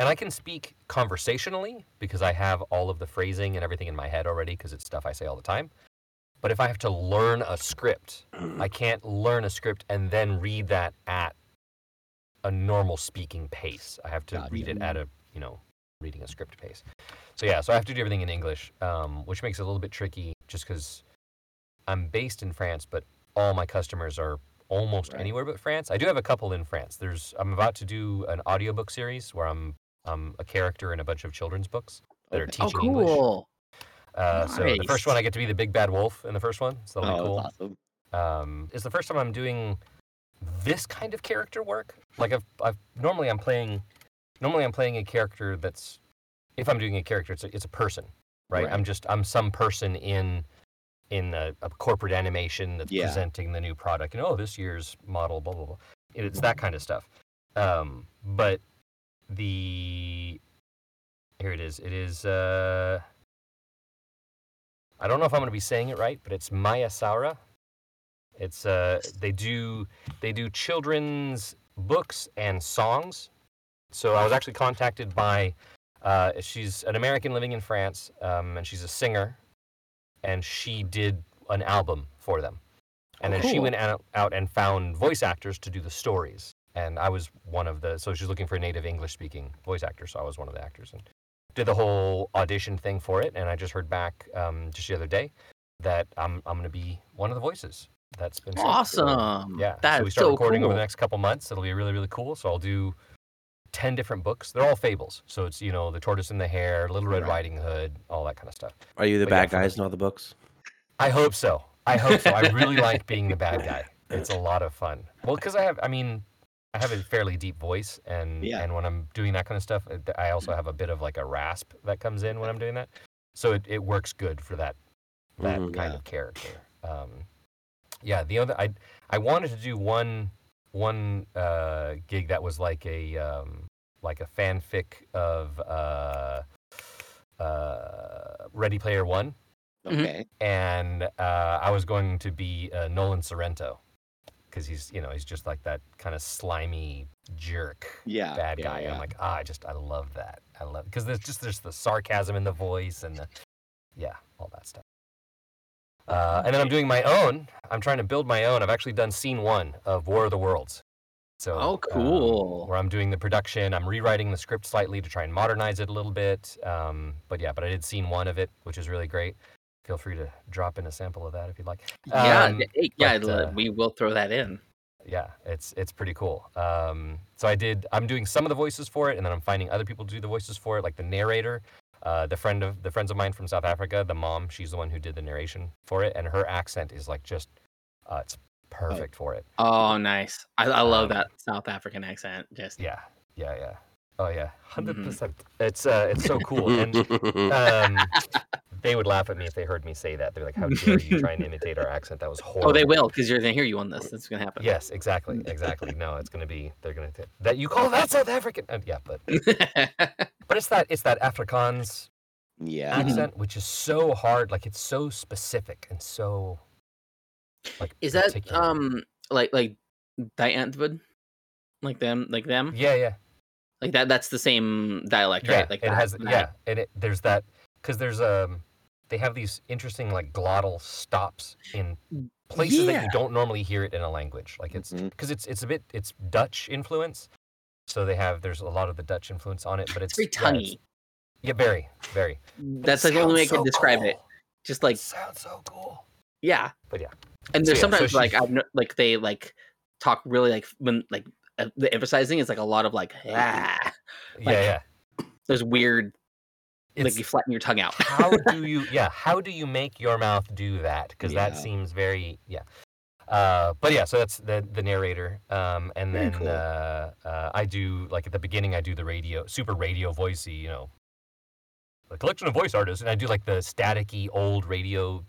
C: and I can speak conversationally because I have all of the phrasing and everything in my head already because it's stuff I say all the time. But if I have to learn a script, I can't learn a script and then read that at a normal speaking pace. I have to
D: Gotcha.
C: read it at a, you know, reading a script pace. So yeah, so I have to do everything in English, um, which makes it a little bit tricky just because I'm based in France, but all my customers are almost
D: Right.
C: anywhere but France. I do have a couple in France. There's I'm about to do an audiobook series where I'm I'm um, a character in a bunch of children's books that are
D: Okay.
A: Oh,
C: teaching English.
A: cool.
C: Uh, So the
A: Nice.
C: first one I get to be the big bad wolf in the first one. So that'll be
D: Oh, that's
C: cool
D: awesome.
C: um, it's the first time I'm doing this kind of character work. Like I've, I've normally I'm playing, normally I'm playing a character that's, if I'm doing a character, it's a, it's a person, right?
D: Right.
C: I'm just I'm some person in, in a, a corporate animation that's
D: Yeah.
C: presenting the new product and oh this year's model blah blah blah. It, it's that kind of stuff. Um, but the here it is. It is. Uh, I don't know if I'm going to be saying it right, but it's Maya Saura. It's uh, they do they do children's books and songs. So I was actually contacted by uh, she's an American living in France, um, and she's a singer, and she did an album for them. And then she
A: Cool.
C: went out, out and found voice actors to do the stories. And I was one of the, so she's looking for a native English speaking voice actor. So I was one of the actors and did the whole audition thing for it. And I just heard back um, just the other day that I'm, I'm going to be one of the voices that's been sent. So-
A: Awesome.
C: yeah,
A: That's
C: so we start
A: so
C: recording
A: cool.
C: over the next couple months. It'll be really really cool. So I'll do ten different books. They're all fables. So it's you know the tortoise and the hare, Little Red
D: Right.
C: Riding Hood, all that kind of stuff.
B: Are you the
C: But yeah,
B: bad
C: for
B: guys
C: the-
B: in all the books?
C: I hope so. I hope so. I really like being the bad guy. It's a lot of fun. Well, because I have, I mean, I have a fairly deep voice, and
D: Yeah.
C: and when I'm doing that kind of stuff, I- I also have a bit of like a rasp that comes in when I'm doing that. So it, it works good for that that
B: Mhm.
C: kind
D: Yeah.
C: of character. Um, yeah, the other I I wanted to do one one uh, gig that was like a um, like a fanfic of uh, uh, Ready Player One,
A: Mhm.
D: Okay.
C: and uh, I was going to be uh, Nolan Sorrento because he's you know he's just like that kind of slimy jerk
D: Yeah.
C: bad
D: yeah,
C: guy.
D: Yeah.
C: I'm like, ah, I just I love that. I love because there's just there's the sarcasm in the voice and the yeah, all that stuff. Uh, and then I'm doing my own. I'm trying to build my own. I've actually done scene one of War of the Worlds. So
A: Oh,
C: um,
A: cool.
C: where I'm doing the production. I'm rewriting the script slightly to try and modernize it a little bit. Um, but yeah, but I did scene one of it, which is really great. Feel free to drop in a sample of that if you'd like.
A: yeah,
C: Um,
A: th- hey, yeah.
C: but,
A: l-
C: uh,
A: we will throw that in.
C: yeah it's it's pretty cool um, so i did i'm doing some of the voices for it and then i'm finding other people to do the voices for it like the narrator uh, the friend of the friends of mine from south africa the mom she's the one who did the narration for it and her accent is like just uh, it's perfect for it
A: Oh, nice. I, I love
C: Um,
A: that South African accent. Just
C: yeah yeah yeah oh yeah 100%
A: Mhm.
C: percent it's uh it's so cool and um, they would laugh at me if they heard me say that they're like how dare you try and imitate our accent that was horrible
A: oh, they will because you're gonna hear you on this. That's gonna happen.
C: Yes, exactly, exactly. No, it's gonna be. They're gonna th- that you call that South African? Uh, yeah, but but it's that it's that Afrikaans
D: Yeah.
A: Mm-hmm.
C: accent, which is so hard. Like it's so specific and so. Like
A: Is that
C: particular.
A: um like like Diantwood? Like them, like them,
C: Yeah, yeah,
A: like that. That's the same dialect,
C: yeah.
A: right? Like
C: it
A: that-
C: has.
A: that-
C: Yeah, and it, there's that because there's um they have these interesting like glottal stops in places that
A: yeah. Mm-hmm.
C: you don't normally hear it in a language. Like it's
D: Mhm.
C: because it's it's a bit it's Dutch influence. So they have there's a lot of the Dutch influence on it, but it's
A: It's very
C: yeah, it's-
A: tonguey.
C: Yeah, very, very.
A: That's like the only way I can describe it. Just like
C: sounds so cool.
A: yeah,
C: But yeah.
A: and there's
C: So yeah, so
A: sometimes
C: she-
A: like I know, like they like talk really like when like uh, the emphasizing is like a lot of like ah, Like,
C: yeah, yeah.
A: those weird
C: It's,
A: like you flatten your tongue out.
C: how do you? Yeah, how do you make your mouth do that? Because that
D: Yeah.
C: seems very yeah. Uh, but yeah, so that's the the narrator, um, and
D: Very
C: then
D: cool.
C: uh, uh, I do like at the beginning I do the radio super radio voicey, you know, the collection of voice artists, and I do like the staticky old radio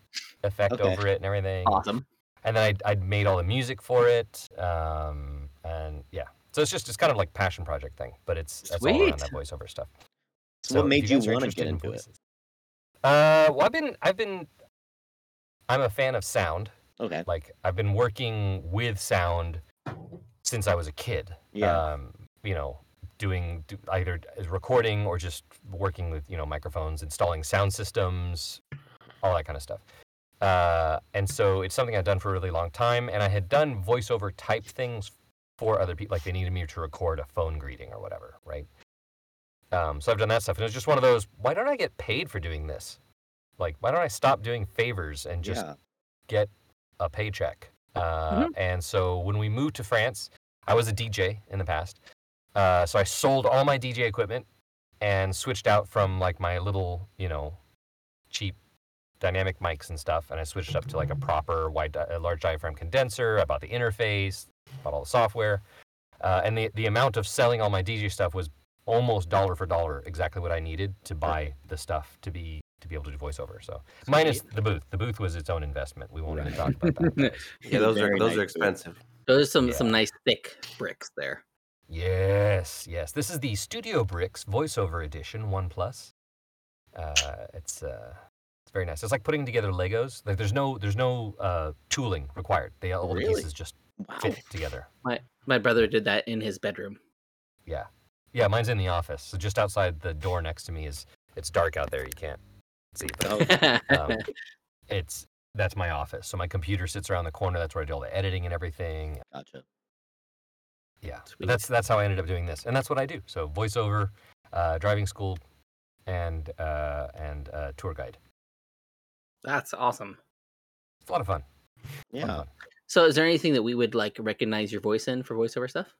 C: effect
D: Okay.
C: over it and everything.
A: awesome.
C: and then I'd, I'd made all the music for it um, and yeah so it's just it's kind of like passion project thing but it's, it's all around
A: Sweet.
C: that voiceover stuff
D: So what
C: if
D: made you
C: guys are
D: want to
C: interested
D: get
C: in
D: into it?
C: voices- Uh, well, I've been, I've been, I'm a fan of sound.
D: Okay.
C: Like I've been working with sound since I was a kid.
D: Yeah.
C: Um, you know, doing do, either as recording or just working with you know microphones, installing sound systems, all that kind of stuff. Uh, and so it's something I've done for a really long time, and I had done voiceover type things for other people, like they needed me to record a phone greeting or whatever, right? Um, so I've done that stuff, and it was just one of those. Why don't I get paid for doing this? Like, why don't I stop doing favors and just
D: yeah.
C: get a paycheck. Uh, And so when we moved to France, I was a DJ in the past. Uh, so I sold all my DJ equipment and switched out from like my little, you know, cheap dynamic mics and stuff. And I switched up to like a proper wide, di- a large diaphragm condenser. I bought the interface, bought all the software. Uh, and the, the amount of selling all my DJ stuff was almost dollar for dollar exactly what I needed to buy the stuff to be to be able to do voiceover. So minus the booth. The booth was its own investment. We won't even talk about that.
B: Yeah, those are
D: Very
B: those
D: nice
B: are
D: food.
B: expensive.
A: Those are some some
C: Yeah.
A: nice thick bricks there.
C: Yes, yes. This is the Studio Bricks voiceover edition, One Plus. Uh, it's uh, it's very nice. It's like putting together Legos. Like there's no there's no uh, tooling required. They all the
A: Really?
C: pieces just
D: Wow.
C: fit together.
A: My brother did that in his bedroom.
C: Yeah, yeah. Mine's in the office, so just outside the door next to me is it's dark out there. You can't see, but
D: Oh,
C: um, it's that's my office. So my computer sits around the corner. That's where I do all the editing and everything.
D: gotcha.
C: Yeah, but
A: Sweet.
C: that's that's how I ended up doing this, and that's what I do. So voiceover, uh, driving school, and uh, and uh, tour guide.
A: That's awesome.
C: It's a lot of fun. lot of
D: Yeah.
C: fun.
A: So, is there anything that we would like recognize your voice in for voiceover stuff?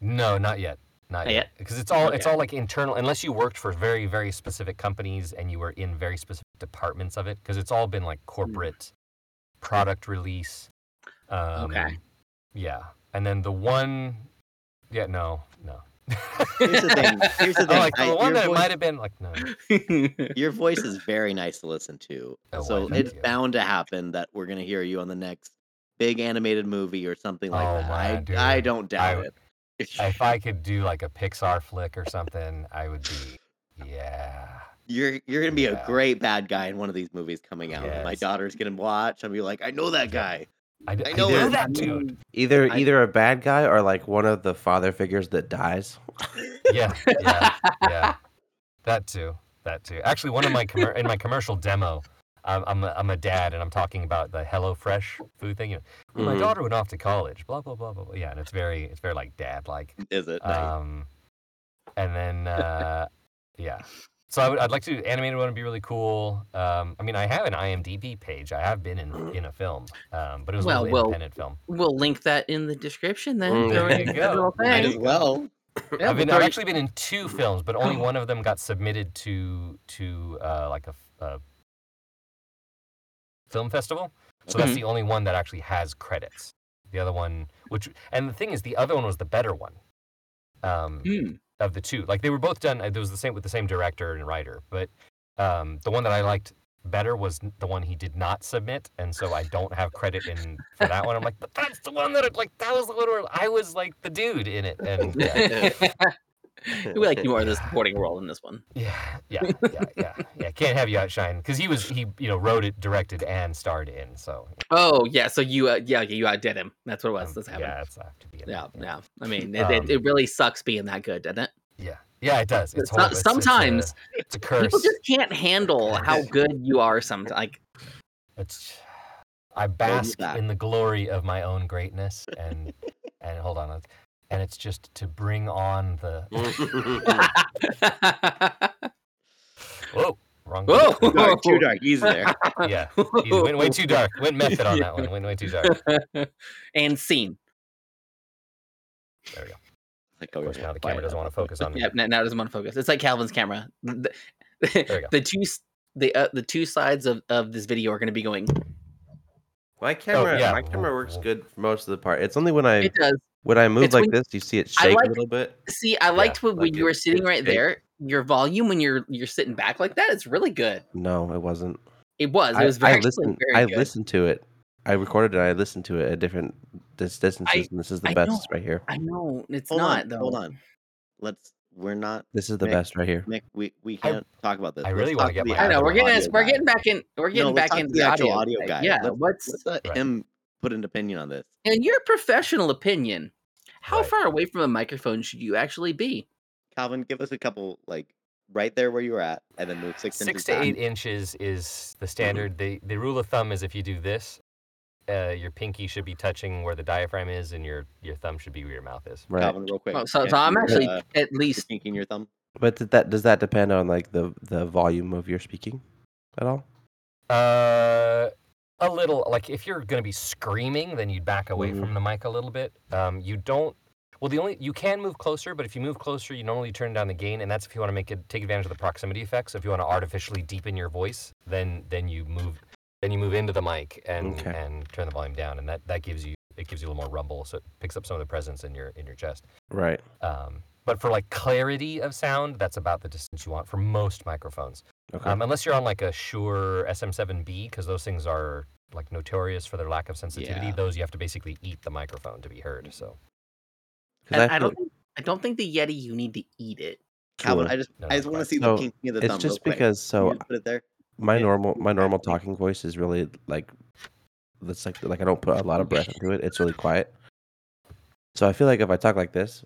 C: No, not yet. Not,
A: Not
C: yet. Because it's all it's
A: Okay.
C: all like internal, unless you worked for very very specific companies and you were in very specific departments of it. Because it's all been like corporate product release. Um, Yeah, and then the one. Yeah. No. No.
D: Here's the thing. Here's the
C: Oh,
D: thing.
C: like the
D: I-
C: one
D: your
C: that it
D: voice-
C: might have been like no.
D: your voice is very nice to listen to.
C: Oh,
D: so
C: why, thank
D: it's
C: you.
D: bound to happen that we're gonna hear you on the next big animated movie or something like
C: Oh,
D: that.
C: my
D: I,
C: dude.
D: I don't doubt
C: I-
D: it.
C: if I could do like a Pixar flick or something, I would be, yeah.
D: you're you're gonna be a
C: Yeah.
D: great bad guy in one of these movies coming out. and My
C: Yes.
D: daughter's gonna watch and be like, I know that guy.
C: I, d-
D: I
C: I
D: know it.
C: that dude.
B: Either
A: I-
B: either a bad guy or like one of the father figures that dies.
C: Yeah, yeah, yeah. That too. That too. Actually, one of my commer in my commercial demo, I'm I'm a, I'm a dad and I'm talking about the HelloFresh food thing. You know, "Well, Oh my
D: Mm-hmm.
B: Mhm.
C: daughter went off to college. Blah blah blah blah. blah. Yeah, and it's very it's very like dad like.
D: Is it? Nice.
C: Um, and then, uh, yeah. So I would, I'd like to animated one would be really cool. Um, I mean, I have an IMDb page. I have been in in a film, um, but it was
A: Well,
C: a little
A: well,
C: independent film.
A: We'll link that in the description then.
B: Mm,
C: there you
A: That's
C: go.
A: all
D: Might
A: thanks.
D: as well.
A: Yeah,
C: I've,
A: we've
C: been, I've
A: already-
C: actually been in two films, but only one of them got submitted to to uh, like a, f- a film festival. So
A: Mm-hmm.
C: that's the only one that actually has credits. The other one, which and the thing is, the other one was the better one. Um,
A: Hmm.
C: of the two. Like they were both done. It was the same with the same director and writer, but um, the one that I liked better was n- the one he did not submit, and so I don't have credit in for that one. I'm like, but that's the one that I, like that was the one where I was like the dude in it, and yeah,
A: we like you are the supporting role in this one.
C: yeah, yeah, yeah, yeah. yeah. Can't have you outshine because he was he you know wrote it, directed, and starred in. So
A: Oh yeah, so you uh, yeah you outdid him. That's what it was.
C: um,
A: That's happening.
C: yeah, it's I have to be in it,
A: Yeah,
C: yeah.
A: yeah. I mean, it, it, it
C: Um,
A: really sucks being that good, doesn't it?
C: yeah, yeah. It does. It's
A: So-
C: horrible. It's- it's a-
A: sometimes
C: it's a
A: People
C: curse.
A: just can't handle how good you are. Sometimes, like,
C: It's I bask
D: back.
C: in the glory of my own greatness and and hold on, let's- and it's just to bring on the whoa wrong.
A: whoa,
C: button.
D: Dark, too dark. He's there.
C: yeah, he went way too dark. Went method on that one. Went way too dark.
A: and scene.
C: There we go.
D: Like,
C: Of
D: oh,
C: course,
D: yeah,
C: now the
D: quiet
C: camera doesn't want to focus on me.
A: Yep, now, now it doesn't want to focus. It's like Calvin's camera. The,
C: we go.
A: the two s- the uh, the two sides of, of this video are going to be going.
B: My camera,
C: yeah.
B: my camera works good for most of the part. It's only when I
A: It does.
B: when I move
A: It's
B: like
A: when-
B: this, you see it shake
A: like-
B: a little bit.
A: See, I liked when, when
B: like
A: you were
B: it-
A: sitting
B: it
A: right
B: shakes.
A: there. Your volume when you're you're sitting back like that, it's really good.
B: No, it wasn't.
A: It was. It
B: I,
A: was very,
B: I listened.
A: very
B: I
A: good.
B: listened to it. I recorded it. I listened to it at different dis- distances, and this is the
A: I
B: best
A: know.
B: right here.
A: I know it's
D: Hold
A: not
D: on.
A: though.
D: Hold on. Let's We're not
B: This is the
D: Nick.
B: best right here.
D: Nick. We we
C: I-
D: can't talk about this.
C: I
D: Let's
C: really wanna
D: talk
C: get
D: the
C: my
A: I know
C: Yeah,
A: we're
D: actual
A: getting
D: audio
A: we're
D: guy.
A: getting back in we're getting
D: let's
A: back
D: talk to
A: into
D: the
A: the
D: actual
A: audio,
D: audio
A: thing.
D: guy.
A: Yeah,
D: Let's-
A: what's
D: Let's let
C: Right.
D: him put an opinion on this.
A: in your professional opinion? How
C: Right.
A: far away from a microphone should you actually be?
D: Calvin, give us a couple like right there where you were at, and then move six,
C: Six
D: inches
C: to
D: back.
C: eight inches is the standard. The the rule of thumb is if you do this, uh, your pinky should be touching where the diaphragm is, and your your thumb should be where your mouth is.
B: Right.
D: Calvin, real quick.
A: Oh, so,
D: can
A: so I'm
D: you,
A: actually
D: uh,
A: at least
D: sneaking your thumb.
B: But did that does that depend on like the the volume of your speaking at all?
C: Uh, a little. Like if you're gonna be screaming, then you'd back away
B: Mhm.
C: from the mic a little bit. Um, you don't. Well, the only you can move closer, but if you move closer, you normally turn down the gain, and that's if you want to make it take advantage of the proximity effect. So if you want to artificially deepen your voice, then then you move then you move into the mic and
B: Okay.
C: and turn the volume down, and that that gives you it gives you a little more rumble, so it picks up some of the presence in your in your chest.
B: Right.
C: Um, but for like clarity of sound, that's about the distance you want for most microphones.
B: Okay.
C: Um, unless you're on like a Shure SM7B, because those things are like notorious for their lack of sensitivity.
D: Yeah.
C: Those you have to basically eat the microphone to be heard. So
A: And I,
B: 'Cause I feel-
A: don't. Think, I don't think the Yeti. You need to eat it.
D: Calvin,
B: Sure.
D: I just
C: No,
D: I
C: no,
D: just want to
C: right.
D: see
B: So,
D: the pinky of the thumb.
B: it's
D: real
B: just
D: quick.
B: because
D: Can you
B: so
D: just put it there.
B: my
D: Yeah.
B: normal my normal talking voice is really like that's like like I don't put a lot of breath into it. It's really quiet. So I feel like if I talk like this,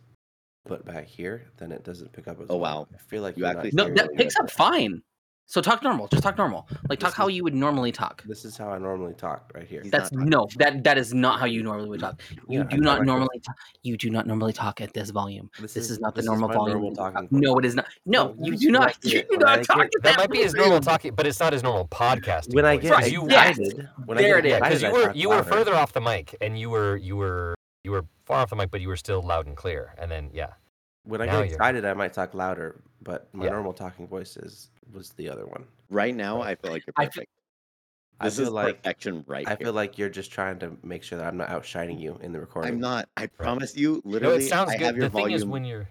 B: but back here, then it doesn't pick up as
D: Oh,
B: well.
D: wow.
B: I feel like
D: You
B: you're not
D: actually
A: No,
B: hearing
D: You're
A: that
B: me
A: picks
B: with
A: up
B: it.
A: fine. So talk normal. Just talk normal. Like talk
B: This
A: how
B: is-
A: you would normally talk.
B: This is how I normally talk right here.
D: He's not
A: That's
D: talking.
A: no. That that is not how you normally would talk. You
B: Yeah, I
A: do
B: talk
A: not
B: like this.
A: normally. ta- you do not normally talk at this volume. This is not the normal
B: my
A: volume.
B: normal
A: that you talk.
B: talking voice.
A: no, it is not. No,
B: No,
A: you
B: this
A: do
B: is
A: not.
B: not
A: You
B: it.
A: do
B: When I
A: not
B: get-
A: talk. at
C: that might be his normal
A: volume.
C: talking, but it's not his normal podcasting.
B: when I
C: voice,
B: get
C: 'cause
A: Right,
C: you,
A: yes.
B: excited, when
A: There
B: I
A: it
B: get
A: is.
C: yeah,
B: excited,
C: because you
B: I
C: were
B: talk
C: you were
B: louder.
C: further off the mic, and you were you were you were far off the mic, but you were still loud and clear. And then yeah,
B: When I
C: Now
B: get
C: you're-
B: excited, I might talk louder, but my
C: Yeah.
B: normal talking voice is was the other one.
D: Right now, I feel like you're
A: I feel-
D: perfect. This
B: I feel
D: is
B: like
D: perfection right
B: I
D: here.
B: feel like you're just trying to make sure that I'm not outshining you in the recording.
D: I'm not. I promise you.
C: no,
D: Literally,
C: it sounds
D: I have
C: good.
D: your
C: The thing
D: volume.
C: is when you're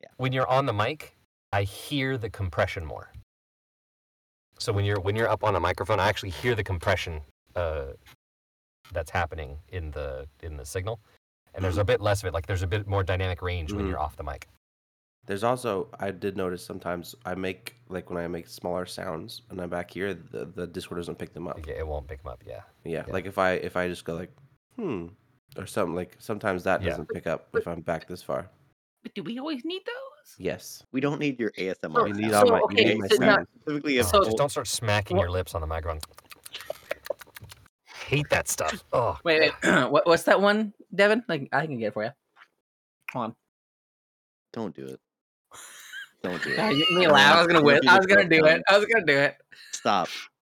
D: Yeah.
C: when you're on the mic, I hear the compression more. So when you're when you're up on a microphone, I actually hear the compression uh, that's happening in the in the signal, and there's a bit less of it. Like there's a bit more dynamic range when
D: Mm-hmm.
B: Mhm.
C: you're off the mic.
B: There's also I did notice sometimes I make like when I make smaller sounds and I'm back here, the, the Discord doesn't pick them up.
C: It- It won't pick them up. Yeah.
B: Yeah,
C: Yeah.
B: like if I if I just go like hmm or something like sometimes that
C: Yeah.
B: doesn't pick up if I'm back this far.
A: But do we always need those?
B: Yes,
D: We don't need your ASMR.
A: So-
B: you
D: sound.
B: need
A: so,
B: all my, you
A: okay,
B: need my
A: so now-
B: sound.
D: Specifically, if
A: So-
C: just don't start smacking your lips on the microphone. Hate that stuff. Oh,
A: Wait, wait. what, what's that one, Devin? Like I can get it for you. Hold on.
D: don't do it. Don't do
A: God,
D: it.
A: you made me
D: I'm
A: laugh. I was
D: not
A: gonna
D: gonna
A: win.
D: do
A: I
D: the
A: was gonna do it.
D: countdown.
A: I was gonna do it.
D: Stop.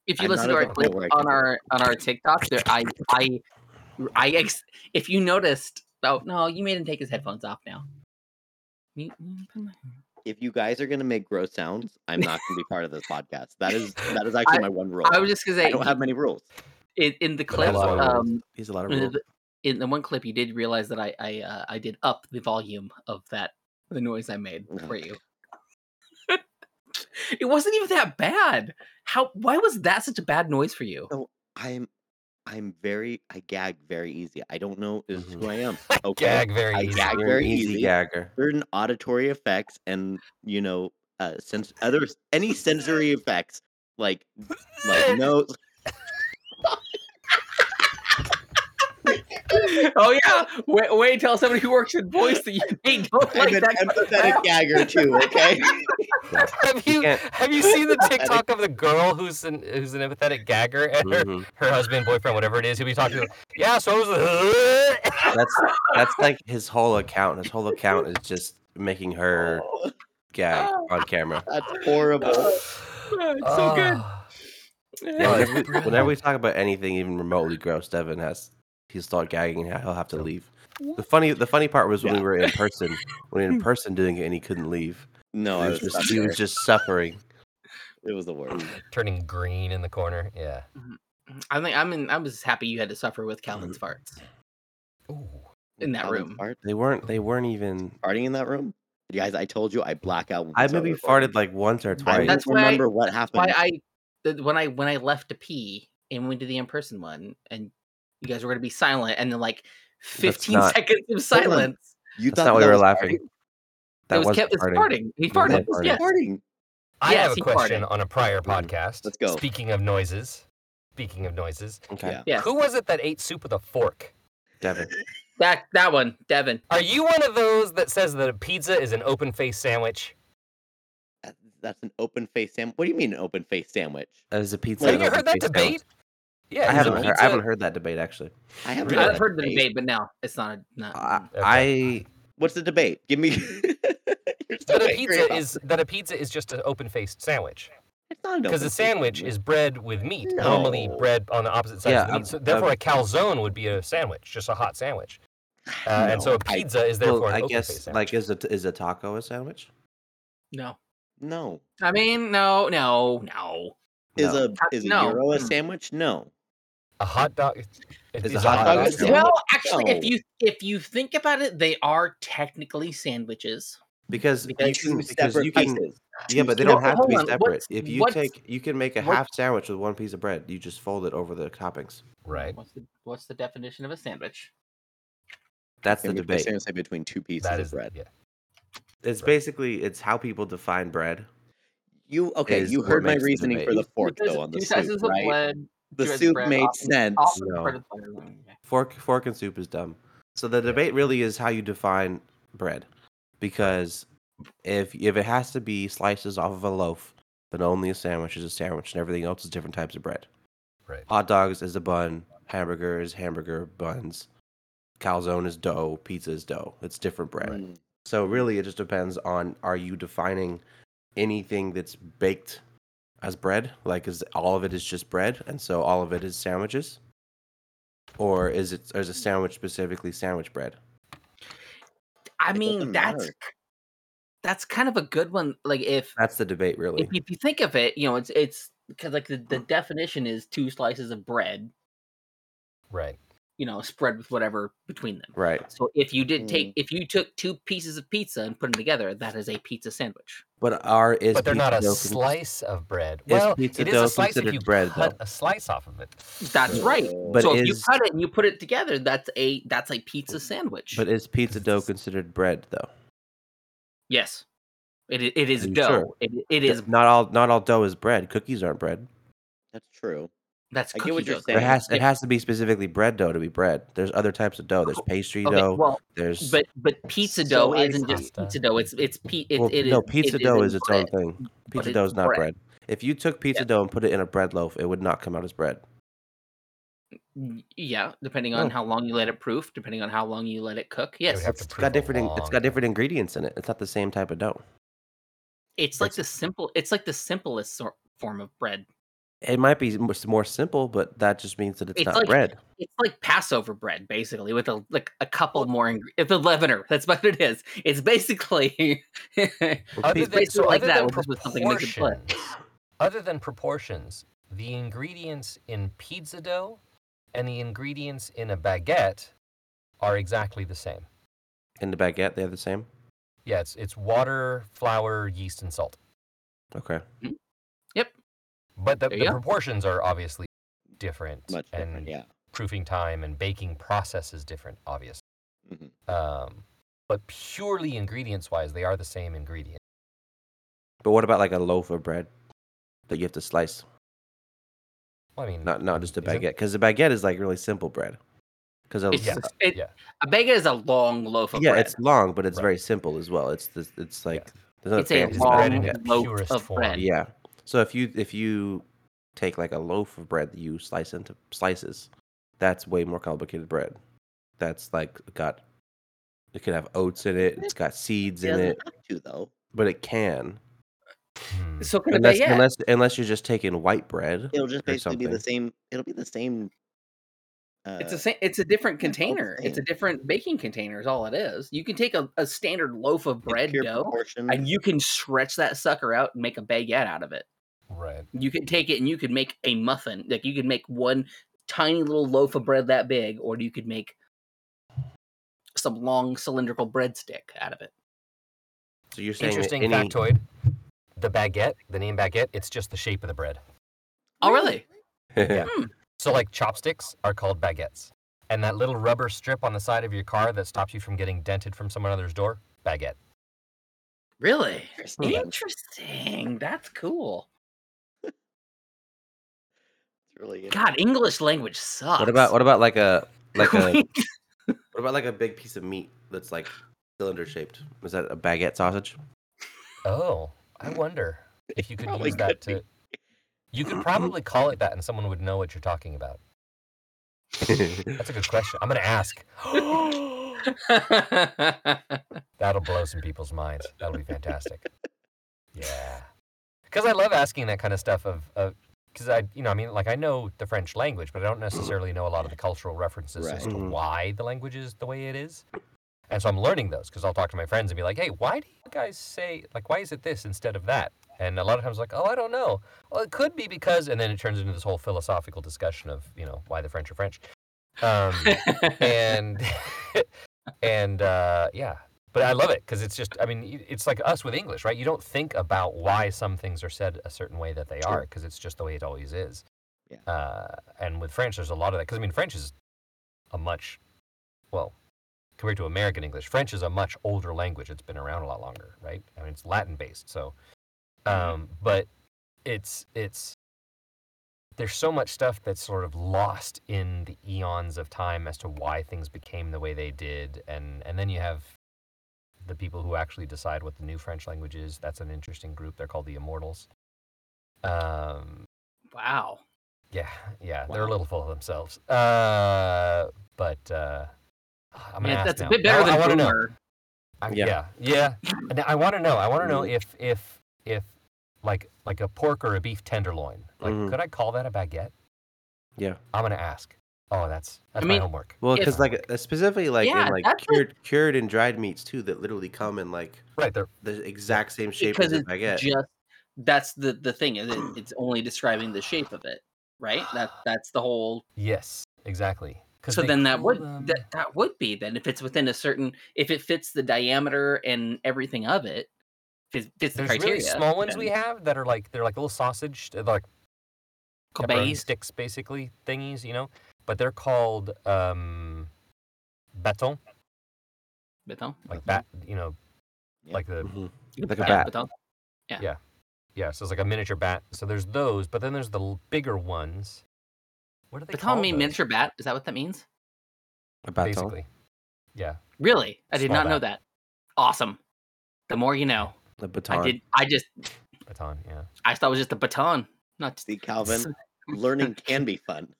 A: If you
D: I'm
A: listen
D: not
A: to
D: at
A: our
D: the
A: clip
D: point where I can
A: on
D: do it.
A: our on our TikTok, there I I I ex- if you noticed. Oh no, you made him take his headphones off now. Mute-
D: If you guys are gonna make gross sounds, I'm not gonna be part of this podcast. That is that is actually my one rule.
A: I was just gonna
D: I
A: say
D: don't have many rules.
A: in, in the
C: But
A: clip.
C: that's what it
A: Um,
B: He's a lot of
A: in
B: rules.
A: the- in the one clip, you did realize that I I uh, I did up the volume of that the noise I made for you. it wasn't even that bad. How? Why was that such a bad noise for you?
D: I'm I'm very I gag very easy. I don't know this is
A: Mm-hmm.
B: Mhm.
D: who I am. Okay.
C: gag very
D: I
C: easy.
D: gag
B: You're an
D: very
B: easy,
D: easy.
B: gagger.
D: Certain auditory effects and you know, uh sense other any sensory effects like like no
A: oh yeah. Wait, wait till somebody who works in voice that you they don't like
D: I'm an
A: that.
D: empathetic gagger too, okay?
C: have you
B: can't-
C: have you seen the TikTok of the girl who's an who's an empathetic gagger and
D: Mm-hmm.
C: her,
B: Mhm.
C: her husband, boyfriend, whatever it is, he'll be talking. To, yeah, so it was.
B: That's that's like his whole account. His whole account is just making her gag on camera.
D: That's horrible.
A: Oh, it's so good.
B: Yeah,
C: Oh,
A: Yeah.
C: it's
B: whenever, we, whenever we talk about anything even remotely gross, Devin has he'll start gagging and he'll have to leave. The funny the funny part was when we
D: Yeah.
B: were in person, when we were in person doing it and he couldn't leave.
D: No,
B: he,
D: I
B: was
D: was
B: just,
D: stuck
B: he was
D: there.
B: just suffering.
D: it was the worst.
C: Turning green in the corner. Yeah.
A: I think I'm in, I was happy you had to suffer with Calvin's
D: Mm-hmm.
A: farts
C: Ooh.
A: in that
D: Calvin's
A: room.
D: fart-
B: They weren't they weren't even
D: Farting in that room? You guys, I told you I black out. when we
B: I
D: start
B: maybe
D: recording.
B: farted like once or
D: I
A: Right.
B: twice.
A: That's
D: don't
A: why I-
D: remember what happened.
A: Why I th- when I when I left to pee and went to the in person one and you guys were gonna be silent and then like 15
B: not-
A: seconds of
D: Hold on.
A: silence.
D: you
B: That's not
D: thought that
B: why we
D: that
B: were
D: was
B: laughing.
D: farting?
A: That was, Kev- it's farting. He
B: It was
A: farted.
B: farting.
A: Yes.
D: Farting.
C: I
A: Yes,
C: have a
A: he
C: question
A: farted.
C: on a prior
B: Mm,
C: podcast.
D: let's go.
C: Speaking of noises, speaking of noises,
B: Okay,
D: Yeah.
A: Yes.
C: who was it that ate soup with a fork?
B: Devin.
A: That that one, Devin.
C: Are you one of those that says that a pizza is an open faced sandwich?
D: That- That's an open face sandwich. What do you mean an open face sandwich?
B: That is a pizza.
D: Well,
B: and
C: Have you
B: open
C: heard that
B: face
C: debate?
B: sandwich.
C: Yeah,
B: I
C: is a
B: haven't. Heard,
C: pizza-
B: I haven't heard that debate actually.
D: I haven't.
A: I've
D: that Ah.
A: heard the debate, but no, it's not. A, no.
B: I,
C: Okay.
B: I
D: What's the debate? Give me. You're so
C: That a
D: angry
C: pizza
D: about
C: is that a pizza is just an open faced sandwich
D: It's not an
C: because a
D: open-faced
C: sandwich is bread with meat. Normally
D: No.
C: bread on the opposite side
B: Yeah,
C: of the
B: I'm-
C: meat. So therefore,
B: I'm-
C: a calzone would be a sandwich, just a hot sandwich. Uh, and
D: No,
C: so a
D: I-
C: pizza is therefore
B: well,
C: an
B: I
C: open
B: guess
C: faced sandwich.
B: like is a is a taco a sandwich?
A: no.
D: No.
A: I mean, no, no, no.
D: Is
B: No.
D: a is a
A: No.
D: euro a
A: Mm.
D: sandwich? No.
C: a hot dog.
B: Is a hot dog a
D: sandwich?
B: sandwich?
A: Well, actually, if
D: No.
A: you if you think about it, they are technically sandwiches.
B: Because you
A: Because
B: can,
D: Two
B: because
D: separate
B: you can
D: pieces.
B: yeah,
D: Two
B: but they don't
A: separate-
B: have to be
A: Hold on,
B: separate.
A: what's-
B: If you
A: what's-
B: take, you can make a
A: what-
B: half sandwich with one piece of bread. You just fold it over the toppings.
C: Right.
A: What's the what's the definition of a sandwich?
B: That's the
D: Sandwich- a
B: debate.
D: Sandwich between two pieces
C: That
D: of
C: is
D: bread.
C: Yeah.
B: It's
C: Right.
B: basically it's how people define bread.
D: You okay?
B: Is
D: You
B: what
D: heard my
B: makes the
D: reasoning for the
B: debate.
D: fork
A: Because
D: though on the
A: two
D: soup,
A: sizes of
D: right?
A: lead,
D: The
A: two sizes of
D: soup
A: bread,
D: made
A: often-
D: sense.
A: often
B: No.
A: spread apart.
B: Fork fork and soup is dumb. So the debate really is how you define bread, because if if it has to be slices off of a loaf, then only a sandwich is a sandwich, and everything else is different types of bread.
C: Right.
B: Hot dogs is a bun. Hamburger is hamburger buns. Calzone is dough. Pizza is dough. It's different bread.
D: Mm.
B: So really, it just depends on are you defining anything that's baked as bread? Like, is all of it is just bread, and so all of it is sandwiches, or is it or is a sandwich specifically sandwich bread?
A: I
D: It
A: mean,
D: doesn't
A: that's
D: matter.
A: that's kind of a good one. Like if
B: That's the debate, really.
A: if, if you think of it, you know, it's it's because like the, the definition is two slices of bread,
C: Right.
A: you know, spread with whatever between them.
B: Right.
A: So if you did
B: Mm.
A: take if you took two pieces of pizza and put them together, that is a pizza sandwich.
B: But are is
C: but they're not
B: pizza
C: a
B: dough con-
C: slice of bread.
B: Is
C: well,
B: pizza
C: it is
B: dough
C: a slice if
B: considered
C: you
B: bread,
C: cut
B: though?
C: a slice off of it.
A: That's right.
B: But
A: so if you
B: is
A: cut it and you put it together, that's a that's a pizza sandwich.
B: but is pizza dough considered bread though?
A: yes, it i- it is
B: Are you
A: dough.
B: sure?
A: It, it is
B: not all not all dough is bread. Cookies aren't bread.
D: That's true.
A: that's
D: I
A: cookie
D: get what you're
A: dough.
B: It
D: saying.
B: has it
A: Yeah.
B: has to be specifically bread dough to be bread. There's other types of dough. There's pastry
A: Oh, Okay,
B: dough.
A: well,
B: There's
A: but but pizza
D: So
A: dough
D: I
A: isn't just
C: pasta.
A: pizza dough. It's it's pe- it,
B: well,
A: it is
B: no, pizza
A: it
B: dough
A: in
B: is its
A: bread.
B: own thing. Pizza
A: it's
B: dough is not
A: bread.
B: bread. If you took pizza
A: Yeah.
B: dough and put it in a bread loaf, it would not come out as bread.
A: Y- Yeah, depending on
B: No.
A: how long you let it proof, depending on how long you let it cook.
C: They would
A: Yes,
C: have to
B: It's
C: prove a
B: got different. in- it's
C: long
B: got
C: time.
B: different ingredients in it. It's not the same type of dough.
A: it's like the simple. It's like the simplest sor- form of bread.
B: It might be more, more simple, but that just means that it's,
A: It's
B: not
A: like-
B: bread.
A: It's like Passover bread, basically, with a like a couple more.
B: Oh.
A: Ing- it's a leavener. That's what it is. It's basically
B: Well, pi-
C: Other than, so
A: like
C: other
A: that,
C: than
A: which is what something they could put.
C: proportions, other than proportions, the ingredients in pizza dough and the ingredients in a baguette are exactly the same.
B: in the baguette, they're the same.
C: Yeah, it's, it's water, flour, yeast, and salt.
B: Okay.
C: But the,
A: There
C: the
A: you go.
C: proportions are obviously different,
D: Much
C: and
D: different. Yeah.
C: proofing time and baking process is different, obviously.
D: Mhm.
C: Um, but purely ingredients wise, they are the same ingredient.
B: But what about like a loaf of bread that you have to slice?
C: Well, I mean,
B: Not not just a
C: Is it?
B: baguette, because the baguette is like really simple bread. Because
A: it's
C: yeah,
A: just- it-
C: yeah.
A: a baguette is a long loaf of
B: yeah,
A: bread.
B: it's long, but it's
C: Right.
B: very simple as well. It's this. It's like there's no
A: It's a
B: fancy about
A: long
B: it.
C: in its
A: loaf
C: purest
A: of
C: form.
A: bread.
B: Yeah. So if you if you take like a loaf of bread that you slice into slices, that's way more complicated bread. That's like got it could have oats in it. It's got seeds
D: It
B: in
D: doesn't
B: it,
D: have to though.
B: but it can
C: Hmm.
A: So can a
B: unless
A: baguette?
B: unless unless you're just taking white bread.
D: It'll just
B: or
D: basically be the
B: something.
D: same. It'll be the same. Uh,
A: It's a sa- it's a different
D: yeah, it's all the
A: container. It's a
D: same.
A: different baking container. Is all it is. You can take a, a standard loaf of bread
D: pure
A: dough
D: proportions.
A: and you can stretch that sucker out and make a baguette out of it.
C: Right.
A: You could take it and you could make a muffin. Like you could make one tiny little loaf of bread that big, or you could make some long cylindrical breadstick out of it.
B: So you're saying that
C: Interesting
B: any,
C: factoid. The baguette, the name baguette, it's just the shape of the bread.
A: Oh, really?
C: Yeah. So, like chopsticks are called baguettes. And that little rubber strip on the side of your car that stops you from getting dented from someone else's door, baguette.
A: Really?
D: Hmm.
A: Interesting. That's cool.
D: It's really
A: God, English language sucks.
B: What about what about like a like a what about like a big piece of meat that's like cylinder shaped? Is that a baguette sausage?
C: Oh, I wonder if you could
D: probably
C: use that
D: could be.
C: to. You could probably call it that, and someone would know what you're talking about. That's a good question. I'm gonna ask. That'll blow some people's minds. That'll be fantastic. Yeah, because I love asking that kind of stuff. Of because I, you know, I mean, like I know the French language, but I don't necessarily know a lot of the cultural references as
D: Right.
C: to
B: Mhm.
C: why the language is the way it is. And so I'm learning those because I'll talk to my friends and be like, "Hey, why do you guys say like why is it this instead of that?" And a lot of times, like, "Oh, I don't know. Well, it could be because," and then it turns into this whole philosophical discussion of you know why the French are French. Um, and and uh, yeah but i love it because it's just i mean y- it's like us with english right you don't think about why some things are said a certain way that they are because it's just the way it always is
D: Yeah.
C: uh, and with french there's a lot of that because i mean french is a much well compared to american english french is a much older language it's been around a lot longer right i mean it's latin based so um, but it's it's there's so much stuff that's sort of lost in the eons of time as to why things became the way they did and and then you have the people who actually decide what the new french language is that's an interesting group they're called the immortals um
A: Wow.
C: yeah yeah they're a
A: Wow.
C: little full of themselves uh but uh i'm gonna
A: Man,
C: ask
A: that's
C: now.
A: a bit better
C: I, I wanna
A: than
C: know.
A: Boomer.
C: I, yeah,
B: Yeah.
C: yeah. And I want to know. I want to know
B: Mm.
C: if if if like like a pork or a beef tenderloin. Like,
B: Mhm.
C: could I call that a baguette?
B: Yeah.
C: I'm gonna ask. Oh, that's that's my
A: mean,
C: homework.
B: Well,
A: If-
B: because like uh, specifically like
A: Yeah,
B: in like
A: that's a-
B: cured cured and dried meats too that literally come in like
C: Right there.
B: the exact same shape
A: Because
B: as a
A: it's
B: baguette.
A: Just that's the the thing. is it- It's only describing the shape of it, right? That that's the whole.
C: Yes, exactly. 'Cause
A: So
C: they
A: then that
C: call
A: would
C: them-
A: that, that would be then if it's within a certain if it fits the diameter and everything of it, if it fits the
C: there's
A: criteria.
C: really small ones we
A: then
C: have that are like they're like little sausage, they're like pepperoni
A: cabez,
C: sticks, basically thingies, you know. But they're called um, baton,
A: baton,
C: like
D: Baton.
C: bat, you know,
D: Yeah.
C: like the
B: Mhm. Like a
A: bat-
B: bat.
A: baton.
C: Yeah, so it's like a miniature bat. So there's those, but then there's the l- bigger ones. What are they
A: Baton
C: called?
A: mean
C: those?
A: miniature bat. Is that what that means?
B: A baton.
C: basically. Yeah,
A: Really? I did
C: Small
A: not know that. Awesome. The more you know.
B: The baton.
A: I did. I just.
C: baton. Yeah,
A: I thought it was just a baton. Not just
D: See, Calvin, learning can be fun.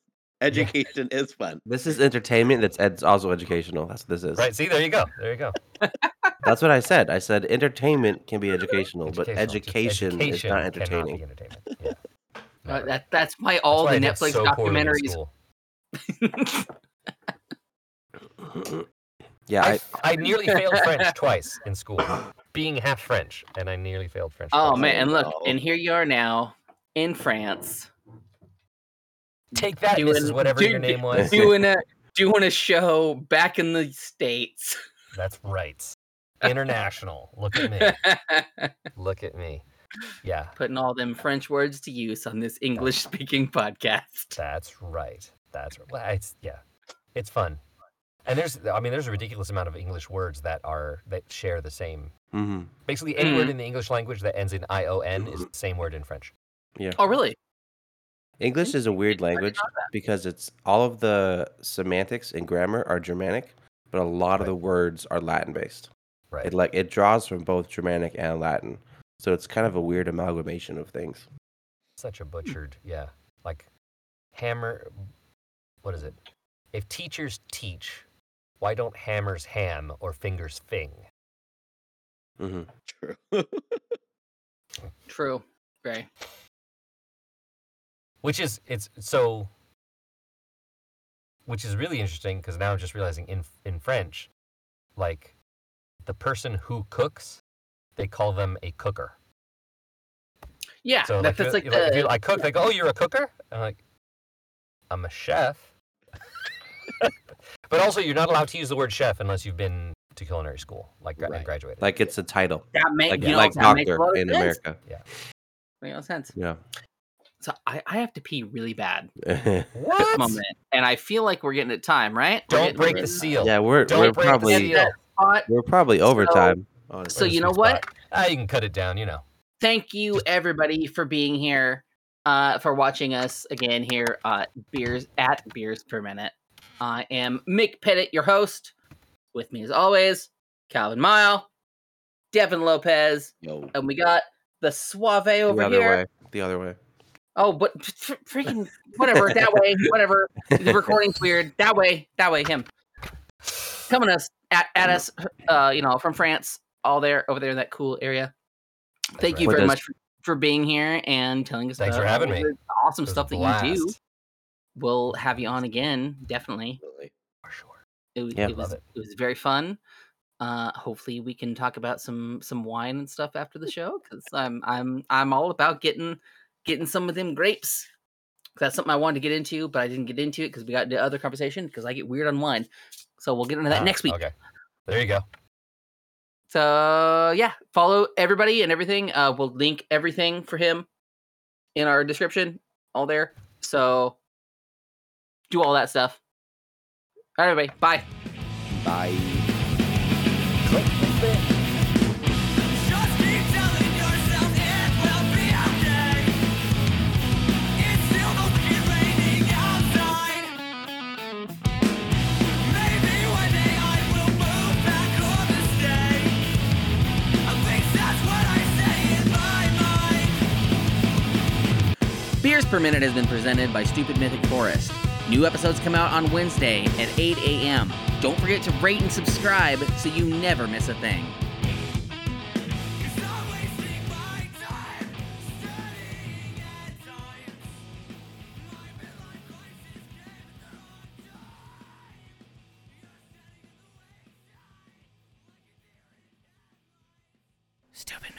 D: Education is fun.
B: This is entertainment that's ed- also educational. That's what this is.
C: right. See, there you go. There you go.
B: That's what I said. I said entertainment can be educational, but
C: Educational, just
B: education is not
C: education cannot
B: entertaining.
C: be entertainment. Yeah.
A: Uh,
C: Never.
A: that, that's why
C: That's
A: all
C: why
A: the
C: I did
A: Netflix
C: so poorly in
A: documentaries.
C: school.
B: yeah,
C: I,
B: I,
C: f- I nearly failed French twice in school, being half French, and I nearly failed French.
A: Oh
C: twice.
A: man! And look,
D: no.
A: and here you are now in France
C: take that, Mrs. Whatever
A: do-
C: your name was.
A: doing a doing a show back in the states.
C: That's right. International. Look at me. Look at me. Yeah.
A: Putting all them French words to use on this English speaking podcast.
C: That's right. That's right. Well, it's yeah, it's fun. And there's, I mean, there's a ridiculous amount of English words that are that share the same.
B: mhm.
C: Basically, any word in the English language that ends in i o n is the same word in French.
A: Oh really?
B: English is a weird language because it's all of the semantics and grammar are Germanic, but a lot of
C: Right.
B: the words are Latin based.
C: Right.
B: It like it draws from both Germanic and Latin, so it's kind of a weird amalgamation of things.
C: Such a butchered, yeah. Like hammer. What is it? If teachers teach, why don't hammers ham or fingers fing?
B: hmm
D: True.
A: True. Very.
C: which is it's so which is really interesting because now i'm just realizing in in french like the person who cooks they call them a cooker
A: Yeah.
C: so
A: that-
C: like,
A: that's
C: you're-
A: like
C: you're if
A: the
C: you're like cook they go oh you're a cooker i'm like i'm a chef but also you're not allowed to use the word chef unless you've been to culinary school like gra- and
D: Right.
C: graduated
B: Like it's a title,
A: that make
B: like
A: you know,
B: like
A: that makes a
B: doctor
A: lot of
B: in
A: sense.
B: America.
A: Makes a lot of sense.
B: Yeah.
A: So I, I have to pee really bad.
C: what
A: moment, and I feel like we're getting it time, right? We're
C: don't
A: getting-
C: break
A: we're
C: the
A: getting-
C: seal
B: yeah, we're
C: don't
B: we're
C: break the
B: probably
A: Get
C: seal
A: that spot.
B: we're probably overtime. honestly.
A: So
C: Or the
A: you know
C: sweet
A: what?
C: spot. Ah, you can cut it down. You know.
A: Thank you everybody for being here, uh, for watching us again here uh beers at beers per minute. I am Mick Pettit, your host. With me as always, Calvin Mile, Devin Lopez,
D: Yo,
A: and we got the Suave over
B: the other
A: here.
B: way. The other way.
A: Oh, but fr- fr- freaking whatever. That way, whatever. The recording's weird. That way, that way. Him coming us at, at us. Uh, you know, from France, all there over there in that cool area. Thank you
B: right.
A: very
B: With us.
A: much for, for being here and telling us.
C: Thanks for
A: about
C: having
A: all
C: me.
A: the Awesome
C: It was a
A: stuff that you do.
C: blast.
A: We'll have you on again, definitely.
D: really.
C: For sure.
A: It, was
B: Yeah.
A: it was
C: Love
A: it.
C: it.
A: was very fun. Uh, hopefully, we can talk about some some wine and stuff after the show because I'm I'm I'm all about getting getting some of them grapes. 'Cause That's something I wanted to get into, but I didn't get into it because we got into other conversation because I get weird on wine. So we'll get into that
C: Ah,
A: next week.
C: Okay. There you go.
A: So yeah, follow everybody and everything. Uh, we'll link everything for him in our description, all there. So do all that stuff. All right, everybody. Bye.
D: Bye.
F: Just keep telling yourself it will be okay. It's still fucking raining outside. Maybe one day I will move back home and stay. At least that's what I say in my mind.
A: Beers Per Minute has been presented by Stupid Mythic Forest. New episodes come out on Wednesday at 8 a.m. Don't forget to rate and subscribe so you never miss a thing.
F: It's not wasting my time studying at times. My midlife crisis came at the wrong time. Stupid